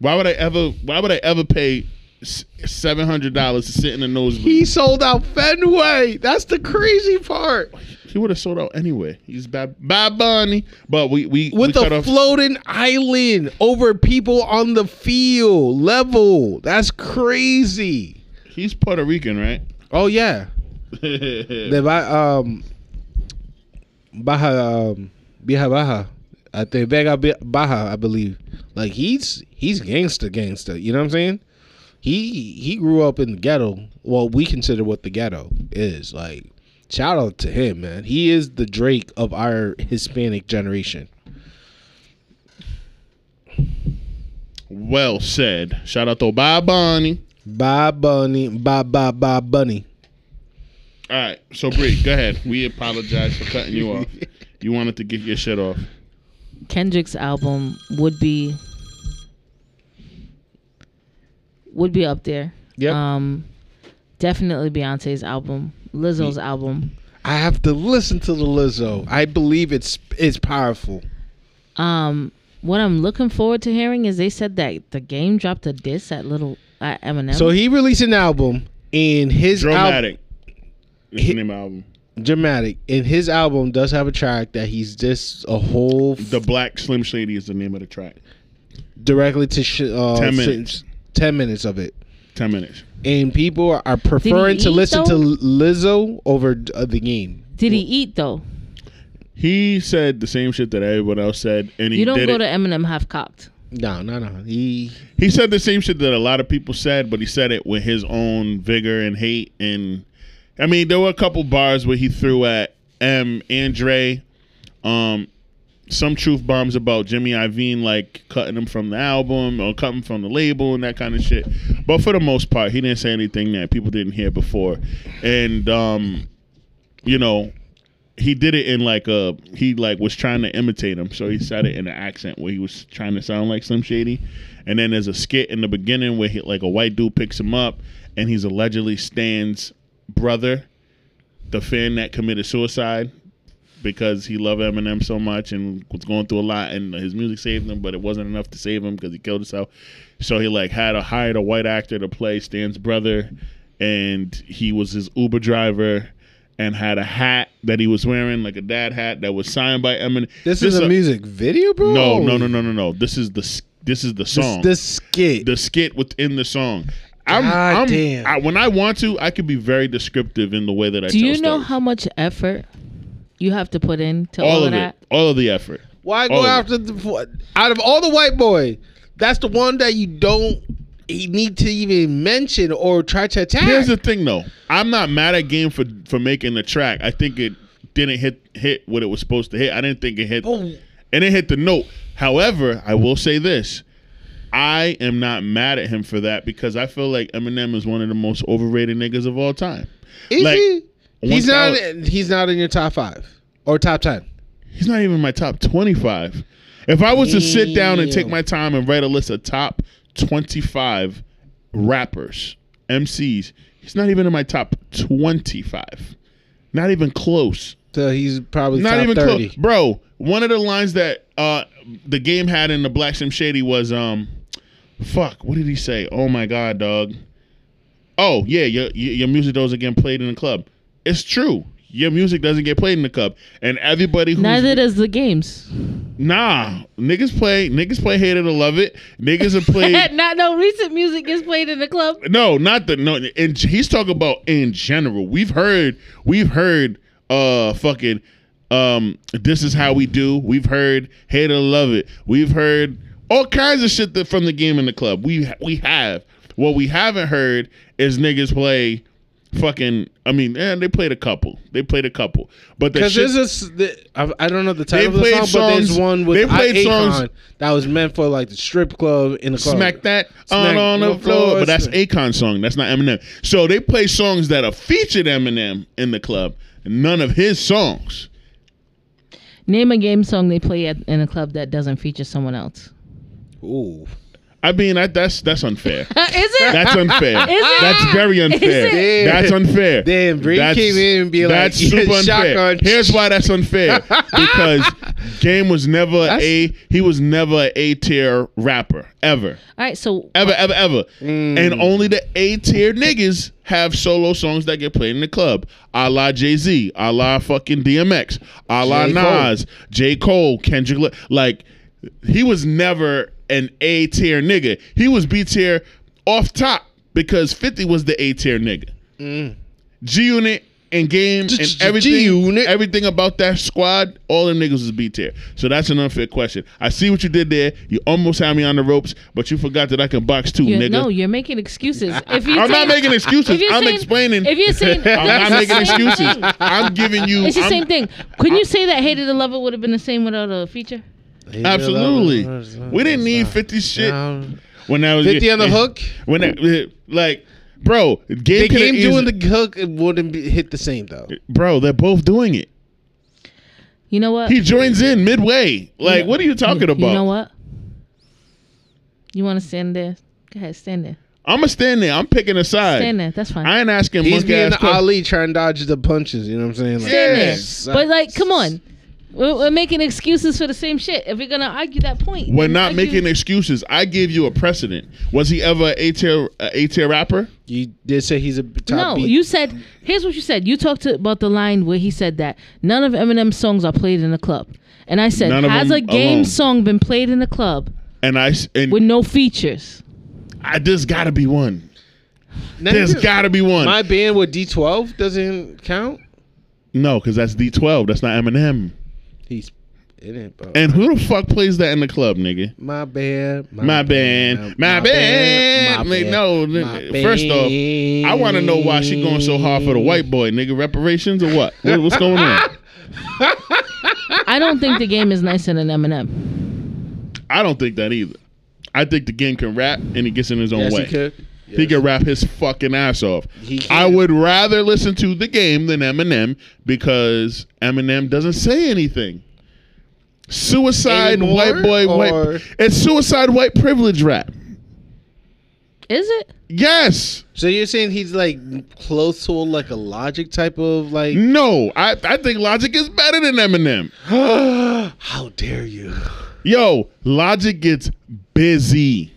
Speaker 1: Why would I ever? Why would I ever pay seven hundred dollars to sit in the nosebleed?
Speaker 2: he sold out Fenway. That's the crazy part.
Speaker 1: He would have sold out anyway. He's bad, bad bunny. But we we we
Speaker 2: with
Speaker 1: cut
Speaker 2: a
Speaker 1: off-
Speaker 2: floating island over people on the field level. That's crazy. [laughs]
Speaker 1: He's Puerto Rican, right?
Speaker 2: Oh yeah,
Speaker 1: yeah.
Speaker 2: The ba- um, Baja, um, Bija Baja, I think Vega Bi- Baja, I believe. Like he's he's gangster, gangster. You know what I'm saying? He he grew up in the ghetto. Well, we consider what the ghetto is. Like, shout out to him, man. He is the Drake of our Hispanic generation.
Speaker 1: Well said. Shout out to Bob Bonnie.
Speaker 2: Bye, bunny. Bye, bye, bye, bunny.
Speaker 1: All right, so Bree, go ahead. We apologize for cutting you off. You wanted to get your shit off.
Speaker 3: Kendrick's album would be would be up there.
Speaker 2: Yep.
Speaker 3: Um, definitely Beyonce's album, Lizzo's album.
Speaker 2: I have to listen to the Lizzo. I believe it's it's powerful.
Speaker 3: Um, what I'm looking forward to hearing is they said that the game dropped a diss at little at Eminem.
Speaker 2: So he released an album, and his album,
Speaker 1: Dramatic. That's the name of the album.
Speaker 2: dramatic, and his album does have a track that he's just a whole f-
Speaker 1: The Black Slim Shady is the name of the track.
Speaker 2: directly to sh- uh, 10,
Speaker 1: 10 minutes.
Speaker 2: minutes. ten minutes of it,
Speaker 1: Ten minutes.
Speaker 2: and people are- are preferring to
Speaker 3: eat,
Speaker 2: listen
Speaker 3: though?
Speaker 2: to Lizzo over uh, the game.
Speaker 3: Did he eat though?
Speaker 1: He said the same shit that everyone else said, and he
Speaker 3: You don't
Speaker 1: did
Speaker 3: go
Speaker 1: it.
Speaker 3: to Eminem half cocked.
Speaker 2: No, no, no. He
Speaker 1: he said the same shit that a lot of people said, but he said it with his own vigor and hate. And I mean, there were a couple bars where he threw at M. Andre, um, some truth bombs about Jimmy Iovine, like cutting him from the album or cutting from the label and that kind of shit. But for the most part, he didn't say anything that people didn't hear before. And um, you know, he did it in like a he like was trying to imitate him, so he said it in an accent where he was trying to sound like Slim Shady. And then there's a skit in the beginning where he, like a white dude picks him up, and he's allegedly Stan's brother, the fan that committed suicide because he loved Eminem so much and was going through a lot, and his music saved him, but it wasn't enough to save him because he killed himself. So he like had a hired a white actor to play Stan's brother, and he was his Uber driver and had a hat that he was wearing, like a dad hat that was signed by Eminem.
Speaker 2: this, is a, music video, bro.
Speaker 1: no, no, no, no, no, no. This is the s- this is the
Speaker 2: This,
Speaker 1: song,
Speaker 2: this skit.
Speaker 1: the skit within the song. I'm,
Speaker 2: God
Speaker 1: I'm
Speaker 2: damn.
Speaker 1: I, when I want to, I could be very descriptive in the way that I
Speaker 3: Do
Speaker 1: tell
Speaker 3: you know
Speaker 1: stories.
Speaker 3: how much effort you have to put in to all,
Speaker 1: all
Speaker 3: of,
Speaker 1: of
Speaker 3: that?
Speaker 1: it, all of the effort.
Speaker 2: Why
Speaker 1: All
Speaker 2: go
Speaker 1: of it.
Speaker 2: after the what- out of all the white boy? That's the one that you don't e- need to even mention or try to attack.
Speaker 1: Here's the thing, though. I'm not mad at Game for for making the track. I think it didn't hit hit what it was supposed to hit. I didn't think it hit,
Speaker 2: Oh.
Speaker 1: and it hit the note. However, I will say this: I am not mad at him for that because I feel like Eminem is one of the most overrated niggas of all time.
Speaker 2: Is
Speaker 1: like,
Speaker 2: he? He's not.
Speaker 1: 1000
Speaker 2: He's not in your top five or top ten.
Speaker 1: He's not even in my top 25. If I was to sit down and take
Speaker 2: Damn.
Speaker 1: my time and write a list of top 25 rappers, MCs, he's not even in my top 25. Not even close.
Speaker 2: So he's probably
Speaker 1: Not
Speaker 2: top
Speaker 1: even
Speaker 2: thirty.
Speaker 1: close. Bro, one of the lines that uh the game had in the Black Sim Shady was um fuck, what did he say? Oh my god, dog. Oh, yeah, your your your music doesn't get played in the club. It's true. Your music doesn't get played in the club. And everybody who's
Speaker 3: Neither does the games.
Speaker 1: Nah, niggas play niggas play hate it or love it. Niggas
Speaker 2: [laughs]
Speaker 1: have played.
Speaker 3: [laughs] Not no recent music gets played in the club.
Speaker 1: no, not the no. And he's talking about in general. We've heard we've heard uh fucking um this is how we do. We've heard hate it or love it. We've heard all kinds of shit that from the game in the club. We we have what we haven't heard is niggas play fucking. I mean, eh, they played a couple. They played a couple, but the
Speaker 2: Because
Speaker 1: shit,
Speaker 2: there's this, the, I, I don't know the
Speaker 1: They
Speaker 2: title of the
Speaker 1: played
Speaker 2: song, but there's
Speaker 1: songs-
Speaker 2: one with
Speaker 1: they
Speaker 2: they
Speaker 1: played songs-
Speaker 2: songs that was meant for like the strip club in the club.
Speaker 1: Smack that
Speaker 2: Smack
Speaker 1: on, on the
Speaker 2: the
Speaker 1: floor.
Speaker 2: floor.
Speaker 1: But that's Akon song. That's not Eminem. So they play songs that are featured Eminem in the club. None of his songs.
Speaker 3: Name a game song they play at, in a club that doesn't feature someone else.
Speaker 2: Ooh,
Speaker 1: I mean, I, that's that's unfair.
Speaker 3: Uh, [laughs] is it?
Speaker 1: That's unfair.
Speaker 3: it?
Speaker 1: That's very unfair.
Speaker 3: Is
Speaker 2: it?
Speaker 1: That's unfair.
Speaker 2: Damn, Bree
Speaker 1: That's-
Speaker 2: came in and be like, [laughs]
Speaker 1: that's
Speaker 2: yeah,
Speaker 1: super unfair.
Speaker 2: shotgun.
Speaker 1: Here's why that's
Speaker 2: [laughs]
Speaker 1: unfair. Because Game was never
Speaker 2: That's-
Speaker 1: a he was never a A tier rapper ever.
Speaker 3: All right, so
Speaker 1: ever, ever, ever.
Speaker 2: Mm.
Speaker 1: And only the A tier niggas have solo songs that get played in the club. A la Jay Z, a la fucking DMX, a la
Speaker 2: J.
Speaker 1: Nas, J. Cole, Kendrick. La- like, he was never an A tier nigga. He was B tier off top because 50 was the A tier nigga. G Unit and game
Speaker 2: Mm. G-
Speaker 1: and
Speaker 2: G-
Speaker 1: everything,
Speaker 2: G-Unit.
Speaker 1: everything about that squad, all them niggas is B tier. So that's an unfair question. I see what you did there. You almost had me on the ropes, but you forgot that I can box too,
Speaker 3: You're-
Speaker 1: nigga.
Speaker 3: no, you're making excuses. If you
Speaker 1: I'm not
Speaker 3: saying-
Speaker 1: making excuses.
Speaker 3: if you're
Speaker 1: I'm
Speaker 3: saying-
Speaker 1: explaining. [laughs]
Speaker 3: If you're saying,
Speaker 1: I'm not
Speaker 3: it's the
Speaker 1: making
Speaker 3: same
Speaker 1: excuses.
Speaker 3: thing.
Speaker 1: I'm giving you.
Speaker 3: [laughs] It's the
Speaker 1: I'm-
Speaker 3: same thing. Couldn't you say that "Hated to Love It" would have been the same without a feature?
Speaker 1: Absolutely. We didn't need 50 shit when I was
Speaker 2: 50 on the hook?
Speaker 1: [laughs] When I, like, bro,
Speaker 2: The
Speaker 1: game could've
Speaker 2: game doing
Speaker 1: easy-
Speaker 2: the hook it wouldn't be, hit the same though.
Speaker 1: bro. They're both doing it.
Speaker 3: You know what?
Speaker 1: He joins in midway. Like, what are you talking about?
Speaker 3: You know what? You want to stand there? Go ahead, stand there.
Speaker 1: I'm gonna stand there. I'm picking a side.
Speaker 3: Stand there. That's fine.
Speaker 1: I ain't asking
Speaker 2: He's
Speaker 1: monkey
Speaker 2: being
Speaker 1: ass questions.
Speaker 2: Ali trying to dodge the punches. You know what I'm saying? Like,
Speaker 1: Stand there.
Speaker 2: sucks.
Speaker 3: but like, come on. We're, we're making excuses for the same shit. If we're gonna argue that point,
Speaker 1: We're
Speaker 3: then
Speaker 1: not
Speaker 3: argue-
Speaker 1: making excuses. I give you a precedent. Was he ever a tier a tier rapper?
Speaker 2: You did say he's a top
Speaker 3: No,
Speaker 2: beat.
Speaker 3: you said. Here's what you said. You talked to, about the line where he said that none of Eminem's songs are played in the club, and I said,
Speaker 1: None of
Speaker 3: has
Speaker 1: them
Speaker 3: a game
Speaker 1: alone.
Speaker 3: song been played in the club
Speaker 1: And I s- and
Speaker 3: with no features?
Speaker 1: I, there's gotta be one.
Speaker 2: Now
Speaker 1: There's
Speaker 2: you-
Speaker 1: gotta be one.
Speaker 2: my band with D12 doesn't count.
Speaker 1: no, because that's D12. That's not Eminem.
Speaker 2: He's it ain't. Bro.
Speaker 1: And who the fuck plays that in the club, nigga?
Speaker 2: my band,
Speaker 1: My band, my band. Like, No, nigga, first off, I want to know why she going so hard for the white boy, nigga. Reparations or what? What- What's going on?
Speaker 3: I don't think the game is nicer than Eminem.
Speaker 1: I don't think that either. I think the game can rap and he gets in his own
Speaker 2: Yes,
Speaker 1: way.
Speaker 2: he could.
Speaker 1: He can rap his fucking ass off.
Speaker 2: He can.
Speaker 1: I would rather listen to the game than Eminem because Eminem doesn't say anything. Suicide
Speaker 2: Anymore,
Speaker 1: white boy
Speaker 2: or-
Speaker 1: white. It's suicide white privilege rap.
Speaker 3: Is it?
Speaker 1: Yes.
Speaker 2: So you're saying he's like close to like a logic type of like?
Speaker 1: No. I, I think Logic is better than Eminem.
Speaker 2: How dare you?
Speaker 1: Yo, Logic gets busy.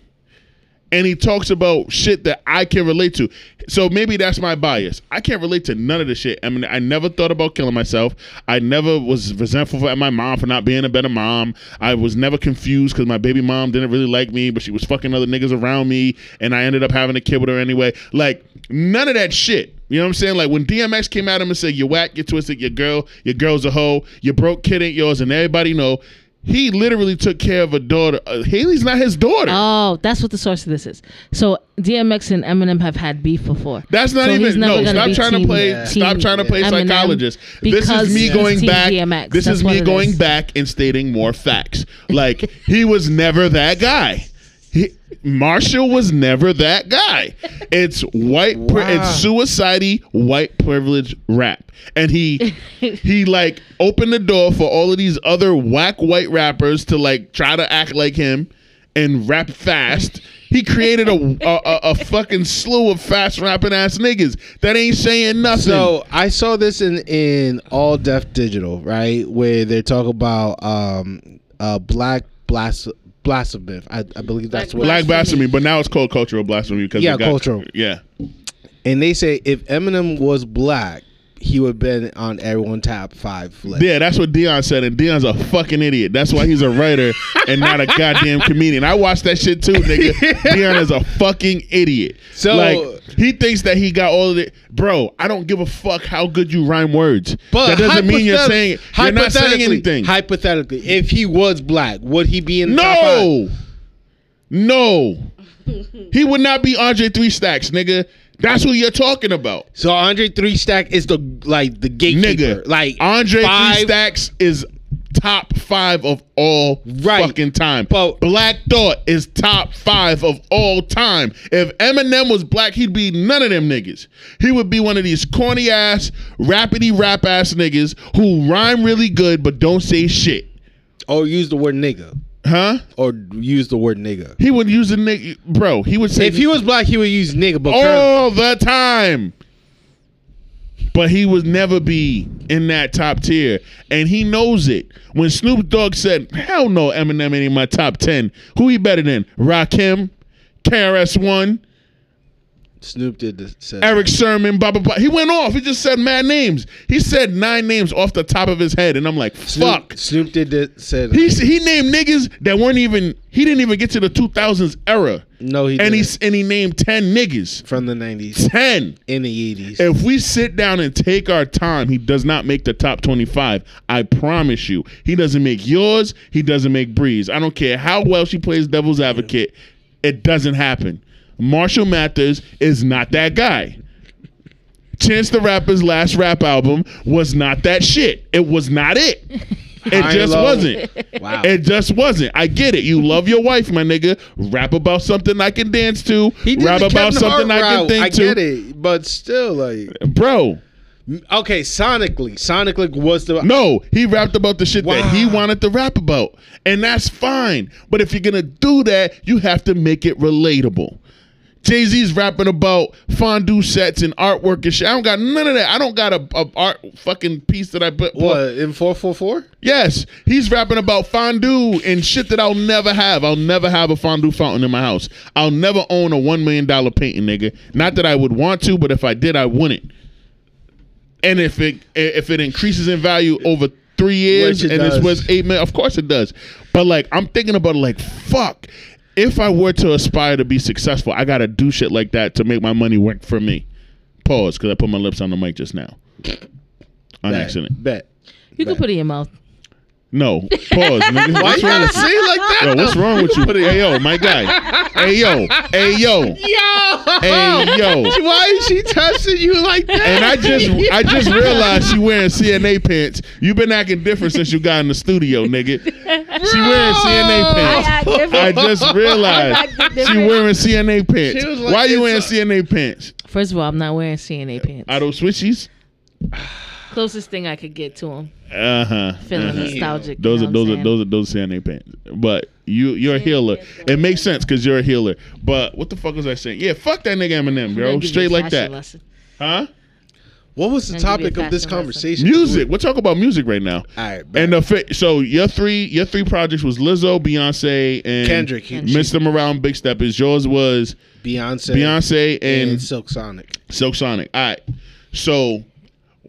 Speaker 1: And he talks about shit that I can relate to. So maybe that's my bias. I can't relate to none of this shit. I mean, I never thought about killing myself. I never was resentful at my mom for not being a better mom. I was never confused because my baby mom didn't really like me, but she was fucking other niggas around me. And I ended up having a kid with her anyway. Like, none of that shit. You know what I'm saying? Like when DMX came at him and said, "You whack, you twisted, your girl, your girl's a hoe, your broke kid ain't yours," and everybody know, he literally took care of a daughter. Uh, Haley's not his daughter.
Speaker 3: Oh, that's what the source of this is. So DMX and Eminem have had beef before.
Speaker 1: That's not
Speaker 3: So he's
Speaker 1: even
Speaker 3: never
Speaker 1: no.
Speaker 3: gonna
Speaker 1: Stop
Speaker 3: be
Speaker 1: trying to
Speaker 3: team-
Speaker 1: play.
Speaker 3: team
Speaker 1: Stop trying to play
Speaker 3: Eminem
Speaker 1: psychologist. This
Speaker 3: because
Speaker 1: is me
Speaker 3: he's
Speaker 1: going
Speaker 3: team
Speaker 1: back.
Speaker 3: DMX.
Speaker 1: This
Speaker 3: That's
Speaker 1: is
Speaker 3: what
Speaker 1: me
Speaker 3: it
Speaker 1: going
Speaker 3: is.
Speaker 1: back and stating more facts. Like he was never that guy. He, Marshall was never that guy. It's white. pri- it's suicide white privilege rap, and he he like opened the door for all of these other whack white rappers to like try to act like him and rap fast. He created a a, a, a fucking slew of fast rapping ass niggas that ain't saying nothing.
Speaker 2: So I saw this in in all deaf digital right where they talk about um uh black blas blasphemy. I, I believe that's what.
Speaker 1: Black blasphemy, but now it's called cultural blasphemy because
Speaker 2: Yeah,
Speaker 1: it got-
Speaker 2: cultural.
Speaker 1: Yeah,
Speaker 2: And they say if Eminem was black, he would have been on everyone top five list.
Speaker 1: yeah, that's what Dion said, and Dion's a fucking idiot. That's why he's a writer and not a goddamn comedian. I watched that shit too,
Speaker 2: [laughs]
Speaker 1: nigga. Dion is a fucking idiot.
Speaker 2: So-
Speaker 1: like, he thinks that he got all of it, bro. I don't give a fuck how good you rhyme words. that doesn't mean you're
Speaker 2: hypothet-
Speaker 1: saying you're not saying
Speaker 2: hypothetically-
Speaker 1: anything.
Speaker 2: Hypothetically, if he was black, would he be in the top five?
Speaker 1: No, no, he would not be Andre Three Stacks, nigga. That's who you're talking about.
Speaker 2: So Andre Three Stack is the like the gatekeeper.
Speaker 1: nigga.
Speaker 2: Like
Speaker 1: Andre
Speaker 2: five-
Speaker 1: Three Stacks is top five of all
Speaker 2: Right.
Speaker 1: fucking time.
Speaker 2: But-
Speaker 1: Black Thought is top five of all time. If Eminem was black, he'd be none of them niggas. He would be one of these corny ass, rapidy rap ass niggas who rhyme really good but don't say shit.
Speaker 2: Or use the word nigga.
Speaker 1: Huh?
Speaker 2: Or use the word nigga.
Speaker 1: He would use a nigga, bro. He would say
Speaker 2: If he was black, he would use nigga. But current-
Speaker 1: all the time. But he would never be in that top tier. And he knows it. When Snoop Dogg said, Hell no, Eminem ain't in my top 10, who he better than? Rakim, KRS1,
Speaker 2: Snoop did this. said
Speaker 1: Eric Sherman, blah blah blah. He went off. He just said mad names. He said nine names off the top of his head, and I'm like,
Speaker 2: Snoop,
Speaker 1: fuck.
Speaker 2: Snoop did this. Said
Speaker 1: He he named niggas that weren't even. He didn't even get to the 2000s era,
Speaker 2: no. He
Speaker 1: and
Speaker 2: didn't.
Speaker 1: he s- and he named ten niggas.
Speaker 2: from the nineties,
Speaker 1: Ten.
Speaker 2: in the eighties.
Speaker 1: If we sit down and take our time, he does not make the top 25. I promise you. He doesn't make yours. He doesn't make Breeze. I don't care how well she plays devil's advocate. It doesn't happen. Marshall Mathers is not that guy. Chance the Rapper's last rap album was not that shit. It was
Speaker 2: [laughs]
Speaker 1: not it. It
Speaker 2: High and
Speaker 1: just
Speaker 2: low.
Speaker 1: wasn't.
Speaker 2: Wow.
Speaker 1: It just wasn't. I get it. You love your wife, my nigga. Rap about something I can dance to.
Speaker 2: he did
Speaker 1: Rap
Speaker 2: the
Speaker 1: about
Speaker 2: Kevin
Speaker 1: something
Speaker 2: Hart
Speaker 1: I can
Speaker 2: route.
Speaker 1: think
Speaker 2: I
Speaker 1: to.
Speaker 2: get it, but still, like,
Speaker 1: Bro,
Speaker 2: okay, sonically, sonically was the
Speaker 1: No, he rapped about the shit that he
Speaker 2: Wow.
Speaker 1: wanted to rap about. And that's fine. But if you're going to do that, you have to make it relatable. Jay Z's rapping about fondue sets and artwork and shit. I don't got none of that. I don't got a, a art fucking piece that I put.
Speaker 2: what in four four four.
Speaker 1: Yes, he's rapping about fondue and shit that I'll never have. I'll never have a fondue fountain in my house. I'll never own a one million dollar painting, nigga. Not that I would want to, but if I did, I wouldn't. And if it if it increases in value over three years
Speaker 2: Which it
Speaker 1: and it's
Speaker 2: does.
Speaker 1: worth eight million, of course it does. But like I'm thinking about it, like fuck. If I were to aspire to be successful, I gotta do shit like that to make my money work for me. Pause, because I put my lips on the mic just now. On accident.
Speaker 2: Bet.
Speaker 3: You can put it in your mouth.
Speaker 1: No. Pause, nigga.
Speaker 2: Why
Speaker 1: What's
Speaker 2: you gotta
Speaker 1: wrong with
Speaker 2: say it like that?
Speaker 1: Yo, what's wrong with you? Hey yo, my guy. Hey yo, hey yo,
Speaker 2: Yo,
Speaker 1: hey yo.
Speaker 2: why is she touching you like that?
Speaker 1: And I just, I just realized she wearing CNA pants. you been acting different since you got in the studio, nigga. She wearing CNA pants.
Speaker 3: act [laughs] different.
Speaker 2: [laughs]
Speaker 1: I just realized
Speaker 3: I act
Speaker 1: she
Speaker 3: different.
Speaker 1: wearing CNA pants.
Speaker 2: She was like, uh,
Speaker 1: Why you wearing
Speaker 2: it's a-
Speaker 1: CNA pants?
Speaker 3: First of all, I'm not wearing CNA pants.
Speaker 1: Are those switchies?
Speaker 3: Closest thing I could get to them.
Speaker 1: Uh huh.
Speaker 3: Feeling
Speaker 2: Mm-hmm.
Speaker 3: nostalgic. you
Speaker 1: Those are
Speaker 3: know what
Speaker 1: those are
Speaker 3: I'm saying?
Speaker 1: those are those are CNA pants. But you you're a healer. It makes sense because you're a healer. But what the fuck was I saying? Yeah, fuck that nigga Eminem,
Speaker 3: I'm gonna
Speaker 1: bro.
Speaker 3: give you a
Speaker 1: Straight like that,
Speaker 3: fashion lesson.
Speaker 1: huh?
Speaker 2: what was the
Speaker 3: Now give me a
Speaker 2: topic of this
Speaker 3: fashion lesson.
Speaker 2: conversation?
Speaker 1: Music. We're talking about music right now.
Speaker 2: All right, bet.
Speaker 1: And the fa- so your three your three projects was Lizzo, Beyonce, and
Speaker 2: Kendrick, he-
Speaker 1: Mr. Morale, Big Step. Is yours was
Speaker 2: Beyonce,
Speaker 1: Beyonce and,
Speaker 2: and Silk Sonic.
Speaker 1: Silk Sonic. All right. So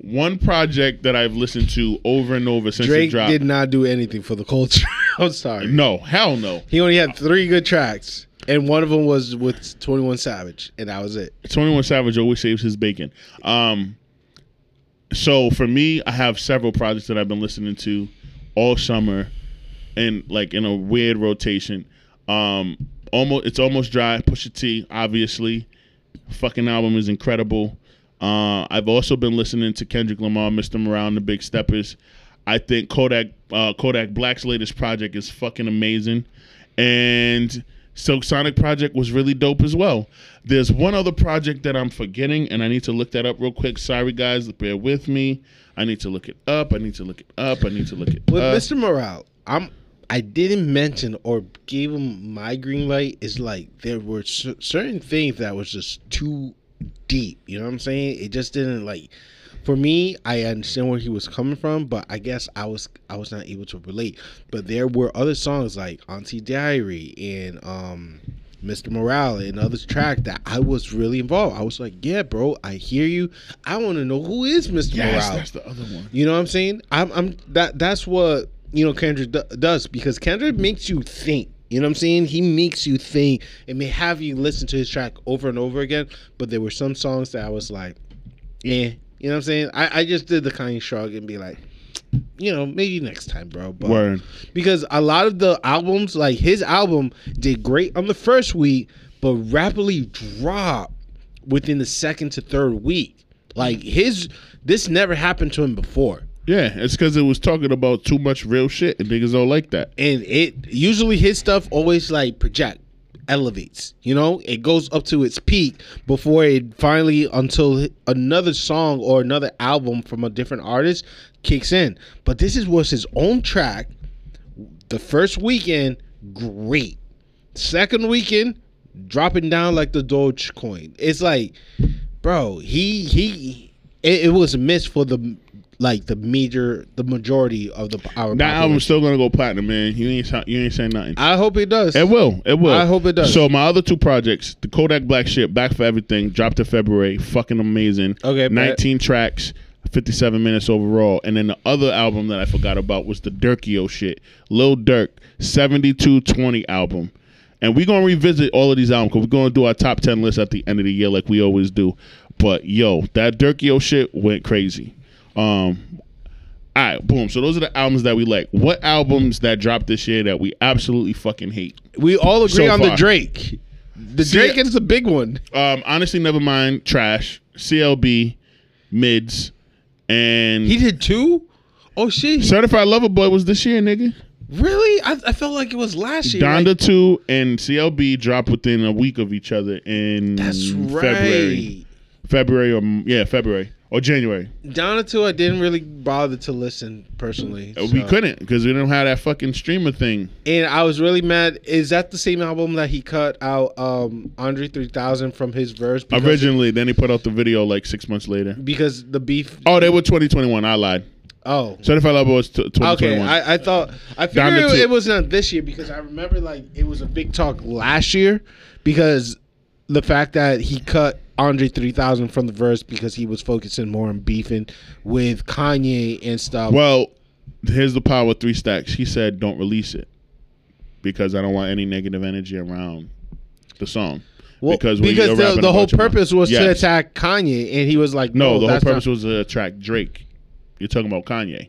Speaker 1: one project that I've listened to over and over since it
Speaker 2: Drake
Speaker 1: dropped.
Speaker 2: did not do anything for the culture. [laughs] I'm sorry.
Speaker 1: no, hell no.
Speaker 2: He only had three good tracks, and one of them was with Twenty One Savage, and that was it.
Speaker 1: Twenty One Savage always saves his bacon. Um, so for me, I have several projects that I've been listening to all summer, and like in a weird rotation. Um, almost it's almost dry. Pusha T, obviously, fucking album is incredible. Uh, I've also been listening to Kendrick Lamar, Mr. Morale, and the Big Steppers. I think Kodak uh, Kodak Black's latest project is fucking amazing, and Silk Sonic project was really dope as well. There's one other project that I'm forgetting, and I need to look that up real quick. Sorry guys, bear with me. I need to look it up. I need to look it up. I need to look it
Speaker 2: With
Speaker 1: up.
Speaker 2: Mr. Morale, I'm I didn't mention or gave him my green light. Is like there were cer- certain things that was just too deep. You know what I'm saying? It just didn't like. For me, I understand where he was coming from, but I guess I was I was not able to relate. But there were other songs like Auntie Diary and um Mr. Morale and other track that I was really involved. I was like, yeah, bro, I hear you. I want to know who is Mr.
Speaker 1: yes,
Speaker 2: Morale.
Speaker 1: that's the other one.
Speaker 2: You know what I'm saying? I'm, I'm that that's what you know Kendrick do- does because Kendrick makes you think. You know what I'm saying? He makes you think and may have you listen to his track over and over again. But there were some songs that I was like, eh. You know what I'm saying? I, I just did the kind shrug and be like, you know, maybe next time, bro. But
Speaker 1: Word.
Speaker 2: because a lot of the albums, like his album, did great on the first week, but rapidly dropped within the second to third week. Like his, this never happened to him before,
Speaker 1: Yeah, it's because it was talking about too much real shit, and niggas don't like that.
Speaker 2: and it usually his stuff always like project elevates. You know, it goes up to its peak before it finally until another song or another album from a different artist kicks in. But this is was his own track. The first weekend, great. Second weekend, dropping down like the Dogecoin. It's like, bro, he he, it, it was a miss for the like the major, the majority of the our.
Speaker 1: That album's
Speaker 2: population.
Speaker 1: still gonna go platinum, man. You ain't sa- you ain't saying nothing.
Speaker 2: I hope it does.
Speaker 1: It will. It will.
Speaker 2: I hope it does.
Speaker 1: So my other two projects, the Kodak Black shit, Back for Everything, dropped in February. Fucking amazing.
Speaker 2: Okay, bet.
Speaker 1: 19 tracks, 57 minutes overall. And then the other album that I forgot about was the Durkio shit, Lil Durk, 7220 album. And we're gonna revisit all of these albums because we're gonna do our top 10 list at the end of the year like we always do. But yo, that Durkio shit went crazy. Um, all right, boom. So those are the albums that we like. What albums that dropped this year that we absolutely fucking hate?
Speaker 2: we all agree
Speaker 1: So
Speaker 2: on the
Speaker 1: far.
Speaker 2: Drake. The
Speaker 1: See,
Speaker 2: Drake is the big one.
Speaker 1: Um, honestly, never mind. Trash. CLB, mids, and
Speaker 2: He did two. Oh shit!
Speaker 1: Certified Lover Boy was this year, nigga.
Speaker 2: really? I, I felt like it was last year.
Speaker 1: Donda
Speaker 2: Like,
Speaker 1: two and CLB dropped within a week of each other in
Speaker 2: that's right.
Speaker 1: February, February or yeah, February or January.
Speaker 2: Donna two, I didn't really bother to listen personally.
Speaker 1: Uh, We
Speaker 2: so-
Speaker 1: couldn't because we didn't have that fucking streamer thing.
Speaker 2: and I was really mad. Is that the same album that he cut out um Andre three thousand from his verse? Because,
Speaker 1: Originally, then he put out the video like six months later.
Speaker 2: because the beef.
Speaker 1: Oh, they were 2021. I lied.
Speaker 2: Oh,
Speaker 1: Certified Lover Boy was t-
Speaker 2: okay.
Speaker 1: 2021.
Speaker 2: I, I thought I
Speaker 1: Down
Speaker 2: figured
Speaker 1: to
Speaker 2: it,
Speaker 1: two.
Speaker 2: it was not this year because I remember like it was a big talk last year because the fact that he cut Andre three thousand from the verse because he was focusing more on beefing with Kanye and stuff.
Speaker 1: Well, here's the power of three stacks. He said, "Don't release it because I don't want any negative energy around the song."
Speaker 2: Well,
Speaker 1: because when you're
Speaker 2: the,
Speaker 1: rapping
Speaker 2: the whole
Speaker 1: about your mom-
Speaker 2: purpose was to
Speaker 1: Yes.
Speaker 2: attack Kanye, and he was like,
Speaker 1: No,
Speaker 2: "No,
Speaker 1: the whole
Speaker 2: that's not-
Speaker 1: purpose was to attract Drake. You're talking about Kanye.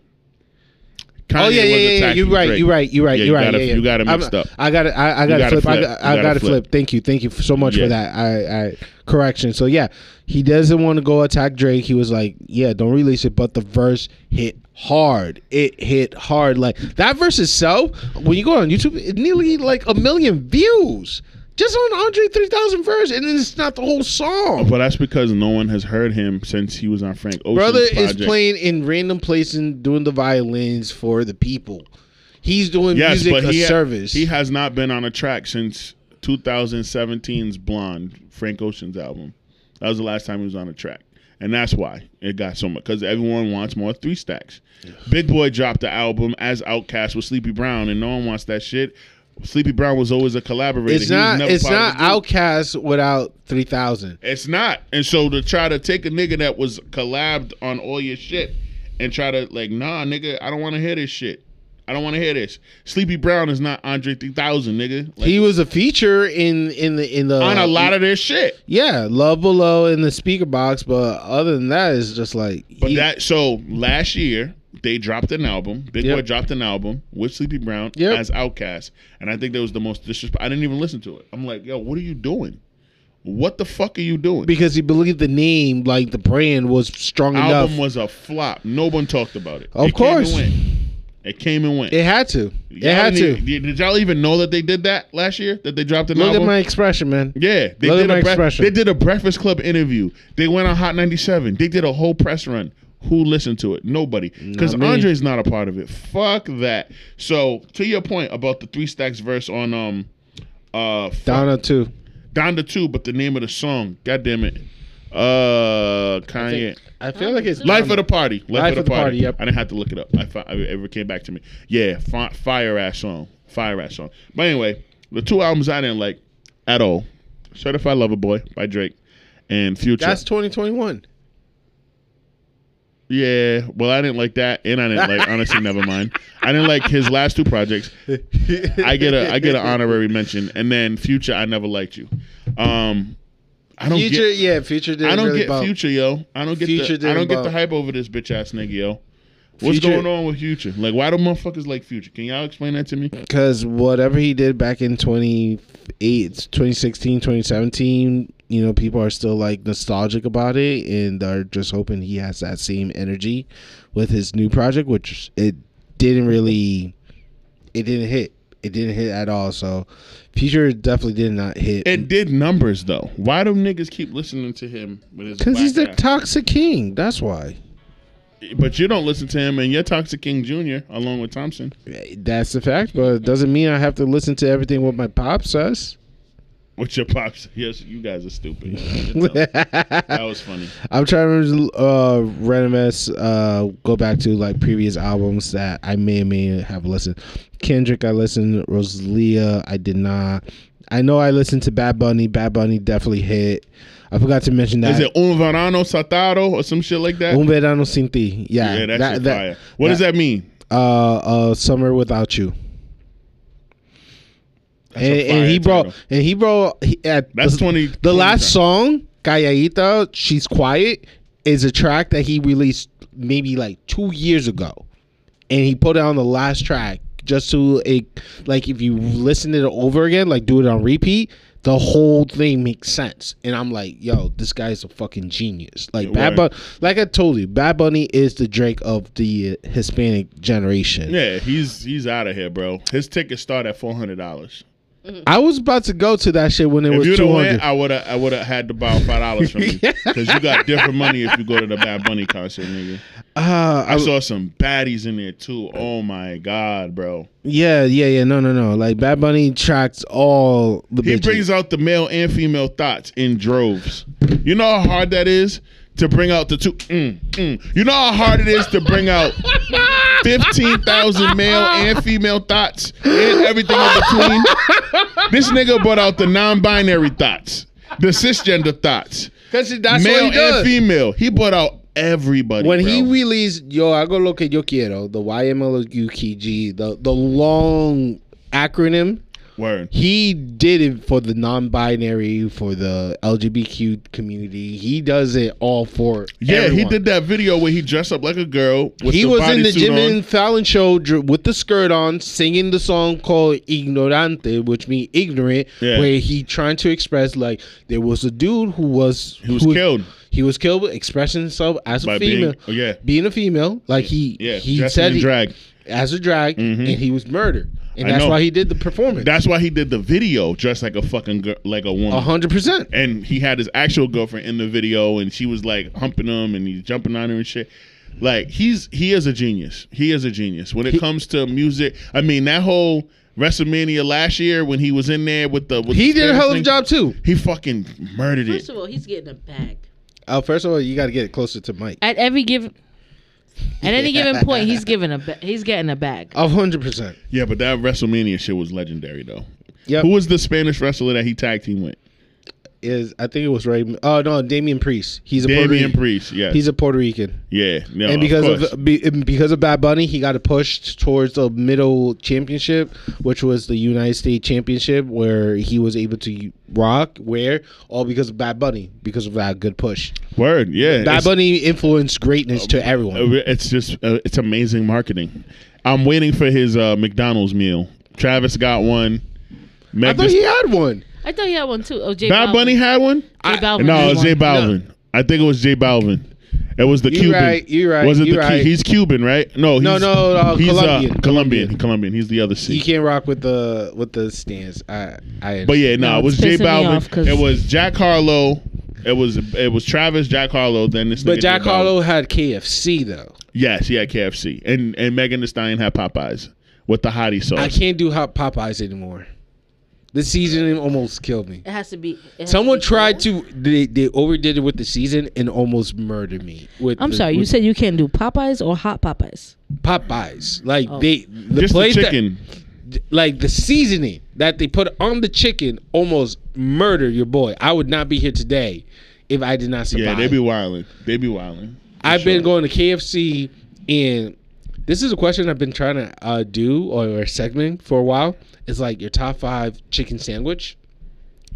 Speaker 1: Kanye
Speaker 2: Oh yeah, yeah,
Speaker 1: was
Speaker 2: yeah, yeah.
Speaker 1: attacking
Speaker 2: You're right.
Speaker 1: Drake.
Speaker 2: You're right. You're right.
Speaker 1: Yeah,
Speaker 2: you're
Speaker 1: you
Speaker 2: right.
Speaker 1: gotta-
Speaker 2: yeah, yeah.
Speaker 1: you gotta mixed
Speaker 2: I'm,
Speaker 1: up.
Speaker 2: I got it. I, I got to
Speaker 1: gotta
Speaker 2: flip. I
Speaker 1: flip.
Speaker 2: got,
Speaker 1: You
Speaker 2: I
Speaker 1: gotta
Speaker 2: got to flip.
Speaker 1: flip.
Speaker 2: Thank you. Thank you so much
Speaker 1: Yeah.
Speaker 2: for that. I, I correction. So yeah, he doesn't want to go attack Drake. He was like, yeah, don't release it. But the verse hit hard. It hit hard. Like that verse itself. When you go on YouTube, it nearly like a million views just on Andre 3000 verse, and it's not the whole song.
Speaker 1: But that's because no one has heard him since he was on Frank Ocean's
Speaker 2: Brother is
Speaker 1: project.
Speaker 2: playing in random places, and doing the violins for the people. He's doing
Speaker 1: yes,
Speaker 2: music
Speaker 1: but
Speaker 2: a
Speaker 1: he,
Speaker 2: service.
Speaker 1: he has not been on a track since 2017's Blonde, Frank Ocean's album. That was the last time he was on a track. And that's why it got so much because everyone wants more three stacks. Big Boy dropped the album as Outkast with Sleepy Brown, and no one wants that shit. Sleepy Brown was always a collaborator.
Speaker 2: It's
Speaker 1: He was
Speaker 2: not.
Speaker 1: never
Speaker 2: It's
Speaker 1: part of
Speaker 2: not
Speaker 1: the group.
Speaker 2: Outcast without three thousand.
Speaker 1: It's not. And so to try to take a nigga that was collabed on all your shit and try to like, nah, nigga, I don't want to hear this shit. I don't want to hear this. Sleepy Brown is not Andre 3000, nigga. Like,
Speaker 2: He uh, was a feature in in the in the
Speaker 1: on a lot of this shit.
Speaker 2: yeah love below in the speaker box, but other than that, it's just like
Speaker 1: But
Speaker 2: he-
Speaker 1: that so last year they dropped an album. Big
Speaker 2: Yep.
Speaker 1: Boy dropped an album with Sleepy Brown
Speaker 2: Yep.
Speaker 1: as Outkast, and I think that was the most disrespect. I didn't even listen to it. I'm like, yo, what are you doing? What the fuck are you doing?
Speaker 2: because he believed the name like the brand was strong
Speaker 1: album
Speaker 2: enough.
Speaker 1: was a flop. No one talked about it.
Speaker 2: Of
Speaker 1: it came and
Speaker 2: course.
Speaker 1: went. it came and went.
Speaker 2: it had to. It
Speaker 1: Y'all
Speaker 2: had to.
Speaker 1: didn't even- did y'all even know that they did that last year? That they dropped an
Speaker 2: Look
Speaker 1: album?
Speaker 2: at my expression, man.
Speaker 1: yeah, they
Speaker 2: look at
Speaker 1: did
Speaker 2: my
Speaker 1: a bre-
Speaker 2: expression.
Speaker 1: they did a Breakfast Club interview. They went on Hot 97. They did a whole press run. Who listened to it? Nobody. Because
Speaker 2: Not me.
Speaker 1: Andre's not a part of it. Fuck that. So to your point about the three stacks verse on um uh fuck,
Speaker 2: Donna too.
Speaker 1: Donda two, but the name of the song, god damn it, uh Kanye.
Speaker 2: I feel like it's
Speaker 1: Life of the party. Life, of the, party.
Speaker 2: yep.
Speaker 1: I didn't have to look it up. I fi- I- it ever came back to me. Yeah, fi- fire ass song. Fire ass song. But anyway, the two albums I didn't like at all: Certified Lover Boy by Drake and Future.
Speaker 2: That's 2021.
Speaker 1: yeah. Well, I didn't like that, and I didn't like. [laughs] honestly, never mind. I didn't like his last two projects. I get a I get an honorary mention, and then Future. I never liked you. Um, I don't
Speaker 2: Future,
Speaker 1: get.
Speaker 2: yeah, Future didn't
Speaker 1: I don't
Speaker 2: really
Speaker 1: get
Speaker 2: bump.
Speaker 1: Future, yo. I don't get
Speaker 2: Future
Speaker 1: the I don't
Speaker 2: didn't
Speaker 1: get the
Speaker 2: bump.
Speaker 1: hype over this bitch ass nigga, yo. What's
Speaker 2: Future-
Speaker 1: going on with Future? Like, why do motherfuckers like Future? Can y'all explain that to me?
Speaker 2: because whatever he did back in 28 2016 2017 you know people are still like nostalgic about it and are just hoping he has that same energy with his new project which it didn't really it didn't hit it didn't hit at all so future definitely did not hit
Speaker 1: It did numbers though. Why do niggas keep listening to him with his?
Speaker 2: because he's the
Speaker 1: black
Speaker 2: toxic king that's why
Speaker 1: ass? But you don't listen to him, and you're Toxic King Jr. along with Thompson.
Speaker 2: that's the fact but it doesn't mean i have to listen to everything what my pop says
Speaker 1: What's your pops? [laughs] Yes, you guys are stupid.
Speaker 2: [laughs]
Speaker 1: that was funny.
Speaker 2: I'm trying to remember, uh, Renemus, uh, go back to like previous albums that I may or may have listened. Kendrick, I listened. Rosalia, I did not. I know I listened to Bad Bunny. Bad Bunny definitely hit. I forgot to mention that.
Speaker 1: Is it un verano satado or some shit like that?
Speaker 2: Un Verano Sin Ti. Yeah,
Speaker 1: yeah, that's that, fire. What does that mean?
Speaker 2: Uh, uh, Summer Without You.
Speaker 1: That's a
Speaker 2: And,
Speaker 1: fire
Speaker 2: and he brought
Speaker 1: title.
Speaker 2: and he brought he, at
Speaker 1: That's
Speaker 2: the,
Speaker 1: 20
Speaker 2: the
Speaker 1: 20
Speaker 2: last
Speaker 1: times.
Speaker 2: song Calladita, she's quiet is a track that he released maybe like 2 years ago and he put it on the last track just to a like if you listen to it over again like do it on repeat the whole thing makes sense and i'm like yo this guy's a fucking genius like
Speaker 1: Yeah,
Speaker 2: bad
Speaker 1: right.
Speaker 2: Bun- [laughs] like i told you bad bunny is the drake of the hispanic generation
Speaker 1: Yeah, he's he's out of here, bro. His tickets start at four hundred dollars.
Speaker 2: i was about to go to that shit when it
Speaker 1: If
Speaker 2: was
Speaker 1: you'd have
Speaker 2: 200
Speaker 1: went, I would have I would have had to borrow five dollars
Speaker 2: [laughs]
Speaker 1: from you because you got different money if you go to the Bad Bunny concert, nigga.
Speaker 2: uh,
Speaker 1: I saw some baddies in there too. Oh my god, bro.
Speaker 2: Yeah, yeah, yeah. No, no, no. Like Bad Bunny tracks all the
Speaker 1: He
Speaker 2: bitches. [laughs]
Speaker 1: brings out the male and female thoughts in droves. You know how hard that is to bring out the two. Mm, mm. You know how hard it is to bring out fifteen thousand male and female thoughts and everything in between. This nigga brought out the non-binary thoughts, the cisgender thoughts,
Speaker 2: that's
Speaker 1: male and female. He brought out everybody.
Speaker 2: When
Speaker 1: bro.
Speaker 2: he released Yo Hago Lo Que Yo Quiero, the YMLUKG, the the long acronym,
Speaker 1: word.
Speaker 2: he did it for the non-binary, for the LGBTQ community. He does it all for
Speaker 1: Yeah, he
Speaker 2: everyone.
Speaker 1: did that video where he dressed up like a girl. With
Speaker 2: he
Speaker 1: the
Speaker 2: was in the
Speaker 1: bodysuit
Speaker 2: Jimmy
Speaker 1: on.
Speaker 2: Fallon show dr- with the skirt on, singing the song called "Ignorante," which means ignorant,
Speaker 1: Yeah.
Speaker 2: where he trying to express like there was a dude who was
Speaker 1: He was killed.
Speaker 2: He was killed, expressing himself as
Speaker 1: By
Speaker 2: a female.
Speaker 1: being- oh, yeah.
Speaker 2: being a female, like he
Speaker 1: Yeah,
Speaker 2: he
Speaker 1: dressed
Speaker 2: said
Speaker 1: in
Speaker 2: he-
Speaker 1: drag. Mm-hmm.
Speaker 2: as a drag, and he was murdered, and
Speaker 1: I
Speaker 2: that's
Speaker 1: know.
Speaker 2: why he did the performance.
Speaker 1: That's why he did the video dressed like a fucking girl, like a woman.
Speaker 2: hundred percent.
Speaker 1: And he had his actual girlfriend in the video, and she was like humping him, and he's jumping on her and shit. Like he's he is a genius. He is a genius when it comes to music. I mean that whole WrestleMania last year when he was in there with the with
Speaker 2: He
Speaker 1: the
Speaker 2: did a
Speaker 1: Spanish
Speaker 2: hell of a
Speaker 1: thing,
Speaker 2: job too.
Speaker 1: He fucking murdered it.
Speaker 3: First of all, he's getting a bag.
Speaker 2: Uh, first of all, you got to get closer to Mike.
Speaker 3: At every given at any given point, [laughs] he's giving a ba- he's getting a bag.
Speaker 2: A hundred percent.
Speaker 1: Yeah, but that WrestleMania shit was legendary though.
Speaker 2: Yep.
Speaker 1: Who was the Spanish wrestler that he tag team with?
Speaker 2: is I think it was Ray. Oh no, Damian Priest. He's a Puerto
Speaker 1: Damian
Speaker 2: Rican.
Speaker 1: Priest. Yes.
Speaker 2: He's a Puerto Rican.
Speaker 1: yeah. No,
Speaker 2: and because
Speaker 1: of,
Speaker 2: of,
Speaker 1: course.
Speaker 2: be, and because of Bad Bunny, he got pushed towards the middle championship, which was the United States Championship, where he was able to rock. Where all because of Bad Bunny, because of that good push.
Speaker 1: word, yeah.
Speaker 2: Bad
Speaker 1: it's-
Speaker 2: Bunny influenced greatness to
Speaker 1: Uh,
Speaker 2: everyone.
Speaker 1: It's just uh, it's amazing marketing. I'm waiting for his uh, McDonald's meal. Travis got one.
Speaker 2: I
Speaker 1: Meg
Speaker 2: thought
Speaker 1: just-
Speaker 2: he had one.
Speaker 3: I thought he had one too. Oh, J
Speaker 1: Bad
Speaker 3: Balvin.
Speaker 1: Bunny had one.
Speaker 3: J Balvin.
Speaker 1: no,
Speaker 3: had
Speaker 1: it was J
Speaker 3: one.
Speaker 1: Balvin. I think it was J Balvin. It was the
Speaker 2: You
Speaker 1: Cuban.
Speaker 2: right, you right,
Speaker 1: Was it
Speaker 2: you
Speaker 1: the Cu-
Speaker 2: right.
Speaker 1: He's Cuban, right? No, he's,
Speaker 2: No, no, no,
Speaker 1: he's
Speaker 2: Colombian,
Speaker 1: Uh, Colombian,
Speaker 2: Colombian.
Speaker 1: Colombian. He's the other C.
Speaker 2: You can't rock with the with the stance. I I.
Speaker 1: But yeah,
Speaker 3: No,
Speaker 1: no, it was J
Speaker 3: it's pissing me off
Speaker 1: Balvin.
Speaker 3: 'cause-
Speaker 1: It was Jack Harlow. It was it was Travis, Jack Harlow. Then this.
Speaker 2: but
Speaker 1: nigga
Speaker 2: Jack
Speaker 1: J Balvin.
Speaker 2: Harlow had KFC though.
Speaker 1: Yes, he had KFC, and and Megan Thee Stallion had Popeyes with the hottie sauce.
Speaker 2: I can't do hot Popeyes anymore. This season almost killed me.
Speaker 3: It has to be. it has
Speaker 2: Someone
Speaker 3: to be
Speaker 2: tried
Speaker 3: cool.
Speaker 2: to they, they overdid it with the season and almost murdered me. With
Speaker 3: I'm
Speaker 2: the-
Speaker 3: sorry. You
Speaker 2: with
Speaker 3: said you can't do Popeyes or hot Popeyes.
Speaker 2: Popeyes like
Speaker 3: Oh.
Speaker 2: they the
Speaker 1: Just the
Speaker 2: place that-
Speaker 1: chicken.
Speaker 2: like the seasoning that they put on the chicken almost murdered your boy. I would not be here today if I did not survive.
Speaker 1: Yeah, they be wilding. They be wilding.
Speaker 2: I've been going to KFC, and this is a question I've been trying to uh, do or, or segment for a while. It's like your top five chicken sandwich.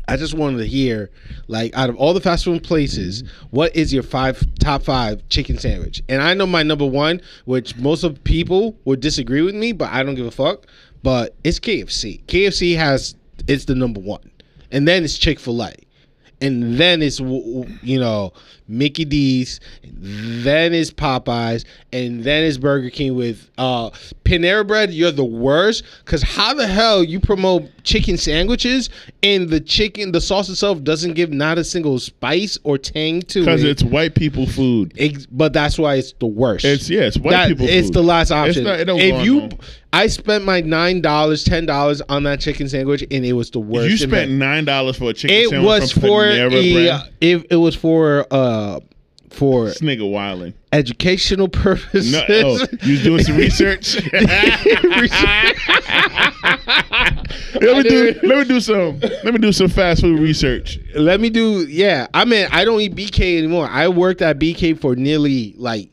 Speaker 2: I just wanted to hear, like, out of all the fast food places, what is your five top five chicken sandwich? And I know my number one, which most of people would disagree with me, but I don't give a fuck. But it's KFC. KFC has it's the number one, and then it's Chick Fil A and then it's w- w- you know Mickey D's, then it's Popeyes, and then it's Burger King with uh Panera Bread. You're the worst because how the hell you promote chicken sandwiches and the chicken, the sauce itself doesn't give not a single spice or tang to it.
Speaker 1: because it's white people food.
Speaker 2: Ex- but that's why it's the worst.
Speaker 1: It's yeah, it's white
Speaker 2: That-
Speaker 1: people.
Speaker 2: It's
Speaker 1: food.
Speaker 2: the last
Speaker 1: It's
Speaker 2: option.
Speaker 1: not- it don't go
Speaker 2: if
Speaker 1: on
Speaker 2: you,
Speaker 1: no-
Speaker 2: I spent my nine dollars, ten dollars on that chicken sandwich, and it was the worst.
Speaker 1: You spent
Speaker 2: investment.
Speaker 1: nine dollars for a chicken
Speaker 2: It
Speaker 1: sandwich
Speaker 2: was
Speaker 1: from
Speaker 2: for
Speaker 1: Panera
Speaker 2: a, uh,
Speaker 1: Bread?
Speaker 2: it, it was for uh for [laughs]
Speaker 1: [laughs] This nigga wilding.
Speaker 2: educational [laughs] purposes.
Speaker 1: No, oh, you was doing
Speaker 2: [laughs]
Speaker 1: some research. let me do. Let me do some. Let me do some fast food research.
Speaker 2: Let me do. Yeah, I mean, I don't eat BK anymore. I worked at BK for nearly like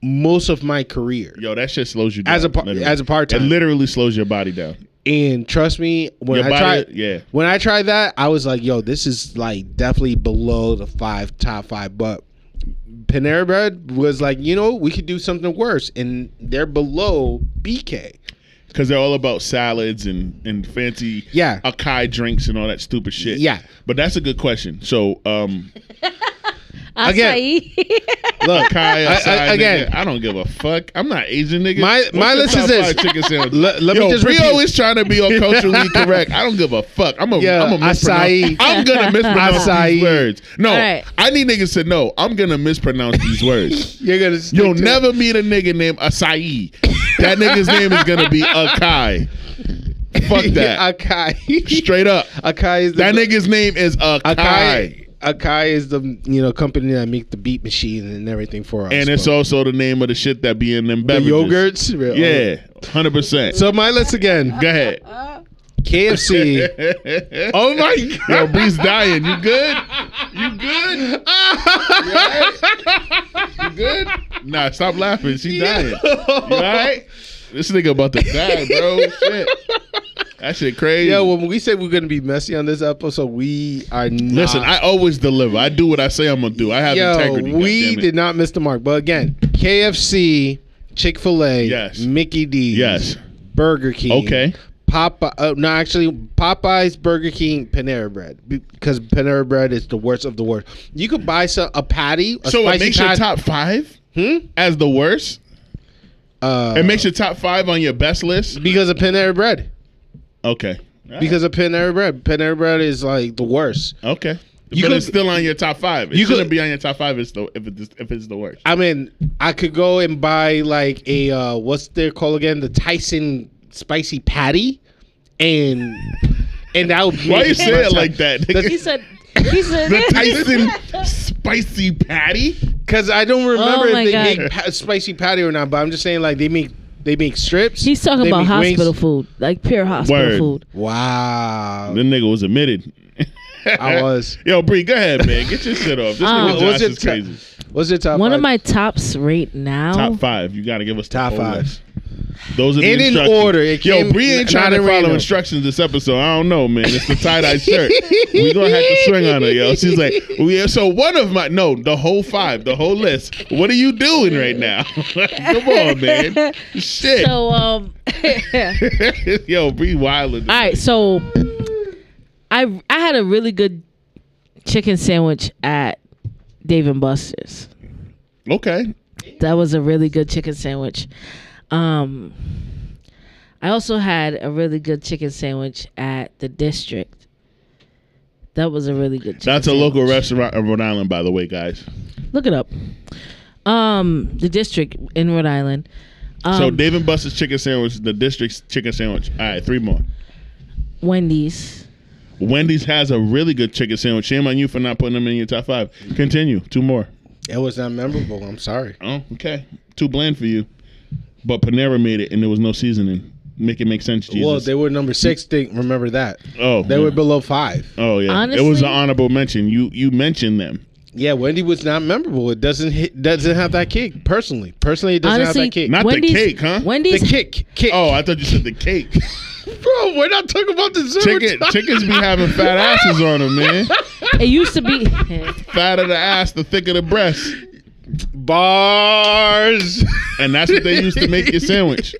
Speaker 2: most of my career
Speaker 1: Yo, that shit slows you down.
Speaker 2: as a par-
Speaker 1: literally.
Speaker 2: as a part
Speaker 1: it
Speaker 2: time.
Speaker 1: literally slows your body down.
Speaker 2: And trust me, when
Speaker 1: Your
Speaker 2: I
Speaker 1: body,
Speaker 2: tried,
Speaker 1: yeah.
Speaker 2: when I tried that, I was like, "Yo, this is like definitely below the five top five." But Panera Bread was like, you know, we could do something worse, and they're below BK.
Speaker 1: Because they're all about salads and, and fancy
Speaker 2: Yeah.
Speaker 1: acai drinks and all that stupid shit.
Speaker 2: Yeah.
Speaker 1: But that's a good question. So, um,
Speaker 2: Again.
Speaker 3: Acai.
Speaker 2: Look,
Speaker 1: acai,
Speaker 2: I- I-
Speaker 1: acai,
Speaker 2: again-
Speaker 1: nigga, I don't give a fuck. I'm not Asian, nigga.
Speaker 2: My-
Speaker 1: What's
Speaker 2: my
Speaker 1: your
Speaker 2: list is
Speaker 1: top
Speaker 2: this.
Speaker 1: five Chicken sandwich?
Speaker 2: Let- let me
Speaker 1: Yo,
Speaker 2: just
Speaker 1: Bree
Speaker 2: repeat.
Speaker 1: always trying to
Speaker 2: [laughs]
Speaker 1: be all culturally correct. I don't give a fuck. I'm a,
Speaker 2: Yeah,
Speaker 1: am a mispronounce.
Speaker 2: acai.
Speaker 1: I'm gonna mispronounce
Speaker 2: Acai.
Speaker 1: these words. No,
Speaker 3: All right.
Speaker 1: I need niggas to know. I'm gonna mispronounce these words.
Speaker 2: you're gonna stick
Speaker 1: You'll
Speaker 2: to-
Speaker 1: never meet a nigga named Acai. That nigga's name is gonna be Akai.
Speaker 2: [laughs]
Speaker 1: Fuck that. [laughs]
Speaker 2: Akai.
Speaker 1: Straight up.
Speaker 2: Akai is the,
Speaker 1: That nigga's name is Akai.
Speaker 2: Akai. Akai is the you know company that make the beat machine and everything for us.
Speaker 1: And it's
Speaker 2: but-
Speaker 1: also the name of the shit that be in them
Speaker 2: the
Speaker 1: beverages.
Speaker 2: yogurts.
Speaker 1: Yeah, 100%.
Speaker 2: So my list again:
Speaker 1: Go ahead. [laughs]
Speaker 2: KFC.
Speaker 1: oh,
Speaker 2: [laughs] oh my
Speaker 1: [laughs] yo,
Speaker 2: god.
Speaker 1: Bree's dying. You good? You good?
Speaker 2: [laughs]
Speaker 1: You, alright? You good? Nah, stop laughing. She dying. You alright? This nigga about to
Speaker 2: [laughs]
Speaker 1: die, bro. Shit. That shit crazy.
Speaker 2: Yeah, when we said we're gonna be messy on this episode, we are not.
Speaker 1: Listen, I always deliver. I do what I say I'm gonna do. I have
Speaker 2: yo,
Speaker 1: integrity.
Speaker 2: we
Speaker 1: goddammit.
Speaker 2: did not miss the mark. But again, KFC, Chick Fil A,
Speaker 1: Yes.
Speaker 2: Mickey D's,
Speaker 1: Yes.
Speaker 2: Burger King,
Speaker 1: Okay.
Speaker 2: Popeye. Uh, no, actually, Popeyes, Burger King, Panera Bread, because Panera Bread is the worst of the worst. You could buy some a patty, a
Speaker 1: So it
Speaker 2: spicy
Speaker 1: makes your
Speaker 2: patty.
Speaker 1: top five
Speaker 2: Hmm?
Speaker 1: as the worst.
Speaker 2: Uh,
Speaker 1: It makes your top five on your best list.
Speaker 2: because of Panera Bread.
Speaker 1: Okay.
Speaker 2: Because of Panera Bread, Panera Bread is like the worst.
Speaker 1: okay.
Speaker 2: You
Speaker 1: but
Speaker 2: could-
Speaker 1: it's still on your top five. It
Speaker 2: you could-
Speaker 1: shouldn't be on your top five. It's the if it's if it's the worst.
Speaker 2: I mean, I could go and buy like a uh, what's their call again? The Tyson spicy patty, and and that would
Speaker 1: Why
Speaker 2: make
Speaker 1: you
Speaker 2: it
Speaker 1: say
Speaker 2: my
Speaker 1: it
Speaker 2: top-
Speaker 1: like that?
Speaker 3: [laughs]
Speaker 2: [laughs]
Speaker 3: he
Speaker 1: nigga?
Speaker 3: said.
Speaker 1: [laughs]
Speaker 3: He said.
Speaker 1: The Tyson
Speaker 3: [laughs]
Speaker 1: spicy patty.
Speaker 2: Cause I don't remember
Speaker 3: Oh my
Speaker 2: if they
Speaker 3: God.
Speaker 2: make pa- spicy patty or not, but I'm just saying like they make they make strips.
Speaker 3: He's talking
Speaker 2: they
Speaker 3: about
Speaker 2: make wings.
Speaker 3: hospital food, like pure hospital
Speaker 1: Word.
Speaker 3: food.
Speaker 2: Wow,
Speaker 1: The nigga was admitted.
Speaker 2: I was.
Speaker 1: [laughs] Yo, Bree, go ahead, man. Get your shit off. This
Speaker 3: Um,
Speaker 1: nigga
Speaker 2: What's
Speaker 1: Josh
Speaker 2: your
Speaker 1: is
Speaker 2: top-
Speaker 1: crazy.
Speaker 2: What's your top?
Speaker 3: One
Speaker 2: five?
Speaker 3: of my tops right now.
Speaker 1: Top five. You got to give us the
Speaker 2: Top
Speaker 1: whole
Speaker 2: five.
Speaker 1: list. Those are the
Speaker 2: And in
Speaker 1: instructions.
Speaker 2: order, it
Speaker 1: Yo,
Speaker 2: came-
Speaker 1: Bree ain't
Speaker 2: not in
Speaker 1: trying to follow
Speaker 2: random.
Speaker 1: instructions this episode. I don't know, man. It's the tie dye shirt. we gonna have to swing on her, yo. She's like, "Oh, yeah. So one of my no, the whole five, the whole list. What are you doing right now? [laughs] Come on, man. Shit.
Speaker 3: So um.
Speaker 1: [laughs]
Speaker 3: [laughs]
Speaker 1: yo, Bree Wilder.
Speaker 3: All right, so I I had a really good chicken sandwich at Dave and Buster's.
Speaker 1: Okay.
Speaker 3: That was a really good chicken sandwich. Um, I also had a really good chicken sandwich at the District. That was a really good. Chicken
Speaker 1: That's a local
Speaker 3: sandwich.
Speaker 1: restaurant in Rhode Island, by the way, guys.
Speaker 3: Look it up. Um, the District in Rhode Island. Um,
Speaker 1: so Dave and Buster's chicken sandwich, the district's chicken sandwich. All right, three more.
Speaker 3: Wendy's.
Speaker 1: Wendy's has a really good chicken sandwich. Shame on you for not putting them in your top five. Continue. Two more.
Speaker 2: it was not memorable. I'm sorry.
Speaker 1: Oh, okay. Too bland for you. But Panera made it and there was no seasoning. Make it make sense, Jesus.
Speaker 2: Well, they were number six. They remember that
Speaker 1: oh,
Speaker 2: they
Speaker 1: yeah.
Speaker 2: were below five.
Speaker 1: Oh yeah. it was
Speaker 3: Honestly-
Speaker 1: an honorable mention. You you mentioned them.
Speaker 2: Yeah, Wendy was not memorable. It doesn't hit, doesn't have that kick. Personally, personally, it doesn't
Speaker 3: Honestly,
Speaker 2: have that kick.
Speaker 1: Not the
Speaker 3: Wendy's,
Speaker 1: cake, huh?
Speaker 2: the
Speaker 3: Wendy's
Speaker 2: kick, kick.
Speaker 1: Oh, I thought you said the cake.
Speaker 2: bro, [laughs] we're not talking about dessert. We're
Speaker 1: Chicken
Speaker 2: talking- [laughs]
Speaker 1: chickens be having fat asses on them, man.
Speaker 3: It used to
Speaker 1: [laughs]
Speaker 3: be. [laughs]
Speaker 1: Fatter the ass, the thicker the breast.
Speaker 2: bars.
Speaker 1: And that's what they used to make
Speaker 2: [laughs]
Speaker 1: your sandwich.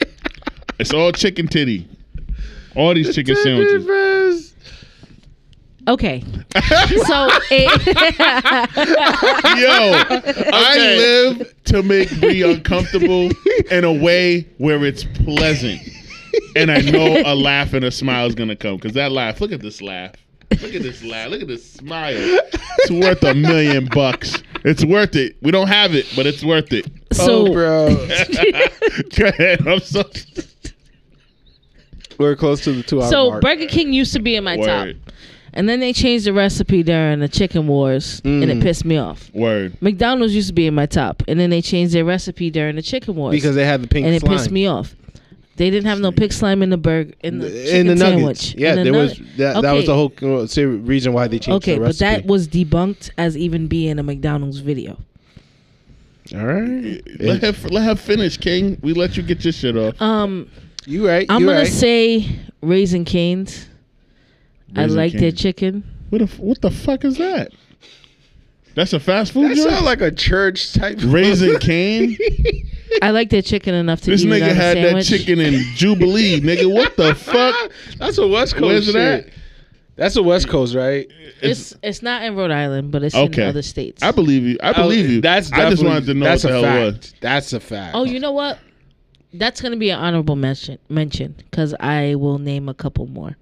Speaker 1: It's all chicken titty. All these chicken sandwiches.
Speaker 2: sandwiches. [laughs]
Speaker 3: Okay. so eh, [laughs] it,
Speaker 2: [laughs]
Speaker 1: Yo, I live to make me uncomfortable in a way where it's pleasant. And I know a laugh and a smile is gonna come. Cause that laugh, look at this laugh. Look at this laugh. Look at this smile. It's worth a million bucks. It's worth it. We don't [laughs] have it, but it's worth it.
Speaker 3: so
Speaker 2: oh, bro.
Speaker 1: Go ahead. I'm so
Speaker 2: [laughs] We're close to the two hour
Speaker 3: So
Speaker 2: mark.
Speaker 3: Burger King used to be in my top,
Speaker 1: Word.
Speaker 3: and then they changed the recipe during the chicken wars, and
Speaker 2: Mm.
Speaker 3: it pissed me off.
Speaker 1: Word.
Speaker 3: McDonald's used to be in my top, and then they changed their recipe during the chicken wars
Speaker 2: because they had the pink
Speaker 3: and it
Speaker 2: slime.
Speaker 3: pissed me off. They didn't have no pig slime in the burger in the
Speaker 2: in the
Speaker 3: chicken
Speaker 2: nuggets.
Speaker 3: sandwich.
Speaker 2: Yeah,
Speaker 3: In the
Speaker 2: there was
Speaker 3: nugget.
Speaker 2: that, that was
Speaker 3: Okay.
Speaker 2: the whole uh, se- reason why they changed
Speaker 3: Okay,
Speaker 2: the
Speaker 3: but
Speaker 2: recipe.
Speaker 3: that was debunked as even being a McDonald's video.
Speaker 2: all right.
Speaker 1: Let her, let her finish, King. We let you get your shit off.
Speaker 3: Um,
Speaker 2: You right?
Speaker 3: I'm
Speaker 2: you
Speaker 3: gonna
Speaker 2: right.
Speaker 3: say Raising Canes. I
Speaker 1: Raising
Speaker 3: like their
Speaker 1: Cane's.
Speaker 3: chicken.
Speaker 1: What the, f- what the fuck is that? That's a fast food
Speaker 2: that
Speaker 1: joint?
Speaker 2: sounds like a church type.
Speaker 1: Raising Cane?
Speaker 3: I like their chicken enough to
Speaker 1: This
Speaker 3: eat it on
Speaker 1: nigga
Speaker 3: a
Speaker 1: had that
Speaker 3: sandwich.
Speaker 1: chicken
Speaker 2: [laughs]
Speaker 1: in Jubilee, nigga. What the fuck?
Speaker 2: [laughs] That's a West Coast.
Speaker 1: Where's it
Speaker 2: Oh, shit.
Speaker 1: at?
Speaker 2: That's a West Coast, right?
Speaker 3: It's it's not in Rhode Island, but it's
Speaker 1: Okay.
Speaker 3: in other states.
Speaker 1: I believe you. I believe you.
Speaker 2: Oh, That's
Speaker 1: I just
Speaker 2: definitely-
Speaker 1: wanted to know what
Speaker 2: that's
Speaker 1: the hell
Speaker 2: a
Speaker 1: it
Speaker 2: fact.
Speaker 1: was.
Speaker 2: That's a fact.
Speaker 3: oh, you know what? That's gonna be an honorable mention mention because I will name a couple more.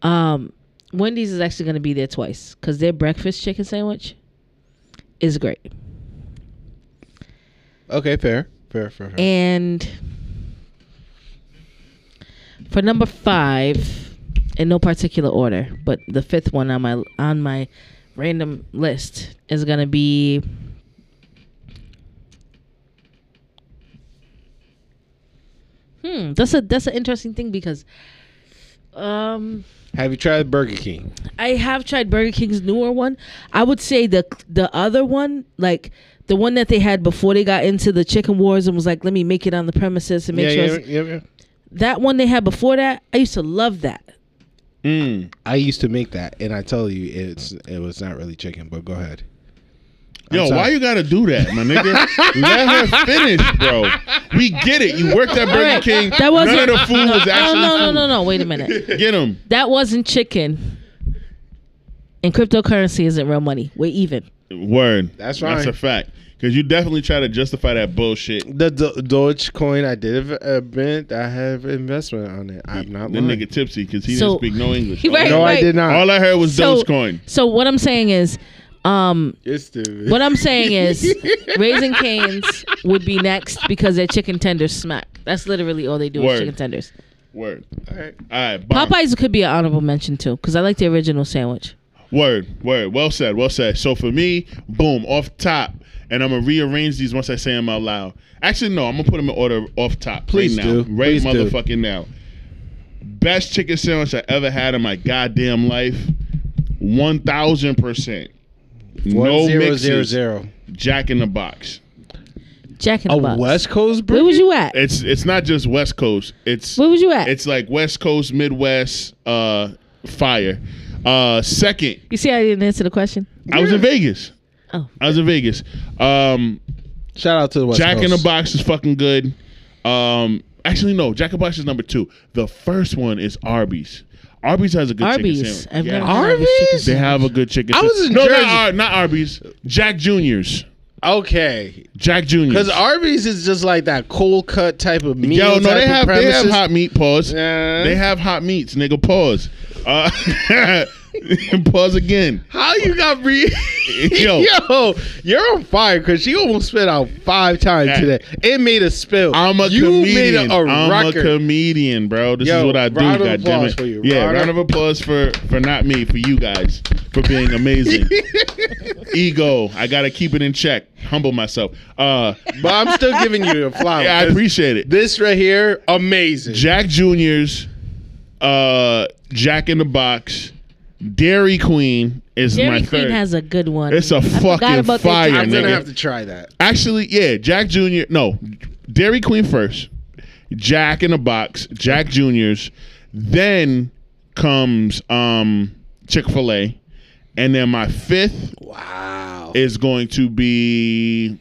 Speaker 3: Um, Wendy's is actually gonna be there twice because their breakfast chicken sandwich is great.
Speaker 2: Okay, fair, fair, fair. fair.
Speaker 3: And for number five, in no particular order, but the fifth one on my on my random list is gonna be Hmm, that's a that's an interesting thing because um
Speaker 2: Have you tried Burger King?
Speaker 3: I have tried Burger King's newer one. I would say the the other one, like the one that they had before they got into the chicken wars and was like, let me make it on the premises and make sure.
Speaker 2: yeah,
Speaker 3: it's-"
Speaker 2: yeah, yeah.
Speaker 3: That one they had before that, I used to love that.
Speaker 1: Mm.
Speaker 2: I used to make that, and I tell you, it's it was not really chicken. But go ahead. I'm
Speaker 1: Yo, why
Speaker 2: sorry.
Speaker 1: you gotta do that, my
Speaker 2: [laughs]
Speaker 1: nigga? Let her finish, bro. We get it. You worked at Burger
Speaker 3: Alright,
Speaker 1: King.
Speaker 3: That wasn't
Speaker 1: None of the food was actually
Speaker 3: No, no, no,
Speaker 1: food.
Speaker 3: no, no. Wait
Speaker 1: [laughs]
Speaker 3: a minute.
Speaker 1: Get him.
Speaker 3: That wasn't chicken. And cryptocurrency isn't real money. We're even.
Speaker 1: Word.
Speaker 2: That's
Speaker 1: That's
Speaker 2: right.
Speaker 1: a fact. Because you definitely try to justify that bullshit.
Speaker 2: The Do- Doge coin, I did admit I have investment on it. I'm not
Speaker 1: The
Speaker 2: lying.
Speaker 1: nigga tipsy because he
Speaker 3: So-
Speaker 1: didn't speak
Speaker 2: [laughs]
Speaker 1: no English.
Speaker 3: Right,
Speaker 2: no, I
Speaker 3: right.
Speaker 2: did not.
Speaker 1: All I heard was
Speaker 3: So,
Speaker 1: Dogecoin.
Speaker 3: so what I'm saying is, um,
Speaker 2: You're stupid.
Speaker 3: What I'm saying
Speaker 1: [laughs]
Speaker 3: is, Raising Canes would be next because their chicken tenders smack. That's literally all they do
Speaker 1: Word.
Speaker 3: is chicken tenders.
Speaker 1: Word.
Speaker 2: All right.
Speaker 1: All right. bomb.
Speaker 3: Popeyes could be an honorable mention too because I like the original sandwich.
Speaker 1: Word, word. Well said, well said. So for me, boom, off top. And I'm going to rearrange these once I say them out loud. Actually, no, I'm going to put them in order off top.
Speaker 2: Please
Speaker 1: right
Speaker 2: do.
Speaker 1: Now. Right
Speaker 2: Please do.
Speaker 1: motherfucking now. Best chicken sandwich I ever had in my goddamn life. 1,000%. no
Speaker 2: One zero
Speaker 1: mixes.
Speaker 2: zero zero.
Speaker 1: Jack in the Box.
Speaker 3: Jack in the
Speaker 2: A
Speaker 3: Box.
Speaker 2: West Coast
Speaker 3: Where
Speaker 2: burger.
Speaker 3: was you at?
Speaker 1: It's it's not just West Coast. It's
Speaker 3: Where was you at?
Speaker 1: It's like West Coast, Midwest, uh, fire. Uh, second,
Speaker 3: you see, I didn't answer the question.
Speaker 1: I was in Vegas.
Speaker 3: Oh,
Speaker 1: I was in Vegas. Um,
Speaker 2: Shout out to the West
Speaker 1: Jack
Speaker 2: Coast.
Speaker 1: in the Box is fucking good. Um, actually, no, Jack in the Box is number two. The first one is Arby's. Arby's has a good chicken
Speaker 3: Arby's.
Speaker 1: sandwich.
Speaker 3: I've
Speaker 1: Yeah.
Speaker 3: never had Arby's. chicken
Speaker 2: Arby's?
Speaker 1: They
Speaker 3: sandwich.
Speaker 1: have a good chicken.
Speaker 2: I was in
Speaker 1: no,
Speaker 2: Jersey.
Speaker 1: Not, Ar- not Arby's. Jack Junior's.
Speaker 2: Okay,
Speaker 1: Jack Junior's.
Speaker 2: because Arby's is just like that cold cut type of meal.
Speaker 1: Yo, no,
Speaker 2: type
Speaker 1: they
Speaker 2: of
Speaker 1: have they have
Speaker 2: premises.
Speaker 1: hot meat. Pause.
Speaker 2: Yeah.
Speaker 1: They have hot meats, nigga. Pause. Uh, [laughs]
Speaker 2: [laughs]
Speaker 1: pause again.
Speaker 2: How you got re? [laughs]
Speaker 1: Yo.
Speaker 2: Yo. you're on fire, Chris. You almost spit out five times
Speaker 1: Yeah.
Speaker 2: today. It made a spill.
Speaker 1: I'm a
Speaker 2: you
Speaker 1: comedian.
Speaker 2: made a, a
Speaker 1: I'm
Speaker 2: record.
Speaker 1: a comedian, bro. This
Speaker 2: Yo,
Speaker 1: is what I do.
Speaker 2: round of
Speaker 1: God damn
Speaker 2: applause
Speaker 1: it.
Speaker 2: for you.
Speaker 1: Yeah,
Speaker 2: Round
Speaker 1: round of
Speaker 2: of-
Speaker 1: applause for for not me, for you guys, for being amazing.
Speaker 2: [laughs]
Speaker 1: Ego, I gotta keep it in check. Humble myself. Uh,
Speaker 2: but I'm still giving you a flower.
Speaker 1: yeah, I appreciate it.
Speaker 2: this right here. Amazing.
Speaker 1: Jack Junior's, uh, Jack in the Box, Dairy Queen is
Speaker 3: Dairy
Speaker 1: my
Speaker 3: Queen
Speaker 1: third.
Speaker 3: has a good one.
Speaker 1: It's a
Speaker 3: I forgot
Speaker 1: fucking
Speaker 3: about their
Speaker 1: fire,
Speaker 2: I'm
Speaker 3: chicken.
Speaker 1: nigga.
Speaker 2: gonna have to try that.
Speaker 1: Actually, yeah, Jack Junior. No, Dairy Queen first. Jack in the box. Jack Junior's. Then comes um, Chick Fil A, and then my fifth
Speaker 2: Wow.
Speaker 1: is going to be,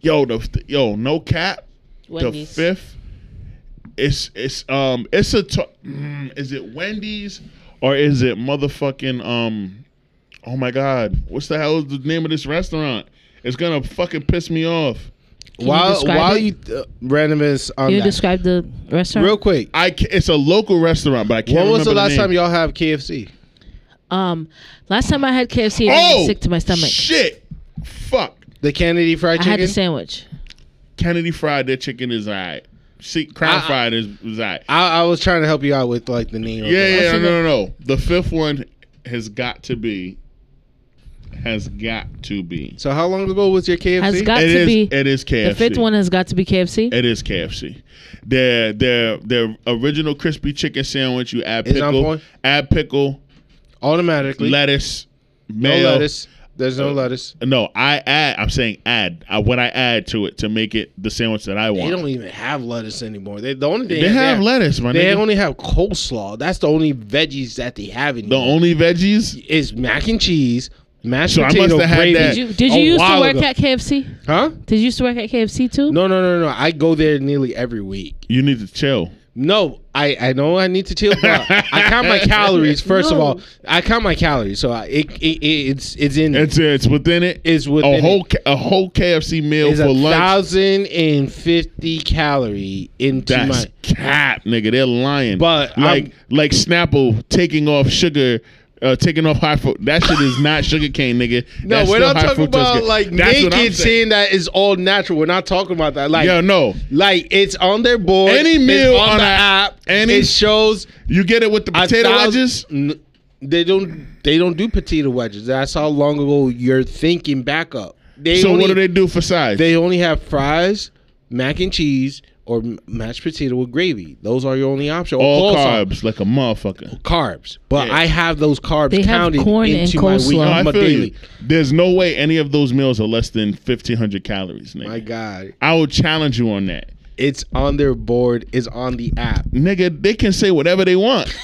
Speaker 1: yo, the yo, no cap. The
Speaker 3: Wendy's.
Speaker 1: fifth. It's it's um it's a t- mm, is it Wendy's or is it motherfucking um oh my god what's the hell is the name of this restaurant? It's gonna fucking piss me off.
Speaker 3: you
Speaker 2: while
Speaker 3: describe
Speaker 2: while
Speaker 3: it?
Speaker 2: you uh, random is on
Speaker 3: Can you
Speaker 2: that.
Speaker 3: describe the restaurant?
Speaker 2: real quick.
Speaker 1: I ca- it's a local restaurant, but I can't.
Speaker 2: When was the
Speaker 1: remember
Speaker 2: last
Speaker 1: name.
Speaker 2: time y'all have KFC?
Speaker 3: um, last time I had KFC, it made me
Speaker 1: Oh,
Speaker 3: sick to my stomach.
Speaker 1: Shit, fuck.
Speaker 2: The Kennedy Fried
Speaker 3: I had
Speaker 2: Chicken.
Speaker 3: the sandwich.
Speaker 1: Kennedy fried their chicken is alright. see, Crown
Speaker 2: I-
Speaker 1: Fried is was all right.
Speaker 2: I, I was trying to help you out with like the name. of
Speaker 1: Yeah,
Speaker 2: the-
Speaker 1: yeah,
Speaker 3: I
Speaker 1: no,
Speaker 3: see
Speaker 1: no, no, no. The fifth one has got to be, has got to be.
Speaker 2: So how long ago was your KFC?
Speaker 3: Has got
Speaker 1: It
Speaker 3: to
Speaker 1: is.
Speaker 3: be
Speaker 1: It is KFC.
Speaker 3: the fifth one has got to be KFC.
Speaker 1: It is KFC. Their their their original crispy chicken sandwich. You add
Speaker 2: It's on
Speaker 1: pickle,
Speaker 2: point.
Speaker 1: add pickle,
Speaker 2: Automatically.
Speaker 1: lettuce,
Speaker 2: no
Speaker 1: mayo.
Speaker 2: lettuce. There's no
Speaker 1: Uh,
Speaker 2: lettuce.
Speaker 1: No, I add. I'm saying add. I, what I add to it to make it the sandwich that I
Speaker 2: They
Speaker 1: want.
Speaker 2: don't even have lettuce anymore. They the only thing
Speaker 1: They, have
Speaker 2: lettuce.
Speaker 1: lettuce, my
Speaker 2: They
Speaker 1: nigga.
Speaker 2: only have coleslaw. That's the only veggies that they have in
Speaker 1: the
Speaker 2: here.
Speaker 1: only veggies.
Speaker 2: is mac and cheese, mashed
Speaker 1: So I must
Speaker 2: potato
Speaker 1: have had
Speaker 2: gravy.
Speaker 1: that-
Speaker 3: Did you did
Speaker 2: a
Speaker 3: you used to
Speaker 2: while
Speaker 3: work
Speaker 2: ago.
Speaker 3: at KFC?
Speaker 2: Huh?
Speaker 3: Did you used to work at KFC too?
Speaker 2: No, no, no, no. I go there nearly every week.
Speaker 1: You need to chill.
Speaker 2: No, I, I know I need to chill. But I count
Speaker 1: [laughs]
Speaker 2: my calories first of
Speaker 3: No.
Speaker 2: all. I count my calories, so I, it, it it's it's in
Speaker 1: It's it's within it.
Speaker 2: it's within
Speaker 1: a
Speaker 2: it.
Speaker 1: whole K- a whole KFC meal
Speaker 2: It's
Speaker 1: for
Speaker 2: a
Speaker 1: lunch.
Speaker 2: thousand and fifty calorie into my.
Speaker 1: That's cap, nigga. They're lying.
Speaker 2: But
Speaker 1: like
Speaker 2: I'm-
Speaker 1: like Snapple taking off sugar. Uh, taking off high fruit. That shit is not sugar cane, nigga.
Speaker 2: No,
Speaker 1: That's
Speaker 2: we're
Speaker 1: still
Speaker 2: not
Speaker 1: high
Speaker 2: talking
Speaker 1: fructose
Speaker 2: about
Speaker 1: cane.
Speaker 2: like
Speaker 1: That's what I'm
Speaker 2: naked
Speaker 1: saying.
Speaker 2: saying that is all natural. We're not talking about that. Like
Speaker 1: Yeah, no.
Speaker 2: Like it's on their board.
Speaker 1: Any
Speaker 2: It's
Speaker 1: meal on
Speaker 2: the
Speaker 1: a-
Speaker 2: app.
Speaker 1: any-
Speaker 2: it shows
Speaker 1: You get it with the potato
Speaker 2: thou-
Speaker 1: wedges.
Speaker 2: N- they don't. They don't do potato wedges. That's how long ago you're thinking back up. They
Speaker 1: So
Speaker 2: only,
Speaker 1: what do they do for sides?
Speaker 2: They only have fries, mac and cheese, or m- mashed potato with gravy. Those are your only options. Or
Speaker 1: All
Speaker 2: coleslaw.
Speaker 1: carbs, like a motherfucker.
Speaker 2: Carbs, but
Speaker 1: Yeah.
Speaker 2: I have those carbs
Speaker 3: They have
Speaker 2: counted
Speaker 3: corn and
Speaker 2: into my week,
Speaker 3: coleslaw. No,
Speaker 2: my
Speaker 1: I feel
Speaker 2: daily.
Speaker 1: you. There's no way any of those meals are less than 1,500 calories, nigga.
Speaker 2: My God,
Speaker 1: I will challenge you on that.
Speaker 2: it's on their board. It's on the app.
Speaker 1: Nigga, they can say whatever
Speaker 2: [laughs]
Speaker 1: they want.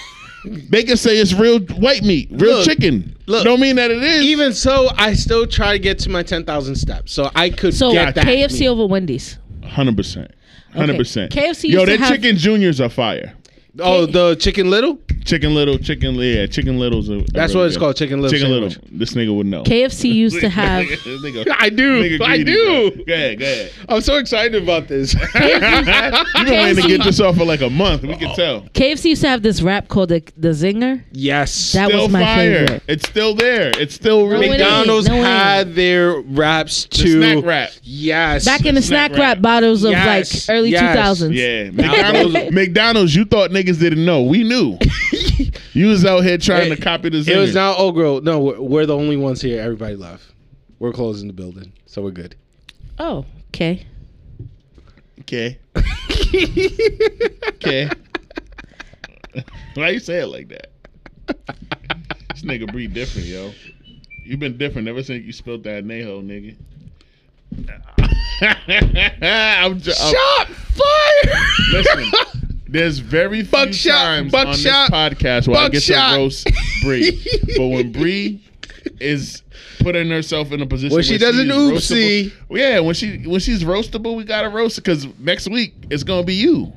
Speaker 1: they can say it's real white meat, real
Speaker 2: Look,
Speaker 1: chicken.
Speaker 2: look.
Speaker 1: Don't mean that it is.
Speaker 2: Even so, I still try to get to my ten thousand steps, so I could
Speaker 3: So
Speaker 2: get that
Speaker 3: KFC
Speaker 2: meal.
Speaker 3: over Wendy's.
Speaker 1: Hundred percent. Hundred percent.
Speaker 3: Okay. KFC
Speaker 1: Yo,
Speaker 3: used to
Speaker 1: their
Speaker 3: have-
Speaker 1: chicken juniors are fire.
Speaker 2: Oh, the Chicken Little. [laughs]
Speaker 1: Chicken little, chicken yeah, chicken littles. Are, are
Speaker 2: That's what
Speaker 1: really
Speaker 2: it's
Speaker 1: good.
Speaker 2: called, chicken little.
Speaker 1: Chicken little.
Speaker 2: sandwich.
Speaker 1: This nigga would know.
Speaker 3: KFC
Speaker 1: [laughs]
Speaker 3: used to have
Speaker 1: This nigga-
Speaker 2: [laughs] I do.
Speaker 1: nigga
Speaker 2: I
Speaker 1: greedy,
Speaker 2: do.
Speaker 1: bro. Go ahead, go
Speaker 2: [laughs]
Speaker 1: ahead.
Speaker 2: I'm so excited about
Speaker 3: [laughs]
Speaker 2: this.
Speaker 1: [laughs] You've been waiting to get this off for like a month. We
Speaker 2: Oh.
Speaker 1: can tell.
Speaker 3: KFC used to have this rap called the the Zinger.
Speaker 2: yes.
Speaker 3: That
Speaker 1: Still
Speaker 3: was my
Speaker 1: fire.
Speaker 3: favorite.
Speaker 1: It's still there. It's still
Speaker 3: No, it
Speaker 1: really
Speaker 3: ain't.
Speaker 1: good.
Speaker 2: McDonald's
Speaker 3: no, it ain't.
Speaker 2: had their wraps too.
Speaker 1: snack wrap.
Speaker 2: Yes.
Speaker 3: Back in the
Speaker 1: snack
Speaker 3: snack,
Speaker 1: wrap.
Speaker 3: wrap, bottles of
Speaker 2: Yes,
Speaker 3: like early two
Speaker 2: yes.
Speaker 3: thousands.
Speaker 1: Yeah, McDonald's. McDonald's. You thought niggas didn't know.
Speaker 2: [laughs]
Speaker 1: We knew. you was out here trying
Speaker 2: It-
Speaker 1: to copy the
Speaker 2: It was
Speaker 1: Zingers.
Speaker 2: not Old Grove. No, we're, we're the only ones here. Everybody left. We're closing the building, so we're good.
Speaker 3: Oh, okay.
Speaker 2: [laughs]
Speaker 1: Okay. Okay. Why you say it like that? This nigga breed different, yo. You been different ever since you spilled that neho, nigga. [laughs] I'm j- I'm-
Speaker 2: Shot fire.
Speaker 1: Listen,
Speaker 2: [laughs]
Speaker 1: there's very few
Speaker 2: Buckshot,
Speaker 1: times
Speaker 2: buckshot,
Speaker 1: on this podcast where I get
Speaker 2: buckshot.
Speaker 1: to roast
Speaker 2: [laughs]
Speaker 1: Bree, but when Bree is putting herself in a position
Speaker 2: When she
Speaker 1: where
Speaker 2: does an
Speaker 1: is
Speaker 2: oopsie.
Speaker 1: roastable- yeah, when she when she's roastable, we gotta roast because next week it's gonna be you,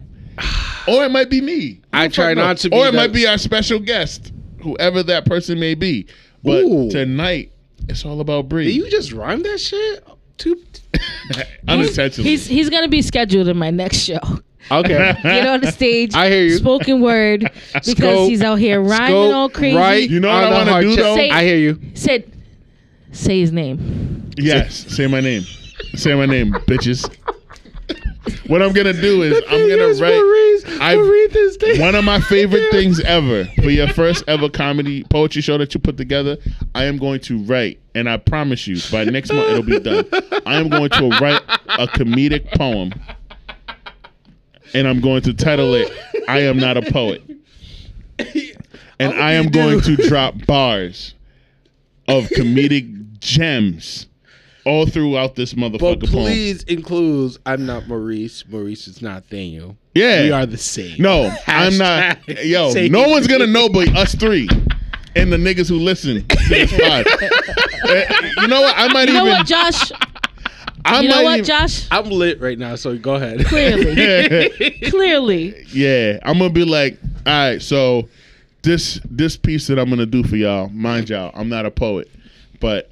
Speaker 1: or it might be me.
Speaker 2: I
Speaker 1: Who the
Speaker 2: try
Speaker 1: fuck knows?
Speaker 2: not to be
Speaker 1: or it
Speaker 2: the-
Speaker 1: might be our special guest, whoever that person may be. But
Speaker 2: Ooh.
Speaker 1: tonight it's all about Bree.
Speaker 2: Did you just rhyme that shit? Two.
Speaker 1: [laughs] unintentionally.
Speaker 3: He's he's gonna be scheduled in my next show.
Speaker 2: Okay.
Speaker 3: Get on the stage.
Speaker 2: I hear you.
Speaker 3: Spoken word because
Speaker 2: Scope,
Speaker 3: he's out here rhyming
Speaker 2: Scope
Speaker 3: all crazy.
Speaker 2: Right
Speaker 1: You know
Speaker 2: on
Speaker 1: what I
Speaker 2: the
Speaker 1: wanna
Speaker 2: hard
Speaker 1: do,
Speaker 2: chest.
Speaker 1: though? Say-
Speaker 2: I hear you.
Speaker 3: Said, say his name.
Speaker 1: Yes, say my name. Say my name, bitches. What I'm gonna do is I'm gonna write I've-
Speaker 2: this thing.
Speaker 1: one of [laughs] my favorite things ever for your first ever comedy poetry show that you put together. I am going to write, and I promise you, by next month it'll be done. I am going to write a comedic poem, and I'm going to title it "I Am Not a Poet," and I am
Speaker 2: you
Speaker 1: going to
Speaker 2: do.
Speaker 1: drop bars of comedic gems all throughout this
Speaker 2: But
Speaker 1: motherfucker poem.
Speaker 2: please include I'm not Maurice. Maurice is not Daniel.
Speaker 1: Yeah.
Speaker 2: We are the same.
Speaker 1: No, I'm not.
Speaker 2: Hashtag
Speaker 1: Yo,
Speaker 2: same.
Speaker 1: no one's gonna know but us three and the niggas who listen to this pod. Eh, you know what? I might
Speaker 3: You know
Speaker 1: even.
Speaker 3: what, Josh?
Speaker 1: I
Speaker 3: You
Speaker 1: might
Speaker 3: know what,
Speaker 2: [laughs]
Speaker 1: even-
Speaker 3: Josh?
Speaker 2: I'm lit right now, so go ahead.
Speaker 3: Clearly,
Speaker 1: Yeah,
Speaker 3: clearly.
Speaker 1: yeah, I'm gonna be like, all right, so this this piece that I'm gonna do for y'all, mind y'all, I'm not a poet, but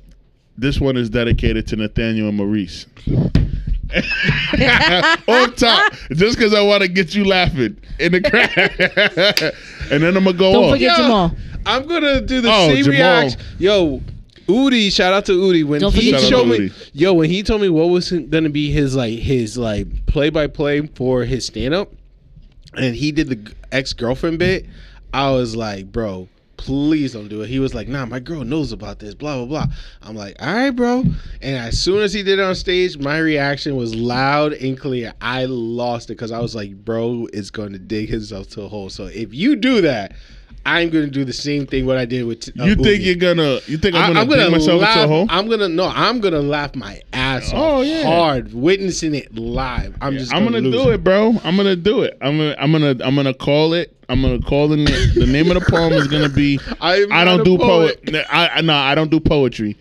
Speaker 1: this one is dedicated to Nathaniel and Maurice. [laughs] on top, just because I want to get you laughing in the crowd, [laughs] and then I'm gonna go
Speaker 3: Don't
Speaker 1: off.
Speaker 3: forget Jamal.
Speaker 2: [laughs] I'm gonna do the
Speaker 1: Oh,
Speaker 2: same
Speaker 1: Jamal.
Speaker 2: reaction. Yo, Udi, shout out to Udi when
Speaker 3: Don't
Speaker 2: he
Speaker 3: forget- Shout out
Speaker 2: showed
Speaker 1: to
Speaker 2: me.
Speaker 1: Udi.
Speaker 2: Yo, when he told me what was gonna be his like his like play by play for his stand up, and he did the ex girlfriend bit, I was like, bro, please don't do it. He was like, nah, my girl knows about this, blah blah blah. I'm like, all right, bro. And as soon as he did it on stage, my reaction was loud and clear. I lost it because I was like, bro is going to dig himself to a hole. So if you do that. I'm gonna do the same thing what I did with. uh,
Speaker 1: You think
Speaker 2: Udi.
Speaker 1: you're gonna? You think
Speaker 2: I-
Speaker 1: I'm gonna, dig myself
Speaker 2: laugh.
Speaker 1: into a hole?
Speaker 2: I'm gonna no. I'm gonna laugh my ass off.
Speaker 1: Oh, yeah.
Speaker 2: hard witnessing it live. I'm just.
Speaker 1: I'm
Speaker 2: Gonna
Speaker 1: gonna
Speaker 2: lose
Speaker 1: do it, bro. I'm gonna do it. I'm gonna I'm gonna I'm gonna call it. I'm gonna call the name. the name of the poem is gonna
Speaker 2: [laughs]
Speaker 1: be
Speaker 2: I am
Speaker 1: I
Speaker 2: not
Speaker 1: don't
Speaker 2: a
Speaker 1: do
Speaker 2: poet.
Speaker 1: poet. I, I no, I don't do poetry.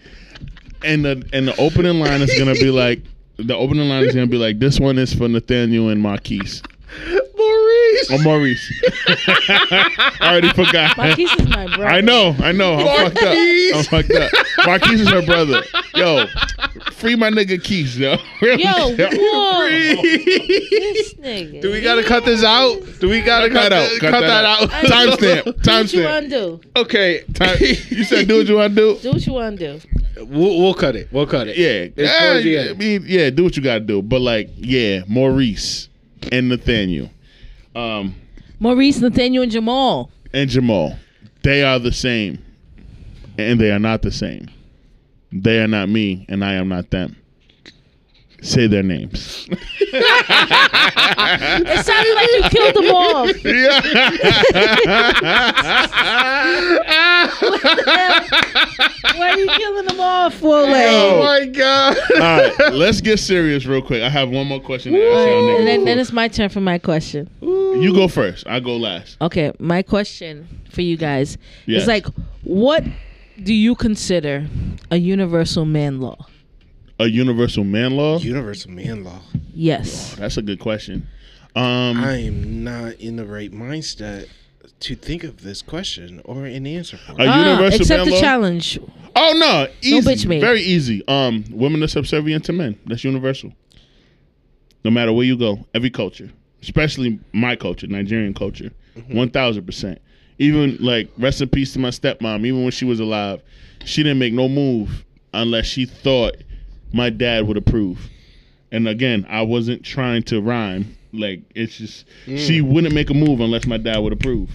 Speaker 1: And the and the opening line is gonna be like the opening line is gonna be like this one is for Nathaniel and Marquise
Speaker 2: Maurice.
Speaker 1: [laughs] or Maurice. I already forgot. [laughs]
Speaker 3: Marquise is my brother.
Speaker 1: I know, I know. I'm fucked up.
Speaker 2: Marquise.
Speaker 1: I'm fucked up. Marquise is her brother. Yo, free my nigga Keys, yo. [laughs] Really,
Speaker 3: Yo, whoa.
Speaker 2: Maurice.
Speaker 3: This nigga.
Speaker 2: do we gotta cut this out? Do we gotta cut,
Speaker 1: Cut that out.
Speaker 2: that- Cut that out.
Speaker 1: Timestamp.
Speaker 3: What you
Speaker 1: Timestamp.
Speaker 3: want to do?
Speaker 2: okay.
Speaker 1: Time- [laughs] You said do what you want to do.
Speaker 3: Do what you want to do.
Speaker 2: We'll, we'll cut it. We'll cut it.
Speaker 1: Yeah,
Speaker 2: It's
Speaker 1: yeah,
Speaker 2: towards the
Speaker 1: I
Speaker 2: end.
Speaker 1: mean, yeah, do what you gotta do. But like, yeah, Maurice and Nathaniel, um,
Speaker 3: Maurice, Nathaniel, and Jamal.
Speaker 1: and Jamal, they are the same, and they are not the same. They are not me, and I am not them. Say their names.
Speaker 3: It sounded like you killed them all. Why are you killing them all for?
Speaker 1: Yo.
Speaker 3: Like?
Speaker 2: Oh my god.
Speaker 1: All right, let's get serious real quick. I have one more question. To ask y'all
Speaker 3: And then,
Speaker 1: niggas.
Speaker 3: then it's my turn for my question.
Speaker 1: You go first. I go last.
Speaker 3: Okay, my question for you guys
Speaker 1: Yes.
Speaker 3: is like, what do you consider a universal man law?
Speaker 1: A universal man law.
Speaker 2: Universal man law.
Speaker 3: Yes.
Speaker 1: That's a good question. Um,
Speaker 2: I am not in the right mindset to think of this question or an answer for
Speaker 1: a
Speaker 2: it.
Speaker 1: universal
Speaker 3: Ah, accept
Speaker 1: man
Speaker 3: the
Speaker 1: law.
Speaker 3: challenge.
Speaker 1: Oh no, easy,
Speaker 3: bitch me.
Speaker 1: very easy. Um, women are subservient to men. That's universal. No matter where you go, every culture, especially my culture, Nigerian culture, one thousand percent. Even like rest in peace to my stepmom. Even when she was alive, she didn't make no move unless she thought my dad would approve. And again, I wasn't trying to rhyme. Like it's just she wouldn't make a move unless my dad would approve.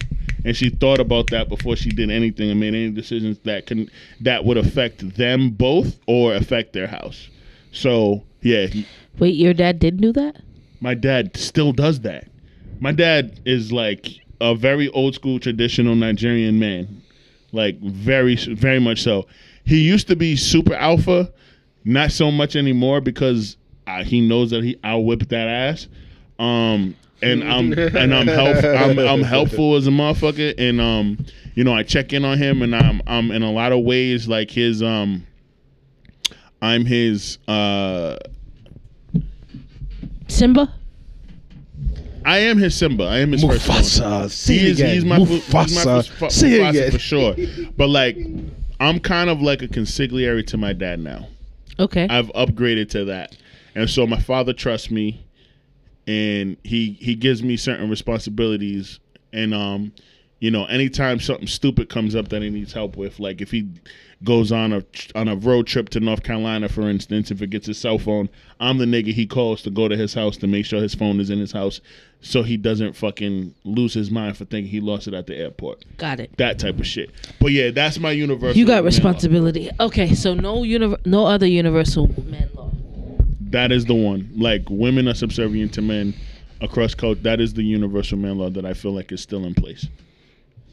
Speaker 1: And she thought about that before she did anything and made any decisions that can that would affect them both or affect their house. So yeah, he-
Speaker 3: Wait, your dad did do that?
Speaker 1: my dad still does that. My dad is like a very old school traditional Nigerian man, like very very much so. He used to be super alpha, not so much anymore because uh he knows that he I'll whip that ass. Um, and I'm and I'm help I'm, I'm helpful as a motherfucker, and um, you know I check in on him, and I'm I'm in a lot of ways like his um, I'm his uh.
Speaker 3: Simba?
Speaker 1: I am his Simba. I am his
Speaker 2: Mufasa,
Speaker 1: First
Speaker 2: say it
Speaker 1: he is,
Speaker 2: again.
Speaker 1: He's my, fu- he's my
Speaker 2: Mufasa,
Speaker 1: fu- fu-
Speaker 2: say it
Speaker 1: Mufasa
Speaker 2: again.
Speaker 1: for sure. But like, I'm kind of like a consigliere to my dad now.
Speaker 3: Okay.
Speaker 1: I've upgraded to that, and so my father trusts me, and he he gives me certain responsibilities, and um, you know, anytime something stupid comes up that he needs help with, like if he goes on a on a road trip to North Carolina, for instance, and forgets his cell phone, I'm the nigga he calls to go to his house to make sure his phone is in his house, so he doesn't fucking lose his mind for thinking he lost it at the airport.
Speaker 3: got it.
Speaker 1: That type of shit. But yeah, that's my universal.
Speaker 3: You got
Speaker 1: man law.
Speaker 3: responsibility. Okay, so no univer- no other universal man law.
Speaker 1: That is the one. Like women are subservient to men across code. That is the universal man law that I feel like is still in place.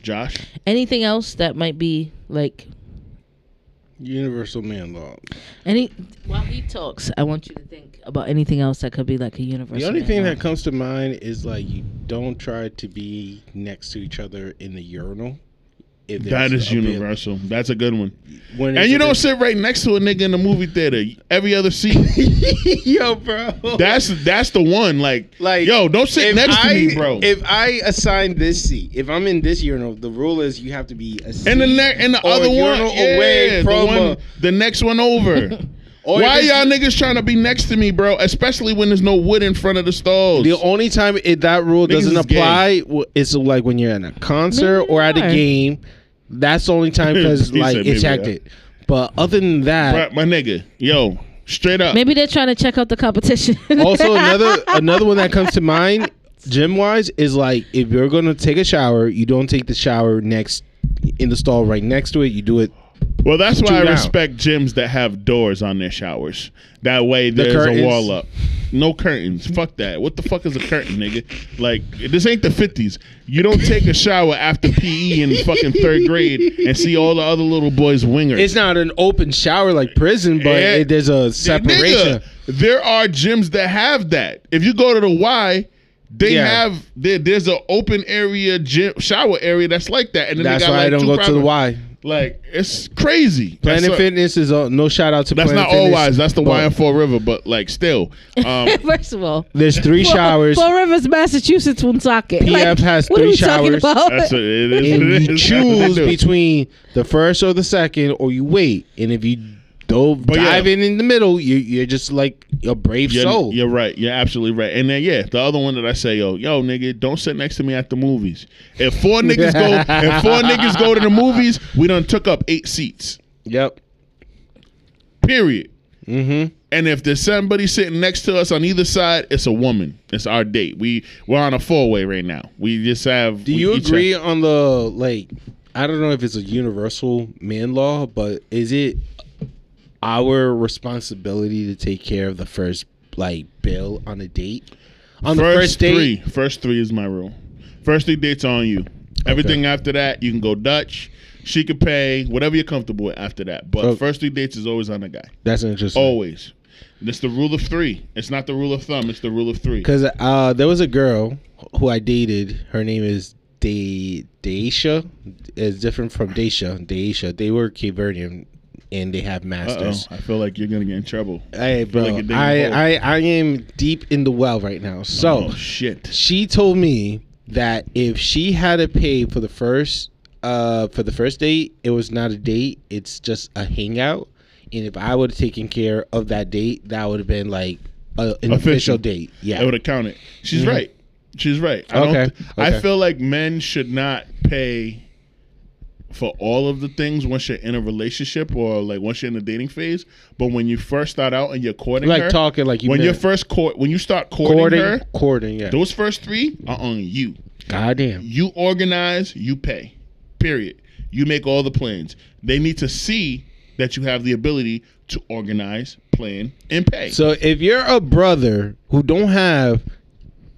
Speaker 1: Josh,
Speaker 3: Anything else that might be like
Speaker 2: Universal man law.
Speaker 3: any while he talks, I want you to think about anything else that could be like a universal.
Speaker 2: The only
Speaker 3: man
Speaker 2: thing
Speaker 3: law.
Speaker 2: that comes to mind is like you don't try to be next to each other in the urinal. If
Speaker 1: that
Speaker 2: there's
Speaker 1: is
Speaker 2: a bit-
Speaker 1: universal. That's a good one.
Speaker 2: when
Speaker 1: And
Speaker 2: there's
Speaker 1: you
Speaker 2: a [laughs]
Speaker 1: [laughs] don't
Speaker 2: bit-
Speaker 1: sit right next to a nigga in the movie theater. Every
Speaker 2: [laughs]
Speaker 1: other seat.
Speaker 2: yo, bro.
Speaker 1: That's that's the one. Like,
Speaker 2: like
Speaker 1: yo, don't sit
Speaker 2: if
Speaker 1: next
Speaker 2: I-
Speaker 1: to me, bro.
Speaker 2: If I assign this seat, if I'm in this urinal, the rule is you have to be a seat
Speaker 1: and the ne- and the
Speaker 2: or
Speaker 1: other one,
Speaker 2: urinal
Speaker 1: yeah,
Speaker 2: away from
Speaker 1: the, one
Speaker 2: a-
Speaker 1: the next one over.
Speaker 2: [laughs] or
Speaker 1: Why
Speaker 2: if it's-
Speaker 1: y'all niggas trying to be next to me, bro? Especially when there's no wood in front of the stalls.
Speaker 2: The only time it, that rule doesn't
Speaker 1: is gay.
Speaker 2: apply w- is like when you're in a concert
Speaker 3: Maybe
Speaker 2: or at a
Speaker 3: they are.
Speaker 2: game. That's the only time because
Speaker 1: [laughs] He
Speaker 2: like
Speaker 1: said
Speaker 2: it's
Speaker 1: maybe they are.
Speaker 2: hectic. But other than that,
Speaker 1: Bruh, my nigga, yo, straight up.
Speaker 3: Maybe they're trying to check out the
Speaker 2: [laughs]
Speaker 3: competition.
Speaker 2: [laughs] also another another one that comes to mind, gym wise, is like if you're gonna take a shower, you don't take the shower next in the stall right next to it. You do it
Speaker 1: Well, that's why
Speaker 2: Two
Speaker 1: I
Speaker 2: down.
Speaker 1: respect gyms that have doors on their showers. That way, there's
Speaker 2: curtains.
Speaker 1: a wall up. No curtains. Fuck that. What the fuck is a curtain, nigga? Like this ain't the fifties. You don't take a shower after PE in fucking third grade and see all the other little boys wingers.
Speaker 2: It's not an open shower like prison, but
Speaker 1: Yeah.
Speaker 2: it, there's a separation.
Speaker 1: Nigga, there are gyms that have that. If you go to the Y, they
Speaker 2: Yeah.
Speaker 1: have there, there's an open area gym shower area that's like that. And then
Speaker 2: That's
Speaker 1: they got
Speaker 2: why
Speaker 1: like
Speaker 2: I don't
Speaker 1: two
Speaker 2: go to the
Speaker 1: private-
Speaker 2: Y.
Speaker 1: Like it's crazy.
Speaker 2: Planet
Speaker 1: That's what-
Speaker 2: Fitness is uh, no shout out to
Speaker 1: That's
Speaker 2: Planet
Speaker 1: not all
Speaker 2: Fitness,
Speaker 1: wise. That's the
Speaker 2: but
Speaker 1: YM4 River, but like still.
Speaker 2: [laughs]
Speaker 1: Um,
Speaker 3: [laughs] First of all,
Speaker 2: There's three
Speaker 3: [laughs]
Speaker 2: showers.
Speaker 3: Four Rivers, Massachusetts, Woonsocket.
Speaker 2: PF has
Speaker 3: what are
Speaker 2: three
Speaker 3: we talking
Speaker 2: showers.
Speaker 3: about?
Speaker 1: that's what it is.
Speaker 2: and
Speaker 1: what it
Speaker 2: you
Speaker 1: is. That's
Speaker 2: choose
Speaker 1: what they [laughs] do.
Speaker 2: between the first or the second, or you wait. And if you dove,
Speaker 1: But yeah.
Speaker 2: dive in in the middle, you, you're just like a brave
Speaker 1: You're,
Speaker 2: soul.
Speaker 1: you're right. You're absolutely right. And then yeah, the other one that I say, yo, yo, nigga, don't sit next to me at the movies. If four niggas go, if
Speaker 2: [laughs]
Speaker 1: four niggas go to the movies, we done took up eight seats.
Speaker 2: Yep.
Speaker 1: Period.
Speaker 2: Mm-hmm.
Speaker 1: And if there's somebody sitting next to us on either side, it's a woman. It's our date. We we're on a four way right now. We just have.
Speaker 2: Do
Speaker 1: we
Speaker 2: you
Speaker 1: each have-
Speaker 2: agree on the like? I don't know if it's a universal man law, but is it our responsibility to take care of the first like bill on a date? On the first date,
Speaker 1: three, first three is my rule. First three dates are on you. Everything after that, you can go Dutch. She could pay whatever you're comfortable with after that. But
Speaker 2: Okay.
Speaker 1: first three dates is always on the guy.
Speaker 2: that's interesting.
Speaker 1: Always. It's the rule of three. It's not the rule of thumb. It's the rule of three.
Speaker 2: Because uh, there was a girl who I dated. Her name is De Daisha. It's different from Daisha. Daisha. They were Cape Verdean, and they have
Speaker 1: Uh
Speaker 2: masters.
Speaker 1: oh. I feel like you're gonna get in trouble.
Speaker 2: Hey, bro.
Speaker 1: like you're digging holes.
Speaker 2: I, I I am deep in the well right now. So
Speaker 1: Oh shit.
Speaker 2: she told me that if she had to pay for the first uh for the first date, it was not a date. It's just a hangout. And if I would have taken care of that date, that would have been like a, an official.
Speaker 1: Official.
Speaker 2: date.
Speaker 1: I
Speaker 2: Yeah. Mm-hmm.
Speaker 1: would have counted. She's right. She's right. I
Speaker 2: Okay,
Speaker 1: Don't th- I
Speaker 2: okay.
Speaker 1: feel like men should not pay for all of the things once you're in a relationship or like once you're in the dating phase. But when you first start out and you're courting
Speaker 2: Like
Speaker 1: her,
Speaker 2: talking like you
Speaker 1: when
Speaker 2: met.
Speaker 1: you're first court, when you start courting,
Speaker 2: Courting,
Speaker 1: her,
Speaker 2: courting, yeah.
Speaker 1: those first three are on you.
Speaker 2: Goddamn.
Speaker 1: You organize, you pay. Period. You make all the plans. They need to see that you have the ability to organize, plan, and pay.
Speaker 2: So if you're a brother who don't have,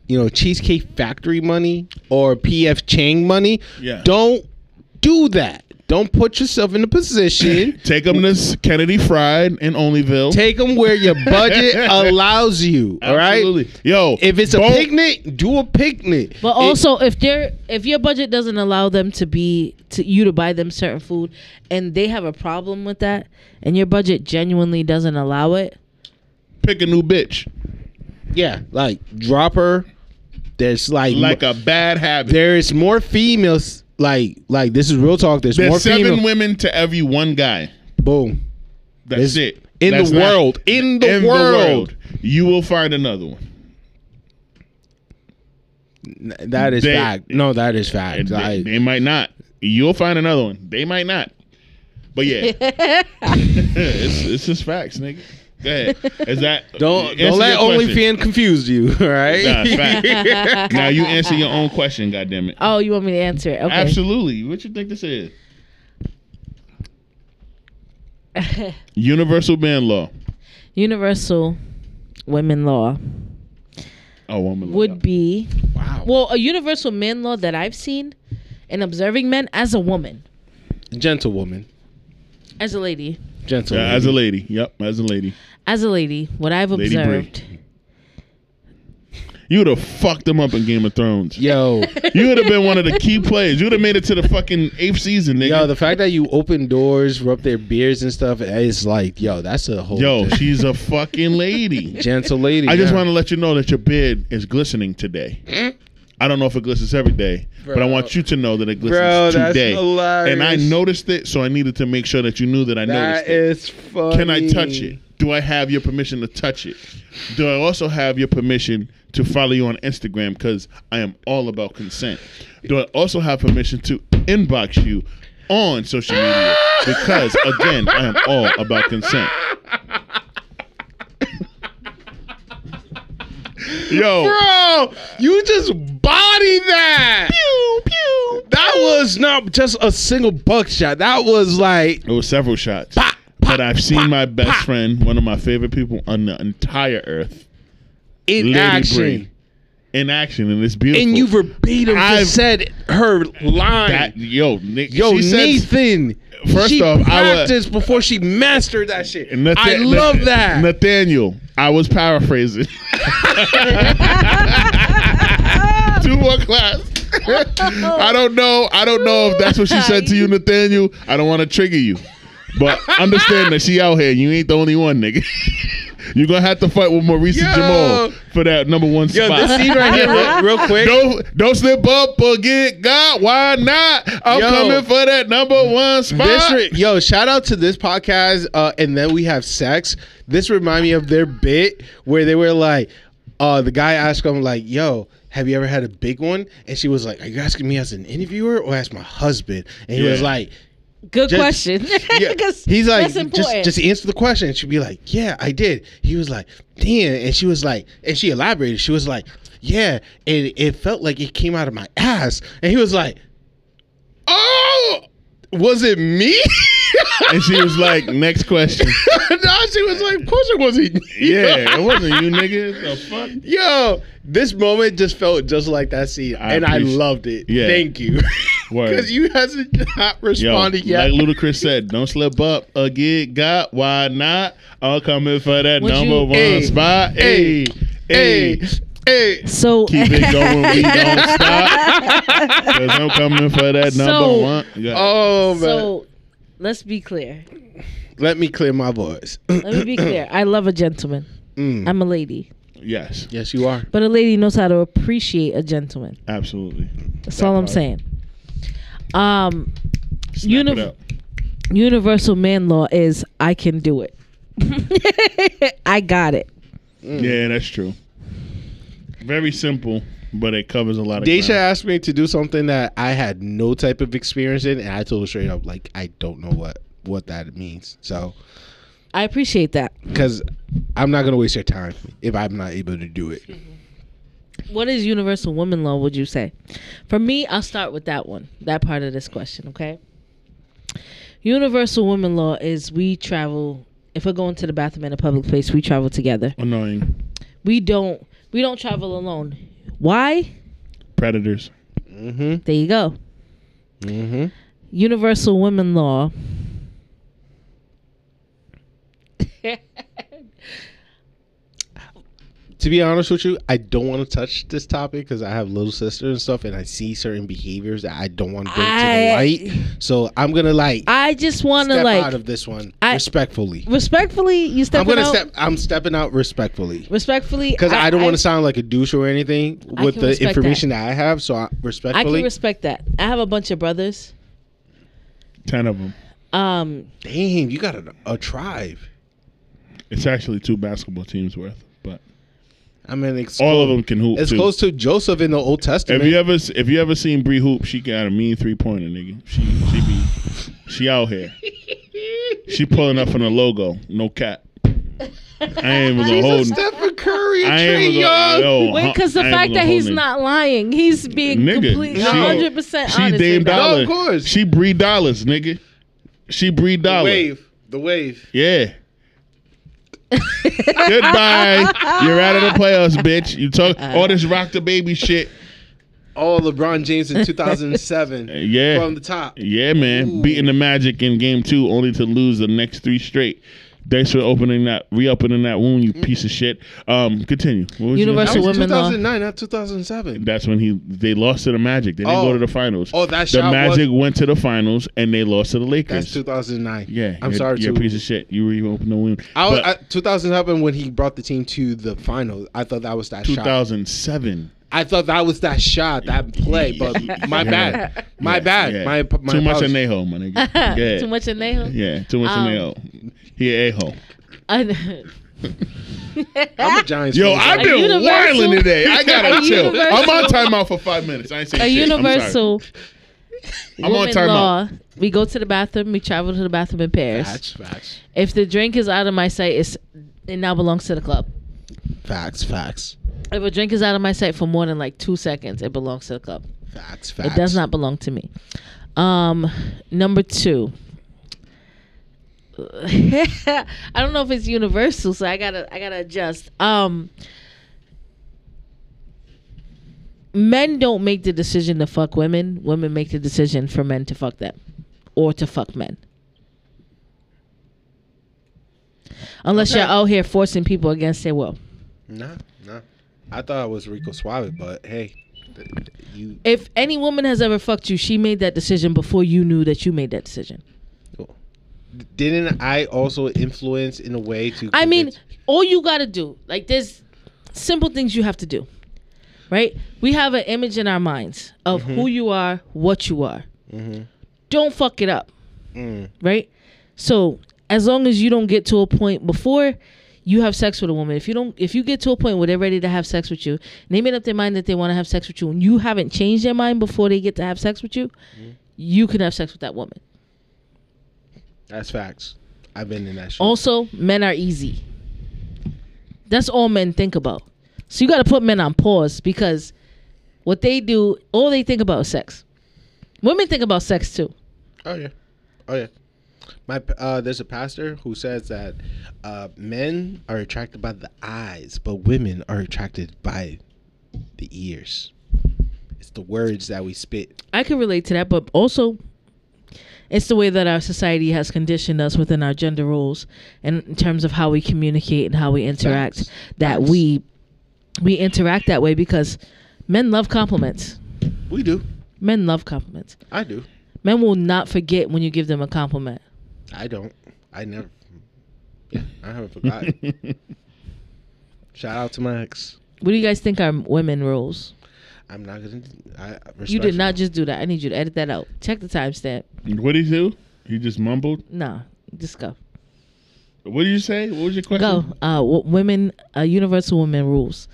Speaker 2: you know, Cheesecake Factory money or PF Chang money,
Speaker 1: Yeah.
Speaker 2: don't do that. Don't put yourself in a
Speaker 1: [laughs]
Speaker 2: position.
Speaker 1: Take them to s- Kennedy Fried in Onlyville.
Speaker 2: Take them where your
Speaker 1: [laughs]
Speaker 2: budget allows you. All right.
Speaker 1: Absolutely. Yo,
Speaker 2: If it's a
Speaker 1: don't-
Speaker 2: picnic, do a picnic.
Speaker 3: But also, if they're if your budget doesn't allow them to be to you to buy them certain food, and they have a problem with that, and your budget genuinely doesn't allow it,
Speaker 1: pick a new bitch
Speaker 2: yeah, like drop her. There's like
Speaker 1: like a bad habit.
Speaker 2: there is more females. Like like this is real talk. There's, more
Speaker 1: There's seven
Speaker 2: females.
Speaker 1: women to every one guy.
Speaker 2: Boom.
Speaker 1: That's
Speaker 2: There's-
Speaker 1: it.
Speaker 2: in
Speaker 1: That's
Speaker 2: the world. In the world.
Speaker 1: you will find another one.
Speaker 2: That is
Speaker 1: They-
Speaker 2: fact. No, that is fact.
Speaker 1: And they,
Speaker 2: Like,
Speaker 1: they might not. You'll find another one. They might not. But yeah, it's, it's just facts, nigga. Go ahead. Is that
Speaker 2: don't
Speaker 1: answer your
Speaker 2: don't let
Speaker 1: question.
Speaker 2: OnlyFans confuse you. [laughs] All right.
Speaker 1: Nah, fact. now you answer your own question. goddammit. it.
Speaker 3: oh, you want me to answer it? Okay.
Speaker 1: Absolutely. What you think this
Speaker 3: [laughs]
Speaker 1: is? Universal ban law.
Speaker 3: Universal women law
Speaker 1: Oh, woman.
Speaker 3: would be
Speaker 2: [laughs] wow.
Speaker 3: well a universal men law that I've seen in observing men as a woman,
Speaker 2: Gentlewoman.
Speaker 3: as a lady,
Speaker 2: Gentlewoman.
Speaker 1: Yeah, as a lady. Yep, as a lady.
Speaker 3: as a lady, what I've
Speaker 1: Lady Brie.
Speaker 3: observed.
Speaker 1: You would have fucked them up in Game of
Speaker 3: [laughs]
Speaker 2: [laughs]
Speaker 1: Thrones.
Speaker 2: yo,
Speaker 1: You would have been one of the key players. You would have made it to the fucking eighth season, nigga.
Speaker 2: yo, the fact that you open doors, rub their beards and stuff, eh, it's like, yo, that's a whole. [laughs]
Speaker 1: Yo,
Speaker 2: different-
Speaker 1: she's a fucking lady.
Speaker 2: gentle lady.
Speaker 1: I just
Speaker 2: yeah.
Speaker 1: want to let you know that your beard is glistening today. I don't know if it glistens every day, but I
Speaker 2: Bro.
Speaker 1: want you to know that it glistens
Speaker 2: Bro, that's
Speaker 1: today. And I
Speaker 2: hilarious.
Speaker 1: noticed it, so I needed to make sure that you knew that I noticed
Speaker 2: That
Speaker 1: it.
Speaker 2: is funny.
Speaker 1: Can I touch it? Do I have your permission to touch it? Do I also have your permission to follow you on Instagram? Because I am all about consent. Do I also have permission to inbox you on social media because, again, I am all about consent. Yo,
Speaker 2: Bro, you just body that. Pew, pew. That was not just a single buckshot. That was like,
Speaker 1: it was several shots.
Speaker 2: pop,
Speaker 1: But
Speaker 2: pop,
Speaker 1: I've seen
Speaker 2: pop,
Speaker 1: my best
Speaker 2: pop.
Speaker 1: friend, one of my favorite people on the entire earth,
Speaker 2: in
Speaker 1: Lady
Speaker 2: action.
Speaker 1: Bree, in action, and it's beautiful.
Speaker 2: And you verbatim
Speaker 1: I've-
Speaker 2: just said her line.
Speaker 1: that, [laughs] yo, Nick,
Speaker 2: Yo,
Speaker 1: she said-
Speaker 2: Nathan.
Speaker 1: First
Speaker 2: she
Speaker 1: off, I would-
Speaker 2: practiced before she mastered that shit.
Speaker 1: Nathan-
Speaker 2: I love
Speaker 1: Nathan-
Speaker 2: that.
Speaker 1: Nathaniel, I was paraphrasing.
Speaker 2: [laughs]
Speaker 1: Two more class.
Speaker 2: Oh.
Speaker 1: I don't know. I don't know if that's what she said to you, Nathaniel. I don't want to trigger you, but understand that she out here. You ain't the only one, nigga. [laughs] You're gonna have to fight with Maurice
Speaker 2: Yo.
Speaker 1: and Jamal for that number one
Speaker 2: Yo,
Speaker 1: spot.
Speaker 2: this scene right here, real, real quick.
Speaker 1: [laughs] Don't don't slip up or get God. Why not? I'm
Speaker 2: Yo.
Speaker 1: coming for that number one spot.
Speaker 2: This re- yo, shout out to this podcast, uh, and then we have sex. This remind me of their bit where they were like, uh, the guy asked them like, "Yo, have you ever had a big one?" And she was like, "Are you asking me as an interviewer or as my husband?" And he was
Speaker 1: Yeah.
Speaker 2: like,
Speaker 3: Good
Speaker 2: Just-
Speaker 3: question.
Speaker 2: [laughs] yeah.
Speaker 3: [laughs] 'Cause
Speaker 2: He's like,
Speaker 3: that's important.
Speaker 2: just just answer the question. And she'd be like, yeah, I did. He was like, damn. And she was like, and she elaborated. She was like, yeah, and it felt like it came out of my ass. And he was like, oh, was it me? [laughs]
Speaker 1: and she was like, "Next question."
Speaker 2: no, she was like, of course it wasn't. you."
Speaker 1: Yeah, it wasn't you, nigga. The fuck?
Speaker 2: Yo, this moment just felt just like that scene,
Speaker 1: I
Speaker 2: and I
Speaker 1: appreciate-
Speaker 2: loved it.
Speaker 1: Yeah.
Speaker 2: Thank you, [laughs]
Speaker 1: Word.
Speaker 2: because you hasn't [laughs] not
Speaker 1: Yo,
Speaker 2: responded yet.
Speaker 1: like Ludacris said, don't slip up or get got. Why not? I'm coming for that
Speaker 3: Would
Speaker 1: number
Speaker 3: you-
Speaker 1: one
Speaker 2: Hey,
Speaker 1: spot. Hey, hey,
Speaker 2: hey, hey,
Speaker 3: so [laughs]
Speaker 1: keep it going. We don't stop. Cause I'm coming for that number
Speaker 3: So-
Speaker 1: one. Yeah.
Speaker 2: oh man.
Speaker 3: so let's be clear.
Speaker 2: Let me clear my voice. [clears throat]
Speaker 3: Let me
Speaker 2: [coughs]
Speaker 3: be clear. I love a gentleman.
Speaker 2: Mm.
Speaker 3: I'm a lady,
Speaker 1: Yes,
Speaker 2: Yes, you are.
Speaker 3: but a lady knows how to appreciate a gentleman.
Speaker 1: absolutely.
Speaker 3: That's
Speaker 1: That
Speaker 3: all I'm
Speaker 1: part.
Speaker 3: saying. Um,
Speaker 1: Snap
Speaker 3: Uni-
Speaker 1: it up.
Speaker 3: universal man law is I can do it. [laughs] I got it.
Speaker 1: Yeah, that's true. Very simple, but it covers a lot of.
Speaker 2: Deisha
Speaker 1: ground.
Speaker 2: asked me to do something that I had no type of experience in, and I told her straight up, like, I don't know what what that means. So,
Speaker 3: I appreciate that.
Speaker 2: because I'm not gonna waste your time if I'm not able to do it.
Speaker 3: What is universal woman law? Would you say? For me, I'll start with that one. That part of this question, okay? Universal woman law is we travel. If we're going to the bathroom in a public place, we travel together.
Speaker 1: Annoying
Speaker 3: We don't. We don't travel alone. Why?
Speaker 1: predators.
Speaker 2: Mm-hmm.
Speaker 3: There you go.
Speaker 2: Mm-hmm.
Speaker 3: Universal
Speaker 2: [laughs]
Speaker 3: women law.
Speaker 2: To be honest with you, I don't want to touch this topic because I have little sister and stuff, and I see certain behaviors that I don't want to bring to
Speaker 3: I-
Speaker 2: the light. So I'm gonna like
Speaker 3: I just want to
Speaker 2: step
Speaker 3: like
Speaker 2: out of this one
Speaker 3: I-
Speaker 2: respectfully.
Speaker 3: respectfully. You
Speaker 2: I'm
Speaker 3: stepping
Speaker 2: gonna
Speaker 3: out.
Speaker 2: step. I'm stepping out respectfully.
Speaker 3: respectfully,
Speaker 2: because I, don't want to sound like a douche or anything
Speaker 3: I
Speaker 2: with
Speaker 3: can
Speaker 2: the
Speaker 3: respect
Speaker 2: information that. I have. So I,
Speaker 3: I
Speaker 2: respectfully,
Speaker 3: can respect that. I have a bunch of brothers.
Speaker 1: Ten of them.
Speaker 3: Um,
Speaker 2: damn, you got a, a tribe.
Speaker 1: It's actually two basketball teams worth, but
Speaker 2: I mean, it's
Speaker 1: all of
Speaker 2: close-
Speaker 1: them can hoop.
Speaker 2: It's
Speaker 1: too.
Speaker 2: close to Joseph in the Old Testament.
Speaker 1: If you ever if you ever seen Bree hoop, she got a mean three pointer, nigga. She she be she out here. She pulling up on the logo, no cap. I ain't even gonna
Speaker 2: He's a
Speaker 1: hold.
Speaker 2: Stephen Curry, a
Speaker 1: I
Speaker 2: Trae
Speaker 1: ain't even
Speaker 2: Young.
Speaker 1: gonna, yo,
Speaker 3: wait,
Speaker 1: huh,
Speaker 3: because the
Speaker 1: Uh-huh. I ain't even
Speaker 3: fact that
Speaker 1: gonna
Speaker 3: he's
Speaker 1: hold nigga.
Speaker 3: not lying, he's being
Speaker 1: Nigga,
Speaker 3: completely
Speaker 1: she-
Speaker 3: hundred percent
Speaker 1: she
Speaker 3: honest.
Speaker 1: Dame
Speaker 3: with that.
Speaker 2: No,
Speaker 1: Dollar.
Speaker 2: of course.
Speaker 1: She Bree dollars, nigga. She Bree
Speaker 2: the
Speaker 1: dollar.
Speaker 2: wave, the wave.
Speaker 1: Yeah. Goodbye. You're out of the playoffs, bitch. You talk all this rock the baby shit.
Speaker 2: Oh, LeBron James
Speaker 1: [laughs]
Speaker 2: in 2007
Speaker 1: Uh, Yeah.
Speaker 2: from the top.
Speaker 1: Yeah, man. Beating the Magic in game two, only to lose the next three straight. Thanks for opening that, reopening that wound, you piece of shit. Um, continue. What was you gonna
Speaker 2: That
Speaker 3: Universal
Speaker 1: say?
Speaker 2: was
Speaker 3: women law.
Speaker 2: 2009, not 2007.
Speaker 1: That's when he they lost to the Magic. They didn't
Speaker 2: Oh.
Speaker 1: go to the finals.
Speaker 2: Oh, that
Speaker 1: the
Speaker 2: shot was-
Speaker 1: Magic went to the finals and they lost to the
Speaker 2: That's
Speaker 1: Lakers.
Speaker 2: 2009.
Speaker 1: yeah,
Speaker 2: I'm
Speaker 1: you're-
Speaker 2: sorry.
Speaker 1: You're
Speaker 2: to-
Speaker 1: a piece of shit. You reopened the wound.
Speaker 2: I,
Speaker 1: But
Speaker 2: I, 2007 when he brought the team to the final. I thought that was that shot.
Speaker 1: 2007.
Speaker 2: I thought that was that shot, that play,
Speaker 1: [laughs]
Speaker 2: but my
Speaker 1: Yeah.
Speaker 2: bad, my
Speaker 1: Yeah,
Speaker 2: bad,
Speaker 1: yeah.
Speaker 2: my my
Speaker 1: too much
Speaker 2: apologies.
Speaker 1: in a hole, my
Speaker 3: [laughs]
Speaker 1: nigga. Yeah.
Speaker 3: Too much in there.
Speaker 1: Yeah, too much
Speaker 3: Um,
Speaker 1: in a hole. He a hole.
Speaker 3: I-
Speaker 2: I'm a Giants.
Speaker 1: Yo,
Speaker 2: fan,
Speaker 1: I've
Speaker 2: so-
Speaker 3: A
Speaker 1: been
Speaker 3: universal-
Speaker 1: whirling today. I
Speaker 3: [laughs] a
Speaker 1: gotta chill.
Speaker 3: universal-
Speaker 1: I'm on timeout for five minutes. I ain't saying
Speaker 3: a
Speaker 1: shit. I'm sorry.
Speaker 3: universal
Speaker 1: I'm on
Speaker 3: Woman
Speaker 1: timeout.
Speaker 3: law. We go to the bathroom. We travel to the bathroom in pairs.
Speaker 2: Facts, facts,
Speaker 3: If the drink is out of my sight, it's it now belongs to the club.
Speaker 2: facts, facts,
Speaker 3: If a drink is out of my sight for more than like two seconds, it belongs to the club.
Speaker 2: facts,
Speaker 3: It does not belong to me. Um, number two. [laughs] I don't know if it's universal, so I gotta I gotta adjust. Um, men don't make the decision to fuck women. Women make the decision for men to fuck them, or to fuck men. Unless you're out here forcing people against their will.
Speaker 2: Nah, nah. I thought it was Rico Suave, but hey, th- th- you.
Speaker 3: If any woman has ever fucked you, she made that decision before you knew that you made that decision.
Speaker 2: Didn't I also influence in a way to?
Speaker 3: I mean,
Speaker 2: convince-
Speaker 3: all you got to do, like, there's simple things you have to do, right? We have an image in our minds of who you are, what you are. Don't fuck it up,
Speaker 2: Mm.
Speaker 3: right? So, as long as you don't get to a point before you have sex with a woman, if you don't, if you get to a point where they're ready to have sex with you, and they made up their mind that they want to have sex with you, and you haven't changed their mind before they get to have sex with you, you can have sex with that woman.
Speaker 2: that's facts. I've been in that shit.
Speaker 3: Also, men are easy. That's all men think about. So you got to put men on pause because what they do, all they think about is sex. Women think about sex too.
Speaker 2: Oh yeah, oh yeah. My p- uh, there's a pastor who says that uh, men are attracted by the eyes, but women are attracted by the ears. It's the words that we spit.
Speaker 3: I can relate to that, but also it's the way that our society has conditioned us within our gender roles and in terms of how we communicate and how we interact
Speaker 2: Facts.
Speaker 3: that
Speaker 2: Facts.
Speaker 3: we we interact that way because men love compliments.
Speaker 2: We do.
Speaker 3: Men love compliments.
Speaker 2: I do.
Speaker 3: Men will not forget when you give them a compliment.
Speaker 2: I don't. I
Speaker 3: [laughs]
Speaker 2: never. Yeah, I haven't forgotten.
Speaker 1: [laughs]
Speaker 2: Shout out to my ex.
Speaker 3: What do you guys think are women roles?
Speaker 2: I'm not gonna. I respect
Speaker 3: You did not just do that. I need you to edit that out. Check the timestamp.
Speaker 1: what did he do? He just mumbled.
Speaker 3: Nah, just go.
Speaker 1: What did you say? What was your
Speaker 3: Go.
Speaker 1: question?
Speaker 3: Uh, w- women, uh, universal women rules,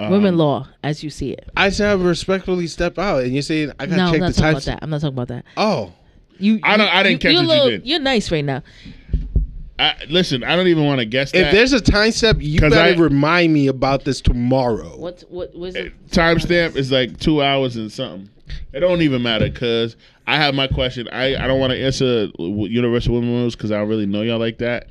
Speaker 1: Um,
Speaker 3: women law, as you see it.
Speaker 2: I said I respectfully step out, and you're saying I gotta
Speaker 3: No, I'm
Speaker 2: check
Speaker 3: not
Speaker 2: the
Speaker 3: talking
Speaker 2: time.
Speaker 3: about that. I'm not talking about that.
Speaker 2: Oh,
Speaker 3: You,
Speaker 1: I don't- I didn't catch
Speaker 3: you're
Speaker 1: what you
Speaker 3: little-
Speaker 1: did.
Speaker 3: You're nice right now.
Speaker 1: I, listen, I don't even want to guess
Speaker 2: if
Speaker 1: that.
Speaker 2: there's a time step, you
Speaker 1: 'Cause
Speaker 2: better
Speaker 1: I-
Speaker 2: remind me about this tomorrow.
Speaker 3: What? What was it?
Speaker 1: timestamp is like two hours and something. It don't even matter because I have my question. I, I don't want to answer w- Universal Women Rules because I don't really know y'all like that.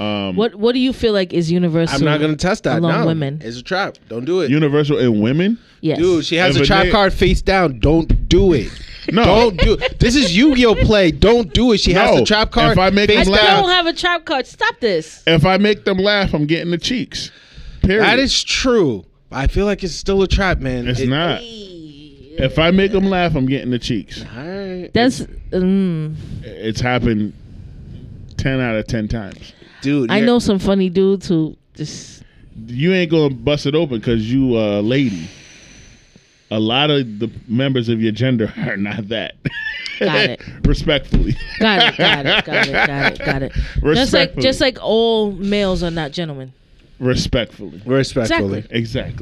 Speaker 1: Um,
Speaker 3: What? What do you feel like is universal?
Speaker 2: I'm not gonna test that.
Speaker 3: along
Speaker 2: no.
Speaker 3: women.
Speaker 2: it's a trap. Don't do it.
Speaker 1: Universal in women?
Speaker 3: Yes.
Speaker 2: Dude, she has
Speaker 1: If
Speaker 2: a
Speaker 1: it
Speaker 2: trap
Speaker 1: did-
Speaker 2: card face down. Don't do it.
Speaker 1: No.
Speaker 2: Don't do This is Yu Gi Oh play. Don't do it. She has
Speaker 1: No.
Speaker 2: the trap card.
Speaker 1: If I make
Speaker 3: I
Speaker 1: them
Speaker 2: face
Speaker 1: laugh-
Speaker 2: down.
Speaker 3: don't have a trap card. Stop this.
Speaker 1: If I make them laugh, I'm getting the cheeks. Period.
Speaker 2: That is true. But I feel like it's still a trap, man.
Speaker 1: It's
Speaker 2: It-
Speaker 1: not. If I make them laugh, I'm getting the cheeks.
Speaker 2: All right.
Speaker 3: That's. Mm,
Speaker 1: It's happened ten out of ten times.
Speaker 2: dude.
Speaker 3: I
Speaker 2: you're-
Speaker 3: know some funny dudes who just.
Speaker 1: You ain't gonna bust it open because you a lady. A lot of the members of your gender are not that. [laughs]
Speaker 3: Got it.
Speaker 1: Respectfully.
Speaker 3: Got it, got it, got it, got it, got it. Just like
Speaker 1: Respectfully.
Speaker 3: just like all males are not gentlemen.
Speaker 1: Respectfully.
Speaker 2: Respectfully.
Speaker 3: Exactly.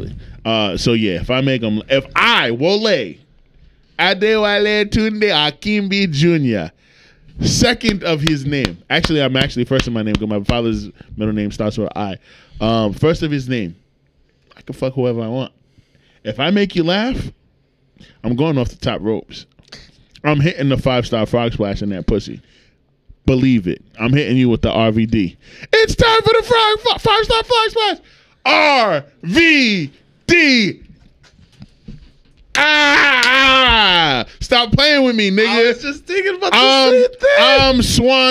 Speaker 1: Exactly. Uh, so yeah, if I make them, if I Wole Adewale Tunde Akimbi Jr. Second of his name. Actually, I'm actually first of my name because my father's middle name starts with I. Um, first of his name. I can fuck whoever I want. If I make you laugh, I'm going off the top ropes. I'm hitting the five star frog splash in that pussy. Believe it. I'm hitting you with the RVD. It's time for the frog five star frog splash. RVD. Ah! Stop playing with me,
Speaker 2: I was
Speaker 1: nigga.
Speaker 2: just thinking about the
Speaker 1: I'm,
Speaker 2: same thing.
Speaker 1: I'm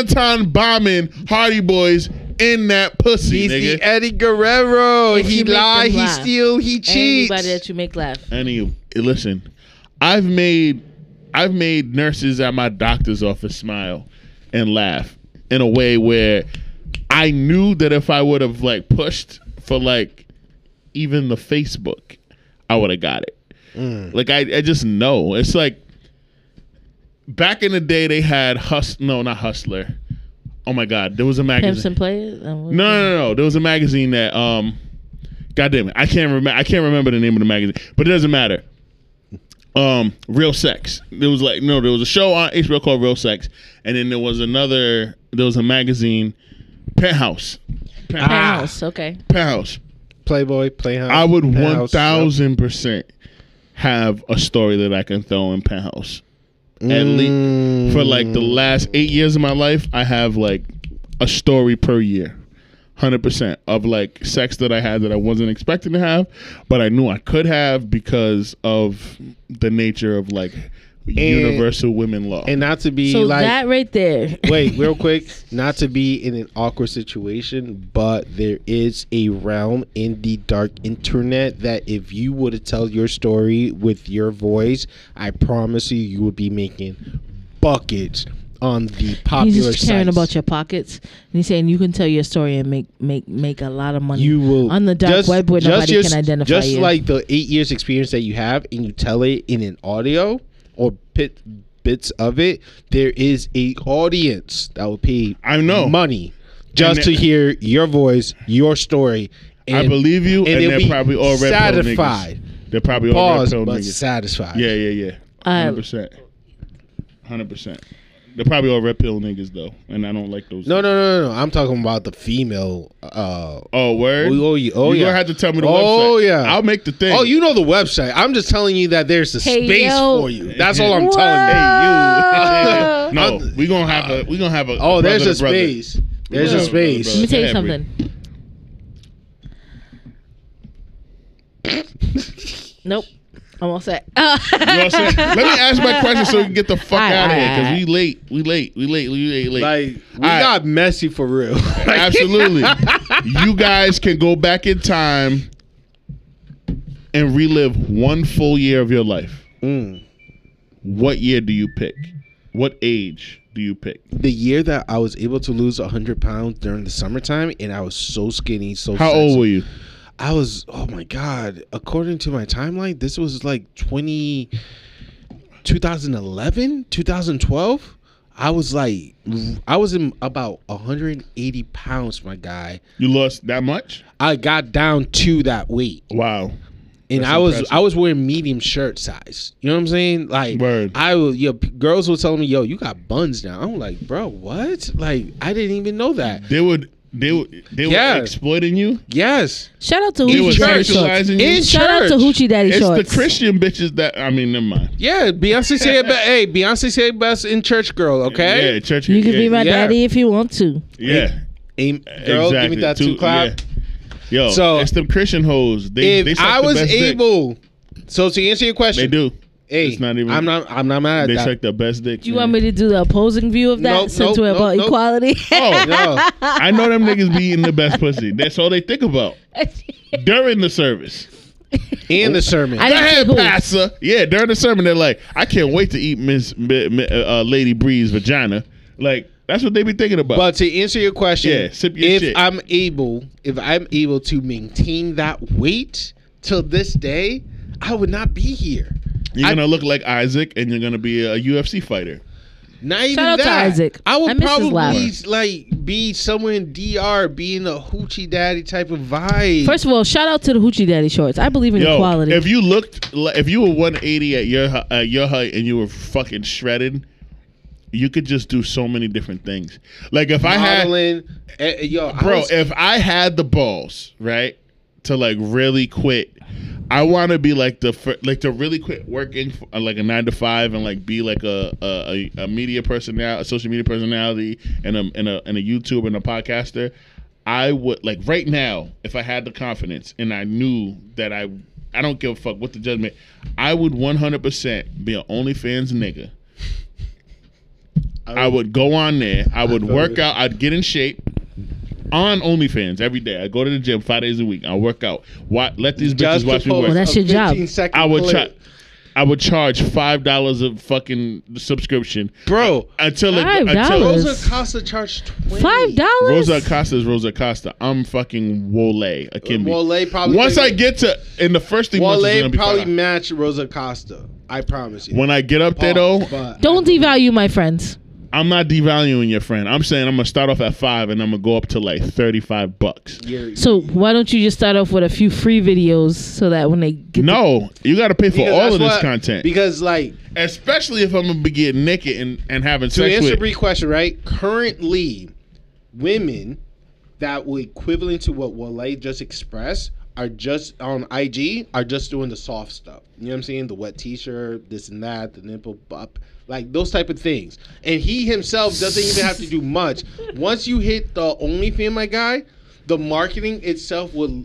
Speaker 1: swanton bombing Hardy Boys in that pussy,
Speaker 2: He's
Speaker 1: nigga.
Speaker 2: the Eddie Guerrero.
Speaker 3: If
Speaker 2: He
Speaker 3: you make
Speaker 2: lie,
Speaker 3: them
Speaker 2: he
Speaker 3: laugh.
Speaker 2: steal, he cheats.
Speaker 3: Anybody that you make laugh.
Speaker 1: Any listen, I've made I've made nurses at my doctor's office smile and laugh in a way where I knew that if I would have like pushed for like even the Facebook, I would have got it. Like I, I just know. It's like back in the day they had hust no, not hustler. Oh my god, there was a magazine.
Speaker 3: Pimps and players. Um, No,
Speaker 1: No, no, no, no. There was a magazine that um, God damn it, I can't remember. I can't remember the name of the magazine, but it doesn't matter. um, Real Sex. There was like no, there was a show on HBO called Real Sex, and then there was another. There was a magazine, Penthouse.
Speaker 3: Penthouse, okay.
Speaker 1: Penthouse.
Speaker 2: Playboy, Playhouse.
Speaker 1: I would
Speaker 2: Penthouse,
Speaker 1: one thousand percent have a story that I can throw in Penthouse. At least for like the
Speaker 2: Mm.
Speaker 1: last eight years of my life, I have like a story per year, hundred percent of like sex that I had that I wasn't expecting to have, but I knew I could have because of the nature of like universal women law.
Speaker 2: And not to be
Speaker 3: So
Speaker 2: like
Speaker 3: that
Speaker 2: [laughs]
Speaker 3: right there.
Speaker 2: wait, real quick, not to be in an awkward situation, but there is a realm in the dark internet that if you were to tell your story with your voice, I promise you, you would be making buckets on the popular.
Speaker 3: He's just caring
Speaker 2: sites.
Speaker 3: about your pockets, and he's saying you can tell your story and make make make a lot of money.
Speaker 2: You will
Speaker 3: on the dark
Speaker 2: just-
Speaker 3: web where
Speaker 2: just
Speaker 3: nobody
Speaker 2: your-
Speaker 3: can identify
Speaker 2: Just
Speaker 3: you.
Speaker 2: like the eight years experience that you have, and you tell it in an audio or bit, bits of it, there is a audience that will pay
Speaker 1: I know.
Speaker 2: money just
Speaker 1: And
Speaker 2: to
Speaker 1: it-
Speaker 2: hear your voice, your story.
Speaker 1: I
Speaker 2: and-
Speaker 1: believe you,
Speaker 2: and
Speaker 1: and,
Speaker 2: they'll
Speaker 1: they're
Speaker 2: be
Speaker 1: probably all red pill niggas.
Speaker 2: satisfied.
Speaker 1: They're probably all red
Speaker 2: Pause,
Speaker 1: pill
Speaker 2: but
Speaker 1: niggas.
Speaker 2: satisfied.
Speaker 1: Yeah, yeah, yeah.
Speaker 3: Uh,
Speaker 1: Hundred percent. Hundred percent. They're probably all red pill niggas though, and I don't like those.
Speaker 2: No, no, no, no, no. I'm talking about the female. Uh,
Speaker 1: Oh word.
Speaker 2: Oh, oh, yeah. Oh,
Speaker 1: you
Speaker 2: yeah.
Speaker 1: gonna have to tell me the website.
Speaker 2: Oh, yeah.
Speaker 1: I'll make the thing.
Speaker 2: oh, you know the website. I'm just telling you that there's a
Speaker 3: Hey,
Speaker 2: space
Speaker 3: yo.
Speaker 2: for you. That's all I'm telling you.
Speaker 1: [laughs] Hey
Speaker 3: Ah.
Speaker 1: you. no, we gonna have a. We gonna have a.
Speaker 2: Oh, there's a
Speaker 1: brother to brother.
Speaker 2: space. There's
Speaker 1: Yeah.
Speaker 2: a space.
Speaker 3: Let me tell you
Speaker 1: Yeah, Brie.
Speaker 3: something. nope, I'm all set. [laughs]
Speaker 1: You know what I'm saying? Let me ask my question so we can get the fuck
Speaker 3: Aight,
Speaker 1: out of here
Speaker 3: aight,
Speaker 1: because
Speaker 3: aight.
Speaker 1: we late. We late. We late. We late. Late.
Speaker 2: Like [laughs] we
Speaker 1: All right.
Speaker 2: got messy for
Speaker 1: [laughs]
Speaker 2: real.
Speaker 1: Absolutely.
Speaker 2: [laughs]
Speaker 1: you guys can go back in time and relive one full year of your life.
Speaker 2: Mm.
Speaker 1: What year do you pick? What age do you pick?
Speaker 2: The year that I was able to lose hundred pounds during the summertime, and I was so skinny, so
Speaker 1: How old were you?
Speaker 2: I was. Oh my god! According to my timeline, this was like 20, 2011, 2012. I was like, I was in about hundred and eighty pounds, my guy.
Speaker 1: You lost that much?
Speaker 2: I got down to that weight.
Speaker 1: Wow.
Speaker 2: and
Speaker 1: That's
Speaker 2: I was
Speaker 1: impressive.
Speaker 2: I was wearing medium shirt size. You know what I'm saying? Like
Speaker 1: Word.
Speaker 2: I was yo, p- girls were telling me, "Yo, you got buns now." I'm like, "Bro, what?" Like I didn't even know that.
Speaker 1: They would. They would. They
Speaker 2: Yeah.
Speaker 1: were exploiting you.
Speaker 2: Yes,
Speaker 3: Shout out to
Speaker 1: They were
Speaker 3: Hoochie Daddy Shorts.
Speaker 1: sexualizing you.
Speaker 2: It's-
Speaker 3: Shout out to
Speaker 2: church.
Speaker 3: Hoochie Daddy
Speaker 1: It's
Speaker 3: Shorts.
Speaker 1: the Christian bitches that I mean. Never mind.
Speaker 2: yeah. Beyonce said,
Speaker 3: [laughs]
Speaker 2: "But hey, Beyonce said best in church girl." Okay,
Speaker 1: Yeah, church.
Speaker 3: You can be my
Speaker 2: Yeah.
Speaker 3: daddy if you want to.
Speaker 1: Yeah.
Speaker 2: Aim- girl,
Speaker 1: exactly.
Speaker 2: give me that two,
Speaker 1: Two-
Speaker 2: clap.
Speaker 1: Yo,
Speaker 2: So,
Speaker 1: it's them Christian hoes. They, they
Speaker 2: If
Speaker 1: suck
Speaker 2: I
Speaker 1: the
Speaker 2: was
Speaker 1: best dick.
Speaker 2: able, so to answer your question,
Speaker 1: they do.
Speaker 2: Hey,
Speaker 1: It's not even-
Speaker 2: I'm not. I'm not mad at
Speaker 1: They
Speaker 2: that.
Speaker 1: suck the best dick.
Speaker 3: Do you want me to do the opposing view of that
Speaker 2: Nope,
Speaker 3: since
Speaker 2: nope,
Speaker 3: we're
Speaker 2: nope,
Speaker 3: about
Speaker 2: nope.
Speaker 3: equality?
Speaker 1: Oh,
Speaker 2: No.
Speaker 3: [laughs]
Speaker 1: I know them niggas be eating the best pussy. That's all they think about during the service.
Speaker 2: and the sermon.
Speaker 3: I
Speaker 1: Go
Speaker 3: didn't say
Speaker 1: ahead,
Speaker 3: who.
Speaker 1: pastor. Yeah, during the sermon, they're like, I can't wait to eat Miss Mi- Mi- uh, Lady Bree's vagina. Like that's what they be thinking about.
Speaker 2: But to answer your question,
Speaker 1: Yeah, sip your
Speaker 2: if
Speaker 1: shit.
Speaker 2: I'm able, if I'm able to maintain that weight till this day, I would not be here.
Speaker 1: you're
Speaker 2: I-
Speaker 1: gonna look like Isaac, and you're gonna be a UFC fighter.
Speaker 2: Not even
Speaker 3: out to
Speaker 2: that.
Speaker 3: Isaac.
Speaker 2: I would
Speaker 3: I miss his
Speaker 2: probably
Speaker 3: laugh.
Speaker 2: like be somewhere in DR, being a hoochie daddy type of vibe.
Speaker 3: First of all, shout out to the Hoochie Daddy Shorts. I believe in
Speaker 1: Yo,
Speaker 3: equality.
Speaker 1: if you looked, li- if you were 180 at your hu- at your height and you were fucking shredded, you could just do so many different things. Like if I had
Speaker 2: modeling, eh, eh, yo, I
Speaker 1: bro
Speaker 2: was-
Speaker 1: if i had the balls right to like really quit i want to be like the fir- like to really quit working for, uh, like a nine to five and like be like a a, a, a media personality a social media personality and a, and a and a youtuber and a podcaster i would like right now if i had the confidence and i knew that i i don't give a fuck what the judgment i would 100% be an onlyfans nigga I would go on there. I would
Speaker 2: feel
Speaker 1: work
Speaker 2: you.
Speaker 1: out. I'd get in shape on OnlyFans every day. I go to the gym five days a week. I work out. What? Let these bitches
Speaker 2: just
Speaker 1: watch
Speaker 2: to
Speaker 1: me
Speaker 2: post
Speaker 1: work.
Speaker 3: Well, that's
Speaker 2: a
Speaker 3: your job.
Speaker 2: 15-second
Speaker 1: I would
Speaker 2: clip.
Speaker 1: charge. I would charge five dollars a fucking subscription
Speaker 2: bro.
Speaker 1: until it,
Speaker 3: $5?
Speaker 1: until
Speaker 2: Rosa Costa charged twenty.
Speaker 3: Five dollars.
Speaker 1: Rosa Acosta is Rosa Acosta. I'm fucking Wole Akimbi.
Speaker 2: Wole probably-
Speaker 1: Once I get to in the first thing,
Speaker 2: Wale
Speaker 1: Wole
Speaker 2: probably
Speaker 1: probably.
Speaker 2: matched Rosa Costa. I promise you. Oh,
Speaker 1: When I get up there
Speaker 2: Pause,
Speaker 1: though,
Speaker 2: but-
Speaker 3: Don't devalue my friends.
Speaker 1: I'm not devaluing your friend. I'm saying I'm gonna start off at five and I'm gonna go up to like thirty five bucks.
Speaker 3: So why don't you just start off with a few free videos so that when they get
Speaker 1: No, you gotta pay for
Speaker 2: Because
Speaker 1: all
Speaker 2: that's
Speaker 1: of this
Speaker 2: what-
Speaker 1: content.
Speaker 2: Because like
Speaker 1: Especially if I'm gonna be getting naked and, and having
Speaker 2: to
Speaker 1: sex
Speaker 2: answer
Speaker 1: with.
Speaker 2: Bree's question, right? Currently, women that were equivalent to what Wale just expressed are just on IG are just doing the soft stuff. You know what I'm saying? The wet T-shirt, this and that, the nipple up, like those type of things. And he himself doesn't even have to do much. Once you hit the only thing, my guy, the marketing itself will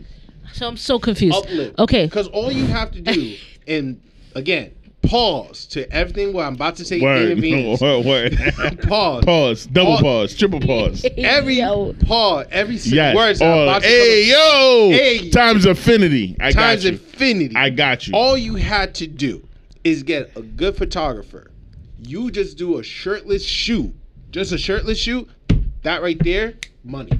Speaker 3: so I'm so confused.
Speaker 2: uplift.
Speaker 3: Okay,
Speaker 2: Because all you have to
Speaker 3: [laughs]
Speaker 2: do, and again, pause to everything what I'm about to say.
Speaker 1: Word,
Speaker 2: intervenes.
Speaker 1: [laughs] word, word.
Speaker 2: Pause.
Speaker 1: pause, double
Speaker 2: Pause.
Speaker 1: pause,
Speaker 2: [laughs]
Speaker 1: triple pause.
Speaker 2: Every
Speaker 3: Yo.
Speaker 2: pause, every single
Speaker 1: Yes.
Speaker 2: word that I'm
Speaker 1: all-
Speaker 2: about to
Speaker 1: hey
Speaker 2: come
Speaker 1: yo,
Speaker 2: Hey.
Speaker 1: times affinity. I
Speaker 2: up- times
Speaker 1: got you.
Speaker 2: infinity.
Speaker 1: I got you.
Speaker 2: all you had to do is get a good photographer. You just do a shirtless shoot, just a shirtless shoot. That right there, money.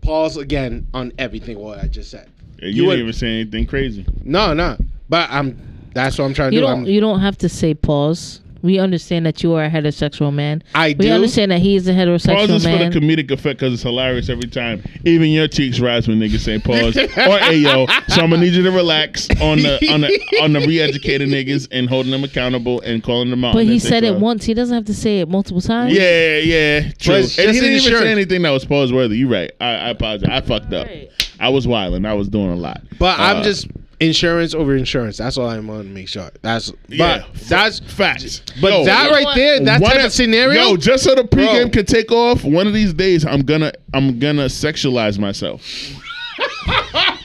Speaker 2: Pause again on everything what I just said.
Speaker 1: And
Speaker 2: you
Speaker 1: you
Speaker 2: would-
Speaker 1: didn't even say anything crazy.
Speaker 2: No, no, but I'm. That's what I'm trying to
Speaker 3: you
Speaker 2: do.
Speaker 3: don't
Speaker 2: I'm-
Speaker 3: you don't have to say pause. We understand that you are a heterosexual man.
Speaker 2: I
Speaker 3: we
Speaker 2: do.
Speaker 3: understand that he is a heterosexual
Speaker 1: Pause is for the
Speaker 3: man.
Speaker 1: comedic effect because it's hilarious every time. Even your cheeks rise when niggas
Speaker 2: [laughs]
Speaker 1: say pause or ayo. So I'm gonna need you to relax on the on the
Speaker 2: [laughs]
Speaker 1: on the re-educating niggas and holding them accountable and calling them out.
Speaker 3: but
Speaker 1: and
Speaker 3: he
Speaker 1: that's
Speaker 3: said it
Speaker 1: all.
Speaker 3: once. He doesn't have to say it multiple times.
Speaker 1: Yeah, yeah, true. And he
Speaker 2: it's just
Speaker 1: didn't even
Speaker 2: insurance.
Speaker 1: say anything that was pause worthy. You right. I, I apologize. I fucked up.
Speaker 3: Alright.
Speaker 1: I was wilding. I was doing a lot.
Speaker 2: But
Speaker 1: Uh,
Speaker 2: I'm just insurance over insurance. That's all I'm on to make sure. That's but
Speaker 1: Yeah.
Speaker 2: that's
Speaker 1: facts.
Speaker 2: but
Speaker 1: Yo,
Speaker 2: that
Speaker 3: You know
Speaker 2: right
Speaker 3: what?
Speaker 2: there, that
Speaker 1: One
Speaker 2: type
Speaker 1: of-
Speaker 2: of scenario.
Speaker 1: Yo, just so the
Speaker 2: Bro.
Speaker 1: pregame can take off, one of these days I'm gonna I'm gonna
Speaker 2: [laughs]
Speaker 1: sexualize myself.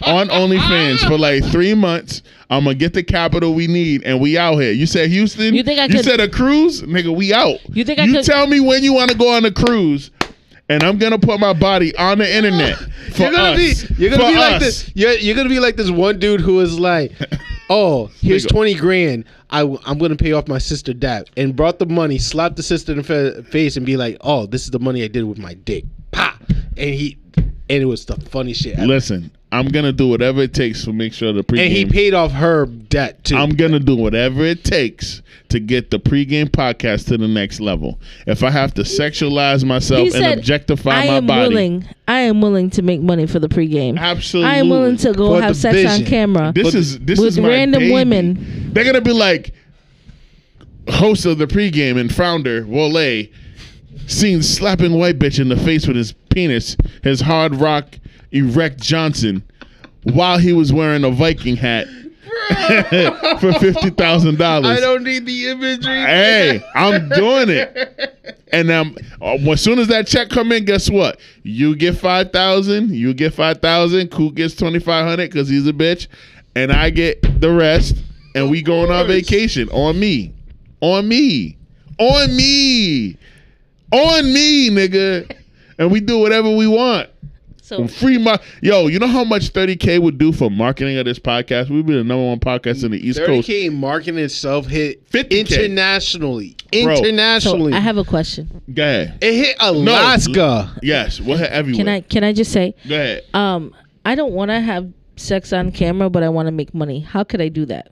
Speaker 1: On OnlyFans for like three months, I'm gonna get the capital we need, and we out here. You said Houston.
Speaker 3: You think I could-
Speaker 1: said a cruise, nigga. We out.
Speaker 3: You think I
Speaker 1: You
Speaker 3: could-
Speaker 1: tell me when you want to go on a cruise, and I'm gonna put my body on the internet
Speaker 2: [laughs]
Speaker 1: for
Speaker 2: you're gonna
Speaker 1: us.
Speaker 2: be you're gonna
Speaker 1: For
Speaker 2: be like
Speaker 1: us.
Speaker 2: this. You're, you're gonna be like this one dude who is
Speaker 1: [laughs]
Speaker 2: like, oh, here's
Speaker 1: Nigga.
Speaker 2: twenty grand. I w- I'm gonna pay off my sister debt and brought the money, slapped the sister in the fa- face, and be like, oh, this is the money I did with my dick. Pa, and he and it was the funny shit. Ever.
Speaker 1: Listen, I'm gonna do whatever it takes to make sure the pregame.
Speaker 2: And he paid off her debt too.
Speaker 1: I'm gonna do whatever it takes to get the pregame podcast to the next level. If I have to sexualize myself
Speaker 3: He
Speaker 1: and
Speaker 3: said,
Speaker 1: objectify
Speaker 3: I
Speaker 1: my
Speaker 3: am
Speaker 1: body,
Speaker 3: willing. I am willing to make money for the pregame.
Speaker 1: absolutely.
Speaker 3: I am willing to go
Speaker 2: For
Speaker 3: have
Speaker 2: the
Speaker 3: sex on
Speaker 2: vision.
Speaker 3: camera.
Speaker 1: This is this
Speaker 3: with
Speaker 1: is my
Speaker 3: random
Speaker 1: baby.
Speaker 3: women.
Speaker 1: They're gonna be like host of the pregame and founder Wale seen slapping white bitch in the face with his penis, his hard rock erect Johnson, while he was wearing a Viking hat [laughs] for fifty thousand dollars.
Speaker 2: I don't need the imagery.
Speaker 1: Hey, I'm doing it.
Speaker 2: [laughs]
Speaker 1: And um, uh, as soon as that check come in, guess what? You get five thousand. You get five thousand. Coop gets twenty five hundred because he's a bitch, and I get the rest. And we going on
Speaker 2: course.
Speaker 1: vacation on me, on me, on me, on me, nigga. And we do whatever we want.
Speaker 3: So
Speaker 1: Free mar- Yo, you know how much thirty k would do for marketing of this podcast? We'd be the number one podcast in the East
Speaker 2: Thirty
Speaker 1: Coast.
Speaker 2: K marketing itself hit
Speaker 1: 50K.
Speaker 2: internationally.
Speaker 1: Bro.
Speaker 2: Internationally,
Speaker 3: so I have a question.
Speaker 1: Go ahead.
Speaker 2: it hit Alaska.
Speaker 1: Yes, we'll have everywhere.
Speaker 3: Can I can I just say
Speaker 1: Go ahead.
Speaker 3: um I don't want to have sex on camera, but I want to make money. How could I do that?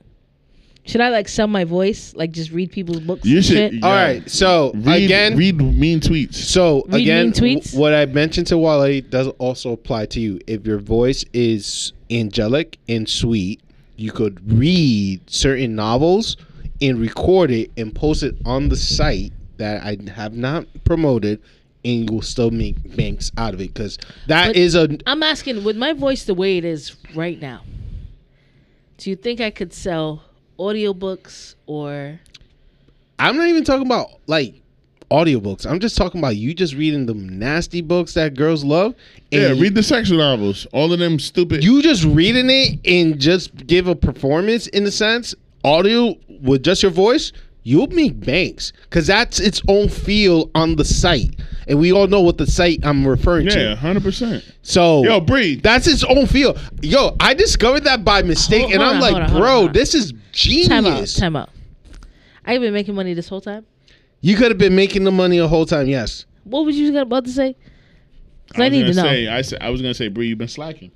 Speaker 3: Should I like sell my voice, like just read people's books?
Speaker 1: You
Speaker 3: and
Speaker 1: should.
Speaker 3: shit?
Speaker 1: yeah.
Speaker 2: All right, so
Speaker 1: Read,
Speaker 2: again,
Speaker 1: read mean tweets.
Speaker 2: so
Speaker 3: Read
Speaker 2: again,
Speaker 3: mean tweets?
Speaker 2: w- what I mentioned to Wale does also apply to you. If your voice is angelic and sweet, you could read certain novels and record it and post it on the site that I have not promoted, and you will still make banks out of it because that
Speaker 3: But-
Speaker 2: is a
Speaker 3: I'm asking with my voice the way it is right now. Do you think I could sell audiobooks or
Speaker 2: I'm not even talking about like audiobooks. I'm just talking about you just reading the nasty books that girls love.
Speaker 1: Yeah,
Speaker 2: And
Speaker 1: read the sexual novels. All of them stupid.
Speaker 2: you just reading it and just give a performance in the sense audio with just your voice. You'll make banks because that's its own feel on the site, and we all know what the site I'm referring
Speaker 1: yeah,
Speaker 2: to.
Speaker 1: hundred percent.
Speaker 2: So,
Speaker 1: Yo, Bree.
Speaker 2: that's its own feel. Yo, I discovered that by mistake,
Speaker 3: Hold-
Speaker 2: and
Speaker 3: hold
Speaker 2: I'm
Speaker 3: on,
Speaker 2: like,
Speaker 3: hold on, hold on,
Speaker 2: bro,
Speaker 3: hold on.
Speaker 2: this is genius.
Speaker 3: time out? Time out. I've been making money this whole time.
Speaker 2: You could have been making the money the whole time. Yes.
Speaker 3: What was you about to say? 'Cause I,
Speaker 1: was
Speaker 3: need to
Speaker 1: gonna
Speaker 3: know.
Speaker 1: Say, I, sa- I was gonna say, Bree, you've been slacking.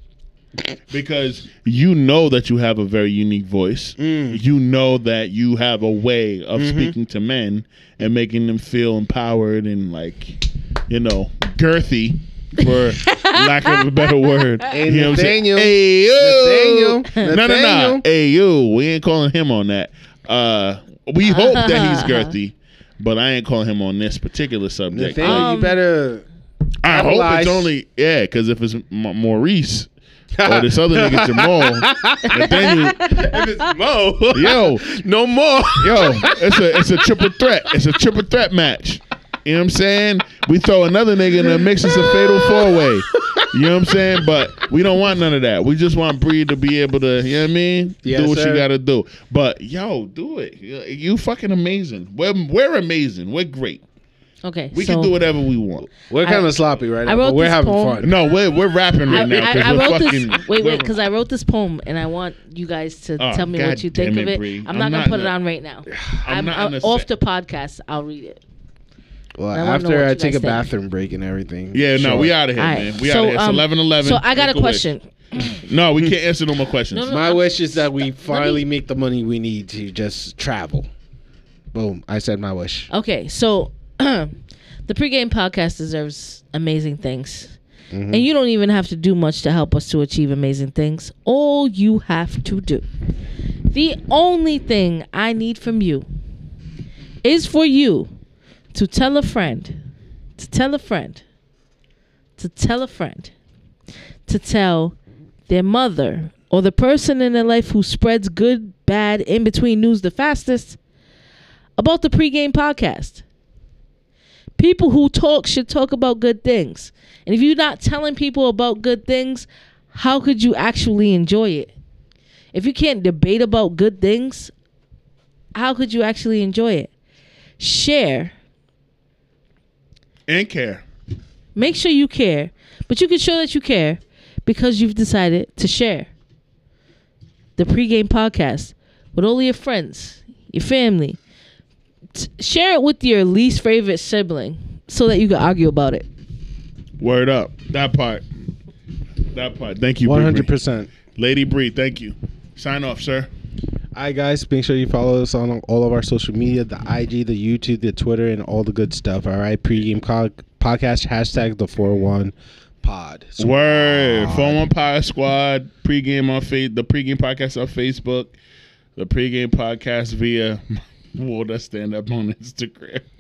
Speaker 1: because you know that you have a very unique voice.
Speaker 2: Mm.
Speaker 1: You know that you have a way of
Speaker 2: Mm-hmm.
Speaker 1: speaking to men and making them feel empowered and like, you know, girthy.
Speaker 2: [laughs]
Speaker 1: For lack of a better word,
Speaker 2: And
Speaker 1: you know what I'm saying?
Speaker 2: Nathaniel-
Speaker 1: Ayo.
Speaker 2: Nathaniel-
Speaker 1: no, no, no,
Speaker 2: Nathaniel.
Speaker 1: Ayo. We ain't calling him on that. Uh, we hope that
Speaker 2: [laughs]
Speaker 1: he's girthy, but I ain't calling him on this particular subject.
Speaker 2: Nathaniel,
Speaker 3: Um,
Speaker 2: you better.
Speaker 1: I hope
Speaker 2: Capitalize.
Speaker 1: it's only yeah, because if it's M-
Speaker 2: [laughs]
Speaker 1: Maurice or this other nigga Jamal, Nathaniel,
Speaker 2: If it's Mo, [laughs]
Speaker 1: yo,
Speaker 2: no more.
Speaker 1: yo, it's a it's a triple threat. It's a triple threat match. You know what I'm saying? We throw another nigga in the mix. It's a fatal four way. You know what I'm saying? But we don't want none of that. We just want Bree to be able to, you know what I mean?
Speaker 2: Yes,
Speaker 1: do what
Speaker 2: sir.
Speaker 1: you gotta do. But yo, do it. You- You fucking amazing. We're we're amazing. We're great.
Speaker 3: Okay.
Speaker 1: We
Speaker 3: so
Speaker 1: can do whatever we want.
Speaker 2: We're
Speaker 3: I-
Speaker 2: kind of sloppy right
Speaker 3: I
Speaker 2: now,
Speaker 3: wrote
Speaker 2: but we're
Speaker 3: this
Speaker 2: having
Speaker 3: poem.
Speaker 2: fun.
Speaker 1: No, we're we're rapping right
Speaker 3: I,
Speaker 1: now
Speaker 3: I,
Speaker 1: because
Speaker 3: I
Speaker 1: we're
Speaker 3: wrote
Speaker 1: fucking.
Speaker 3: this. Wait,
Speaker 1: we're-
Speaker 3: wait, because I wrote this poem and I want you guys to
Speaker 1: Oh,
Speaker 3: tell me
Speaker 1: God
Speaker 3: what you
Speaker 1: damn
Speaker 3: think
Speaker 1: it,
Speaker 3: of it.
Speaker 1: Bree.
Speaker 3: I'm
Speaker 1: I'm
Speaker 3: not gonna
Speaker 1: not
Speaker 3: put
Speaker 1: in
Speaker 3: it
Speaker 1: a-
Speaker 3: on right now.
Speaker 1: I'm
Speaker 3: I'm,
Speaker 1: not in
Speaker 3: uh,
Speaker 1: a
Speaker 3: off
Speaker 1: se-
Speaker 3: the podcast. I'll read it.
Speaker 2: Well,
Speaker 3: I wanna know what
Speaker 2: after
Speaker 3: you
Speaker 2: I
Speaker 3: guys
Speaker 2: take a
Speaker 3: think.
Speaker 2: bathroom break and everything.
Speaker 1: Yeah, no,
Speaker 2: sure.
Speaker 1: we out of here,
Speaker 3: All right.
Speaker 1: man. We out of here. It's
Speaker 3: um,
Speaker 1: eleven eleven.
Speaker 3: So I got a question.
Speaker 1: No, we can't answer no more questions.
Speaker 3: No, no.
Speaker 2: My wish is that
Speaker 3: [laughs]
Speaker 2: we
Speaker 3: me-
Speaker 2: finally make the money we need to just travel. Boom! I said my wish.
Speaker 3: Okay, so [clears throat] the pregame podcast deserves amazing things. And you don't even have to do much to help us to achieve amazing things. All you have to do. The only thing I need from you is for you to tell a friend, to tell a friend, to tell a friend, to tell their mother or the person in their life who spreads good, bad, in between news the fastest about the pregame podcast. People who talk should talk about good things. And if you're not telling people about good things, how could you actually enjoy it? If you can't debate about good things, how could you actually enjoy it? Share.
Speaker 1: And care.
Speaker 3: Make sure you care, but you can show that you care because you've decided to share the pregame podcast with all your friends, your family. T- share it with your least favorite sibling so that you can argue about it.
Speaker 1: Word up. That part. That part. Thank you,
Speaker 2: One hundred
Speaker 1: 100%.
Speaker 2: percent.
Speaker 1: Lady Bree. Thank you. Sign off, sir.
Speaker 2: All right, guys, make sure you follow us on all of our social media the IG, the YouTube, the Twitter, and all the good stuff. All right, pregame co- podcast hashtag the 41 pod. So-
Speaker 1: Word. Phone One Pod Squad. Pregame on fa- the pregame podcast on Facebook. The pregame podcast via [laughs] Well, that's Stand Up on Instagram. [laughs]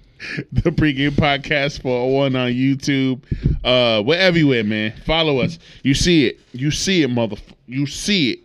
Speaker 1: The pregame podcast for one on YouTube. Uh, we're everywhere, man. Follow us. You see it. You see it, mother. You see it,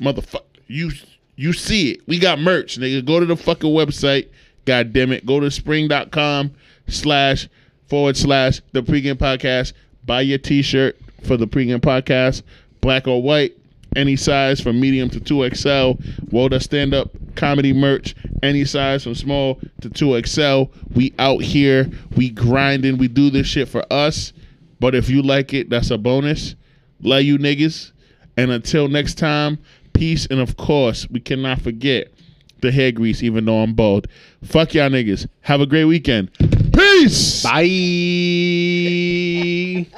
Speaker 1: motherfucker. You you see it. We got merch, nigga. Go to the fucking website. God damn it. Go to spring.com slash forward slash the pregame podcast. Buy your t shirt for the pregame podcast, black or white, any size from medium to 2XL. Woda stand up comedy merch, any size from small to 2XL. We out here. We grinding. We do this shit for us. But if you like it, that's a bonus. Love you niggas. And until next time, peace. And of course, we cannot forget the hair grease, even though I'm bald. Fuck y'all niggas. Have a great weekend. Peace.
Speaker 2: Bye.